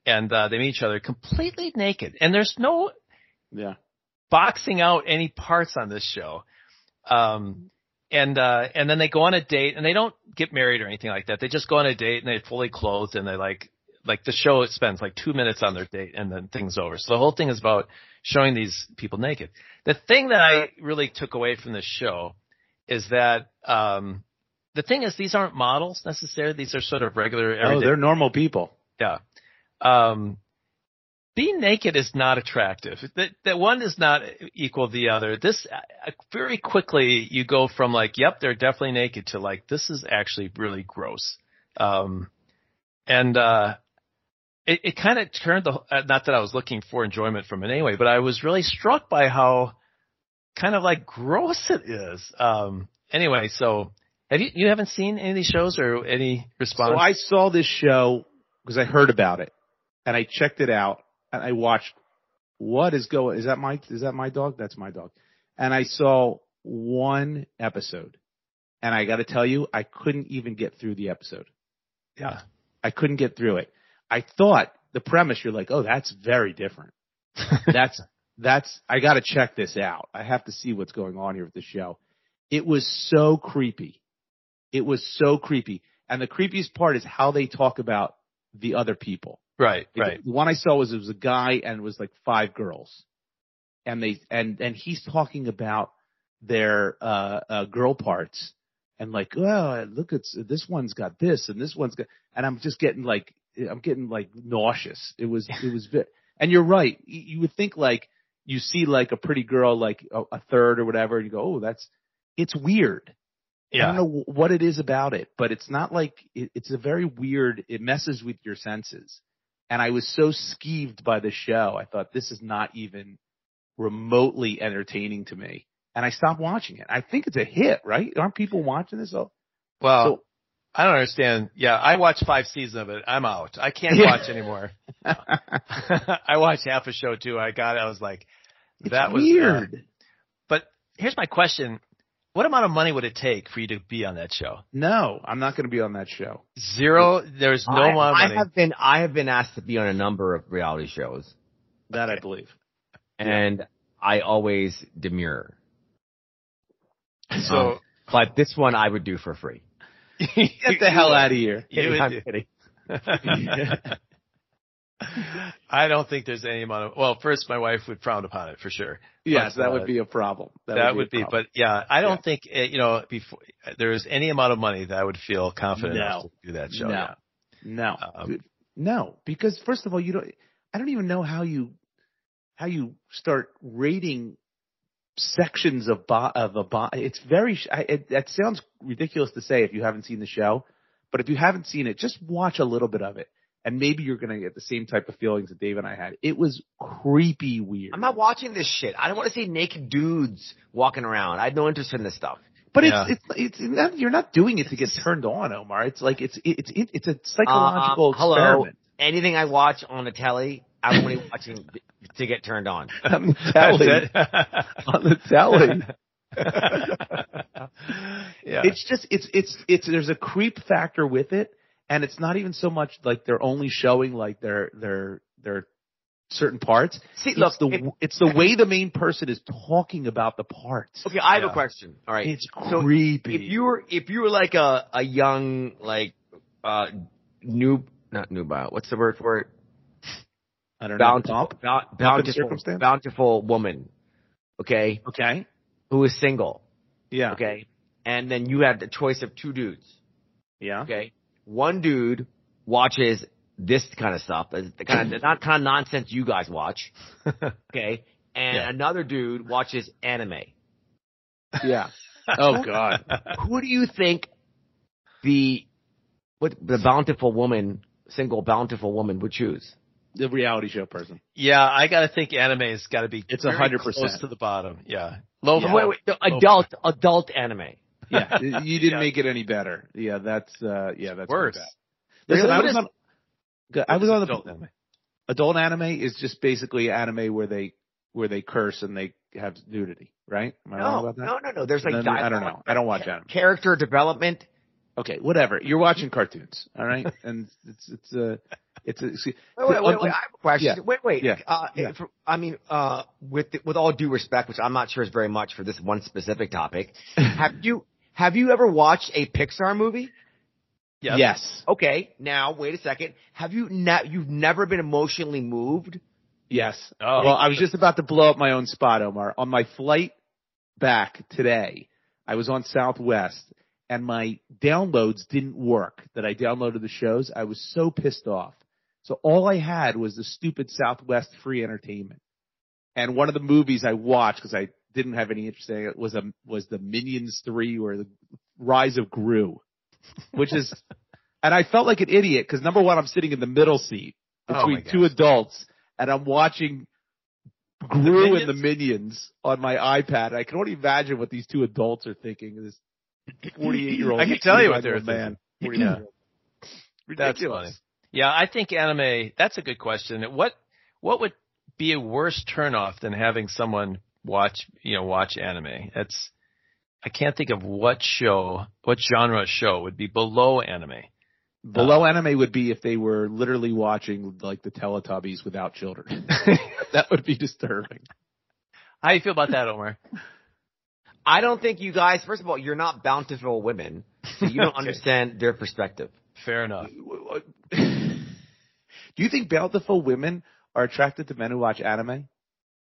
[SPEAKER 2] and, uh, they meet each other completely naked and there's no
[SPEAKER 1] Yeah.
[SPEAKER 2] boxing out any parts on this show. Um, and, uh, and then they go on a date and they don't get married or anything like that. They just go on a date and they fully clothed and they like, like the show spends like two minutes on their date and then things over. So the whole thing is about showing these people naked. The thing that I really took away from this show is that, um, the thing is these aren't models necessarily. These are sort of regular
[SPEAKER 1] Oh,
[SPEAKER 2] everyday
[SPEAKER 1] they're normal people.
[SPEAKER 2] yeah. Um, being naked is not attractive. That that one does not equal the other. This uh, very quickly you go from like, yep, they're definitely naked to like, this is actually really gross. Um, and uh, it, it kind of turned the uh, not that I was looking for enjoyment from it anyway, but I was really struck by how kind of like gross it is. Um, anyway, so have you you haven't seen any of these shows or any response?
[SPEAKER 1] So I saw this show because I heard about it and I checked it out and I watched what is going, is that my, is that my dog? That's my dog. And I saw one episode and I got to tell you, I couldn't even get through the episode.
[SPEAKER 2] yeah.
[SPEAKER 1] I couldn't get through it. I thought the premise, you're like, oh, that's very different. that's, that's, I gotta check this out. I have to see what's going on here with the show. It was so creepy. It was so creepy. And the creepiest part is how they talk about the other people.
[SPEAKER 2] Right,
[SPEAKER 1] Like,
[SPEAKER 2] right.
[SPEAKER 1] The one I saw was it was a guy and it was like five girls, and they and and he's talking about their uh, uh girl parts and like, oh, look, it's this one's got this and this one's got, and I'm just getting like, I'm getting like nauseous. It was it was, ve- and you're right. Y- You would think like you see like a pretty girl like a, a third or whatever, and you go, oh, that's it's weird. I don't
[SPEAKER 2] Yeah.
[SPEAKER 1] know wh- what it is about it, but it's not like it, it's a very weird. It messes with your senses, and I was so skeeved by the show. I thought this is not even remotely entertaining to me, and I stopped watching it. I think it's a hit, right? Aren't people watching this? Oh,
[SPEAKER 2] Well,
[SPEAKER 1] So-
[SPEAKER 2] I don't understand. Yeah, I watched five seasons of it. I'm out. I can't
[SPEAKER 1] Yeah.
[SPEAKER 2] watch anymore. I watched half a show too. I got. I was like,
[SPEAKER 1] it's
[SPEAKER 2] that was uh,
[SPEAKER 1] weird.
[SPEAKER 2] but here's my question: What amount of money would it take for you to be on that show?
[SPEAKER 1] no, I'm not going to be on that show.
[SPEAKER 2] Zero. There's no
[SPEAKER 4] I,
[SPEAKER 2] amount of
[SPEAKER 4] I
[SPEAKER 2] money.
[SPEAKER 4] have been I have been asked to be on a number of reality shows,
[SPEAKER 1] That I believe.
[SPEAKER 4] and I always demur.
[SPEAKER 1] Uh-huh.
[SPEAKER 2] so
[SPEAKER 4] um, But this one I would do for free.
[SPEAKER 1] Get the hell out of here.
[SPEAKER 2] You would
[SPEAKER 4] I'm
[SPEAKER 2] do-
[SPEAKER 4] kidding.
[SPEAKER 2] I don't think there's any amount of. Well, first, my wife would frown upon it for sure.
[SPEAKER 1] Yes, that
[SPEAKER 2] uh,
[SPEAKER 1] would be a problem. That,
[SPEAKER 2] That would be,
[SPEAKER 1] a problem.
[SPEAKER 2] but yeah, I don't
[SPEAKER 1] Yeah.
[SPEAKER 2] think uh you know before there is any amount of money that I would feel confident
[SPEAKER 1] No.
[SPEAKER 2] enough to do that show.
[SPEAKER 1] No.
[SPEAKER 2] yeah.
[SPEAKER 1] no,
[SPEAKER 2] Um,
[SPEAKER 1] no, because first of all, you don't. I don't even know how you how you start rating sections of bo- of a bo- It's very. sh- I, it, that sounds ridiculous to say if you haven't seen the show, but if you haven't seen it, just watch a little bit of it, and maybe you're going to get the same type of feelings that Dave and I had. It was creepy weird.
[SPEAKER 4] I'm not watching this shit. I don't want to see naked dudes walking around. I have no interest in this stuff.
[SPEAKER 1] But
[SPEAKER 2] Yeah.
[SPEAKER 1] it's, it's it's not, you're not doing it to get turned on, Omar. It's like it's it's it, it's
[SPEAKER 2] Um,
[SPEAKER 1] a psychological
[SPEAKER 4] Uh, hello.
[SPEAKER 1] experiment.
[SPEAKER 4] Anything I watch on the telly, I'm only watching to get turned on.
[SPEAKER 1] I'm
[SPEAKER 2] That's
[SPEAKER 1] telling you,
[SPEAKER 2] it.
[SPEAKER 1] on the telly.
[SPEAKER 2] yeah.
[SPEAKER 1] It's just it's it's it's there's a creep factor with it, and it's not even so much like they're only showing like their their their certain parts.
[SPEAKER 4] See,
[SPEAKER 1] It's
[SPEAKER 4] look,
[SPEAKER 1] the
[SPEAKER 4] if-
[SPEAKER 1] it's the way the main person is talking about the parts.
[SPEAKER 4] Okay, I have
[SPEAKER 2] Yeah.
[SPEAKER 4] a question. All right.
[SPEAKER 1] It's
[SPEAKER 4] So,
[SPEAKER 1] creepy.
[SPEAKER 4] if you were if you were like a a young like uh noob not nubile what's the word for it
[SPEAKER 1] I don't know.
[SPEAKER 4] bountiful
[SPEAKER 1] Dump.
[SPEAKER 4] bou- bountiful
[SPEAKER 1] circumstance?
[SPEAKER 4] bountiful woman okay
[SPEAKER 1] Okay.
[SPEAKER 4] who is single
[SPEAKER 1] Yeah.
[SPEAKER 4] okay and then you had the choice of two dudes
[SPEAKER 1] Yeah.
[SPEAKER 4] okay one dude watches this kind of stuff the kind of not kind of nonsense you guys watch okay and
[SPEAKER 2] Yeah.
[SPEAKER 4] another dude watches anime
[SPEAKER 1] Yeah. oh God.
[SPEAKER 4] who do you think the what the bountiful woman, single bountiful woman would choose?
[SPEAKER 1] The reality show person.
[SPEAKER 2] yeah, I gotta think anime has gotta be
[SPEAKER 1] It's
[SPEAKER 2] very
[SPEAKER 1] 100%.
[SPEAKER 2] close to the bottom. Yeah. Low
[SPEAKER 1] Yeah.
[SPEAKER 4] Wait, wait, no,
[SPEAKER 1] oh.
[SPEAKER 4] adult, adult anime.
[SPEAKER 1] Yeah. you didn't
[SPEAKER 2] Yeah.
[SPEAKER 1] make it any better. Yeah. That's uh. Yeah. That's
[SPEAKER 2] worse.
[SPEAKER 1] pretty bad. Listen,
[SPEAKER 4] Really?
[SPEAKER 1] I
[SPEAKER 4] What
[SPEAKER 1] was
[SPEAKER 4] is-
[SPEAKER 1] on. Go- I was on the
[SPEAKER 2] Adult anime.
[SPEAKER 1] adult anime is just basically anime where they where they curse and they have nudity, right? Am I wrong
[SPEAKER 4] No,
[SPEAKER 1] about that?
[SPEAKER 4] no, no, no. There's like
[SPEAKER 1] Then I don't
[SPEAKER 4] dialogue,
[SPEAKER 1] know. I don't watch anime.
[SPEAKER 4] character development.
[SPEAKER 1] Okay, whatever. You're watching cartoons, all right? And it's it's a it's a see,
[SPEAKER 4] Wait, wait, wait,
[SPEAKER 1] on-
[SPEAKER 4] wait. I have a question.
[SPEAKER 1] Yeah.
[SPEAKER 4] Wait, wait.
[SPEAKER 1] Yeah.
[SPEAKER 4] Uh,
[SPEAKER 1] Yeah.
[SPEAKER 4] if- I mean, uh, with with all due respect, which I'm not sure is very much for this one specific topic, have you have you ever watched a Pixar movie?
[SPEAKER 2] Yes.
[SPEAKER 1] yes,
[SPEAKER 4] Okay, now wait a second. Have you ne- you've never been emotionally moved?
[SPEAKER 1] yes.
[SPEAKER 2] Oh.
[SPEAKER 1] Well, I was just about to blow up my own spot, Omar. On my flight back today, I was on Southwest and my downloads didn't work that I downloaded the shows. I was so pissed off. So all I had was the stupid Southwest free entertainment. And one of the movies I watched because I didn't have any interest in it was a was the Minions three or the Rise of Gru, which is, and I felt like an idiot because number one I'm sitting in the middle seat
[SPEAKER 2] Oh my
[SPEAKER 1] between
[SPEAKER 2] gosh.
[SPEAKER 1] two adults and I'm watching Gru and the
[SPEAKER 2] Minions?
[SPEAKER 1] Minions on my iPad. I can only imagine what these two adults are thinking. of This 48 year old.
[SPEAKER 2] I can tell you what they're
[SPEAKER 1] man.
[SPEAKER 2] thinking.
[SPEAKER 1] 49-year-old.
[SPEAKER 2] That's
[SPEAKER 1] Ridiculous.
[SPEAKER 2] funny. Yeah, I think anime. That's a good question. What what would be a worse turnoff than having someone watch you know watch anime? That's I can't think of what show, what genre show would be below anime.
[SPEAKER 4] Uh,
[SPEAKER 1] Below anime would be if they were literally watching like the Teletubbies without children. that would be disturbing.
[SPEAKER 2] How do you feel about that, Omar?
[SPEAKER 4] I don't think you guys. First of all, you're not bountiful women, so you don't understand their perspective.
[SPEAKER 2] Fair enough.
[SPEAKER 1] Do you think bountiful women are attracted to men who watch anime?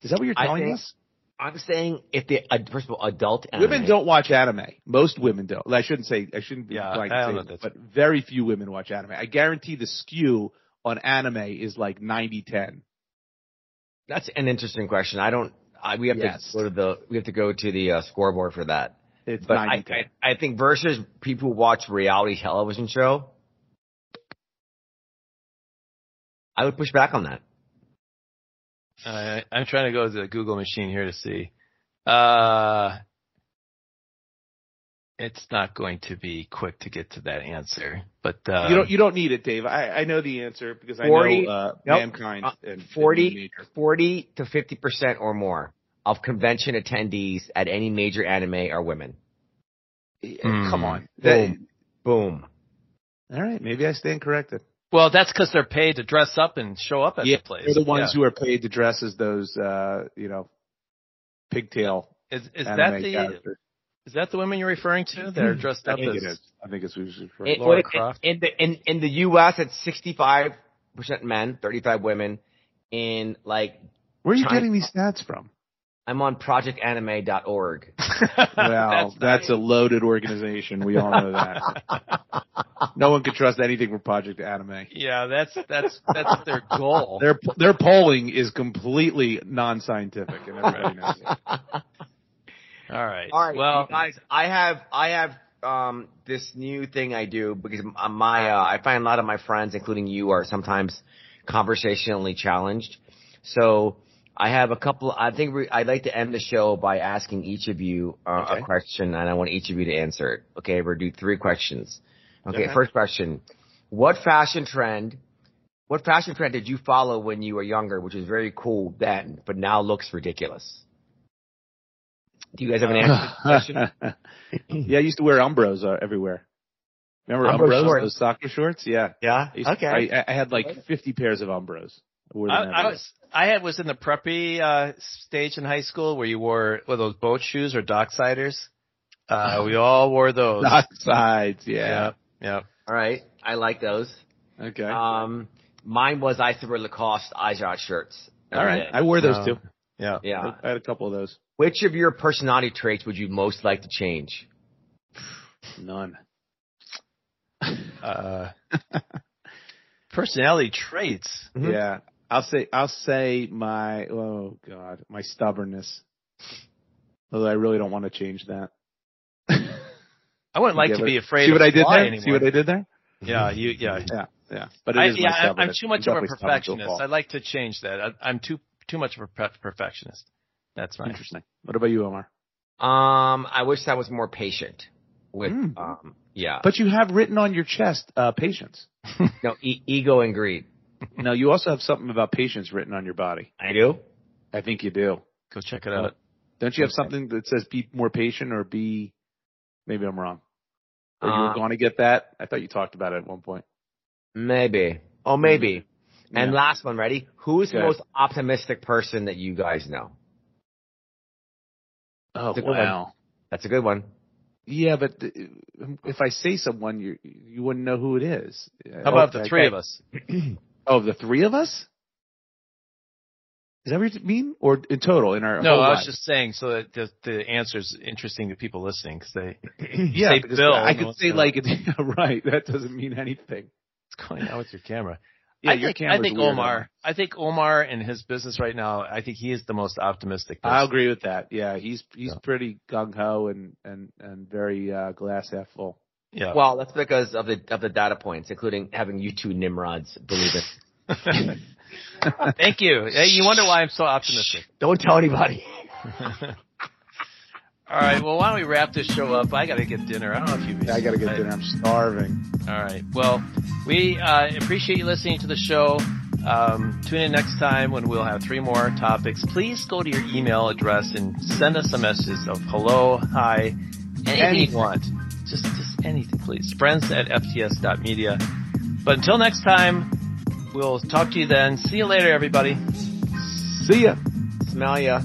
[SPEAKER 1] Is that what you're
[SPEAKER 4] I
[SPEAKER 1] telling
[SPEAKER 4] think-
[SPEAKER 1] us?
[SPEAKER 4] I'm saying if they, uh, first of all, adult anime.
[SPEAKER 1] Women don't watch anime. Most women don't. I shouldn't say. I shouldn't be
[SPEAKER 2] Yeah,
[SPEAKER 1] like
[SPEAKER 2] I don't
[SPEAKER 1] saying
[SPEAKER 2] know
[SPEAKER 1] that,
[SPEAKER 2] if
[SPEAKER 1] but very few women watch anime. I guarantee the skew on anime is like 90-10.
[SPEAKER 4] That's an interesting question. I don't. I, we have
[SPEAKER 1] Yes.
[SPEAKER 4] to go to the. We have to go to the uh, scoreboard for that.
[SPEAKER 1] It's
[SPEAKER 4] But
[SPEAKER 1] 90-10.
[SPEAKER 4] I, I, I think versus people who watch reality television show, I would push back on that.
[SPEAKER 2] Uh, I'm trying to go to the Google machine here to see. Uh, it's not going to be quick to get to that answer, but uh,
[SPEAKER 1] you don't. You don't need it, Dave. I, I know the answer because I
[SPEAKER 4] 40
[SPEAKER 1] know uh,
[SPEAKER 4] nope.
[SPEAKER 1] mankind
[SPEAKER 4] Uh,
[SPEAKER 1] and and
[SPEAKER 4] 40
[SPEAKER 1] human nature.
[SPEAKER 4] Forty to fifty percent or more of convention attendees at any major anime are women.
[SPEAKER 2] Hmm.
[SPEAKER 1] Eh, Come on.
[SPEAKER 4] Boom. Boom.
[SPEAKER 1] all right, maybe I stand corrected.
[SPEAKER 2] Well, that's because they're paid to dress up and show up at
[SPEAKER 1] Yeah,
[SPEAKER 2] the place.
[SPEAKER 1] They're the ones who are paid to dress as those, uh, you know, pigtail.
[SPEAKER 2] who is, is that
[SPEAKER 1] anime
[SPEAKER 2] the
[SPEAKER 1] characters.
[SPEAKER 2] is that the women you're referring to that are dressed
[SPEAKER 1] I
[SPEAKER 2] up
[SPEAKER 1] think
[SPEAKER 2] as?
[SPEAKER 1] it is. I think it's usually for
[SPEAKER 4] It-
[SPEAKER 2] Laura
[SPEAKER 4] it-
[SPEAKER 2] Croft.
[SPEAKER 4] In the in, in the U.S., it's sixty five percent men, thirty five women. In like,
[SPEAKER 1] Where are you
[SPEAKER 4] China.
[SPEAKER 1] getting these stats from?
[SPEAKER 4] I'm on projectanime.org.
[SPEAKER 1] Well, that's a loaded organization. We all know that. no one can trust anything from Project Anime.
[SPEAKER 2] yeah, that's that's that's their goal.
[SPEAKER 1] Their their polling is completely non-scientific, and everybody knows it.
[SPEAKER 2] All right.
[SPEAKER 4] All right,
[SPEAKER 2] Well,
[SPEAKER 4] you guys, I have I have um this new thing I do because m- my uh, I find a lot of my friends, including you, are sometimes conversationally challenged. So I have a couple. I think we, I'd like to end the show by asking each of you uh,
[SPEAKER 1] Okay.
[SPEAKER 4] a question, and I want each of you to answer it. Okay, we're do three questions. Okay,
[SPEAKER 1] Okay.
[SPEAKER 4] first question: What fashion trend? What fashion trend did you follow when you were younger, which was very cool then, but now looks ridiculous? Do you guys have
[SPEAKER 1] Uh,
[SPEAKER 4] an answer?
[SPEAKER 1] yeah, I used to wear Umbros uh, everywhere. Remember
[SPEAKER 4] Umbro
[SPEAKER 1] Umbros,
[SPEAKER 4] shorts.
[SPEAKER 1] those soccer shorts? Yeah.
[SPEAKER 4] Yeah.
[SPEAKER 1] I used to- I, I had like 50 pairs of Umbros. Where
[SPEAKER 2] I,
[SPEAKER 1] they have
[SPEAKER 2] I
[SPEAKER 1] it.
[SPEAKER 2] was I had was in the preppy uh, stage in high school where you wore what are those boat shoes or docksiders. Uh, we all wore those.
[SPEAKER 1] Not sides, yeah.
[SPEAKER 2] yeah, yeah.
[SPEAKER 4] All right, I like those.
[SPEAKER 1] Okay.
[SPEAKER 4] Um, mine was I threw Lacoste eyes out shirts.
[SPEAKER 1] All right.
[SPEAKER 4] Every day.
[SPEAKER 1] I wore those
[SPEAKER 2] Um,
[SPEAKER 1] too.
[SPEAKER 2] Yeah.
[SPEAKER 4] Yeah.
[SPEAKER 1] I had a couple of those.
[SPEAKER 4] Which of your personality traits would you most like to change?
[SPEAKER 1] None.
[SPEAKER 2] Uh, personality traits.
[SPEAKER 4] Mhm.
[SPEAKER 1] Yeah. I'll say I'll say my oh god, my stubbornness. Although I really don't want to change that.
[SPEAKER 2] I wouldn't like
[SPEAKER 1] Yeah,
[SPEAKER 2] to
[SPEAKER 1] but-
[SPEAKER 2] be afraid.
[SPEAKER 1] See what
[SPEAKER 2] of
[SPEAKER 1] I did
[SPEAKER 2] fly
[SPEAKER 1] there?
[SPEAKER 2] Anymore.
[SPEAKER 1] See what I did there?
[SPEAKER 2] yeah, you. Yeah,
[SPEAKER 1] Yeah. But
[SPEAKER 2] I,
[SPEAKER 1] it is my
[SPEAKER 2] yeah. I'm- I'm
[SPEAKER 1] stubbornness.
[SPEAKER 2] too much
[SPEAKER 1] I'm
[SPEAKER 2] of
[SPEAKER 1] definitely stubborn
[SPEAKER 2] a
[SPEAKER 1] to a
[SPEAKER 2] perfectionist.
[SPEAKER 1] fault.
[SPEAKER 2] I'd like to change that. I, I'm too too much of a perf- perfectionist. That's my
[SPEAKER 1] Interesting. What about you, Omar?
[SPEAKER 4] Um, I wish I was more patient with,
[SPEAKER 1] Mm.
[SPEAKER 4] um, yeah,
[SPEAKER 1] But you have written on your chest uh, patience.
[SPEAKER 4] no, e- ego and greed.
[SPEAKER 1] Now you also have something about patience written on your body.
[SPEAKER 4] I do.
[SPEAKER 1] I think you do.
[SPEAKER 2] Go check it out.
[SPEAKER 1] Don't you have
[SPEAKER 4] Okay.
[SPEAKER 1] something that says be more patient or be? Maybe I'm wrong. Or you
[SPEAKER 4] Uh,
[SPEAKER 1] were going to get that? I thought you talked about it at one point.
[SPEAKER 4] Maybe. Oh, maybe. And
[SPEAKER 1] Yeah.
[SPEAKER 4] last one, ready? Who's the
[SPEAKER 1] Okay.
[SPEAKER 4] most optimistic person that you guys know?
[SPEAKER 1] Oh
[SPEAKER 4] It's a good one.
[SPEAKER 1] wow.
[SPEAKER 4] That's a good one.
[SPEAKER 1] Yeah, but th- if I say someone, you you wouldn't know who it is.
[SPEAKER 2] How about the three of us?
[SPEAKER 1] Oh, the three of us. Is that what you mean? Or in total in our
[SPEAKER 2] No,
[SPEAKER 1] whole
[SPEAKER 2] I was
[SPEAKER 1] lives?
[SPEAKER 2] just saying so that the, the answer's interesting to people listening because they
[SPEAKER 1] yeah.
[SPEAKER 2] say
[SPEAKER 1] because
[SPEAKER 2] Bill,
[SPEAKER 1] I
[SPEAKER 2] no,
[SPEAKER 1] could
[SPEAKER 2] it's
[SPEAKER 1] say
[SPEAKER 2] not.
[SPEAKER 1] like yeah, right. That doesn't mean anything.
[SPEAKER 2] what's going on with your camera.
[SPEAKER 1] Yeah,
[SPEAKER 2] I
[SPEAKER 1] your
[SPEAKER 2] think, I
[SPEAKER 1] camera's
[SPEAKER 2] think
[SPEAKER 1] weird,
[SPEAKER 2] Omar. I think Omar and his business right now. I think he is the most optimistic. Person.
[SPEAKER 1] I agree with that. Yeah, he's he's
[SPEAKER 2] Yeah.
[SPEAKER 1] pretty gung ho and and and very uh, glass half full.
[SPEAKER 2] Yeah.
[SPEAKER 4] Well, that's because of the, of the data points, including having you two Nimrods believe it.
[SPEAKER 2] Thank you. Hey, you wonder why I'm so optimistic.
[SPEAKER 4] Don't tell anybody.
[SPEAKER 2] All right. Well, why don't we wrap this show up? I got to get dinner. I don't know if you.
[SPEAKER 1] I gotta get dinner. I'm starving.
[SPEAKER 2] All right. Well, we uh, appreciate you listening to the show. Um, tune in next time when we'll have three more topics. Please go to your email address and send us a message of hello, hi, anything
[SPEAKER 1] Anything.
[SPEAKER 2] you want. Just, just anything, please. Friends at fts.media. But until next time, we'll talk to you then. See you later, everybody.
[SPEAKER 1] See ya.
[SPEAKER 4] Smell ya.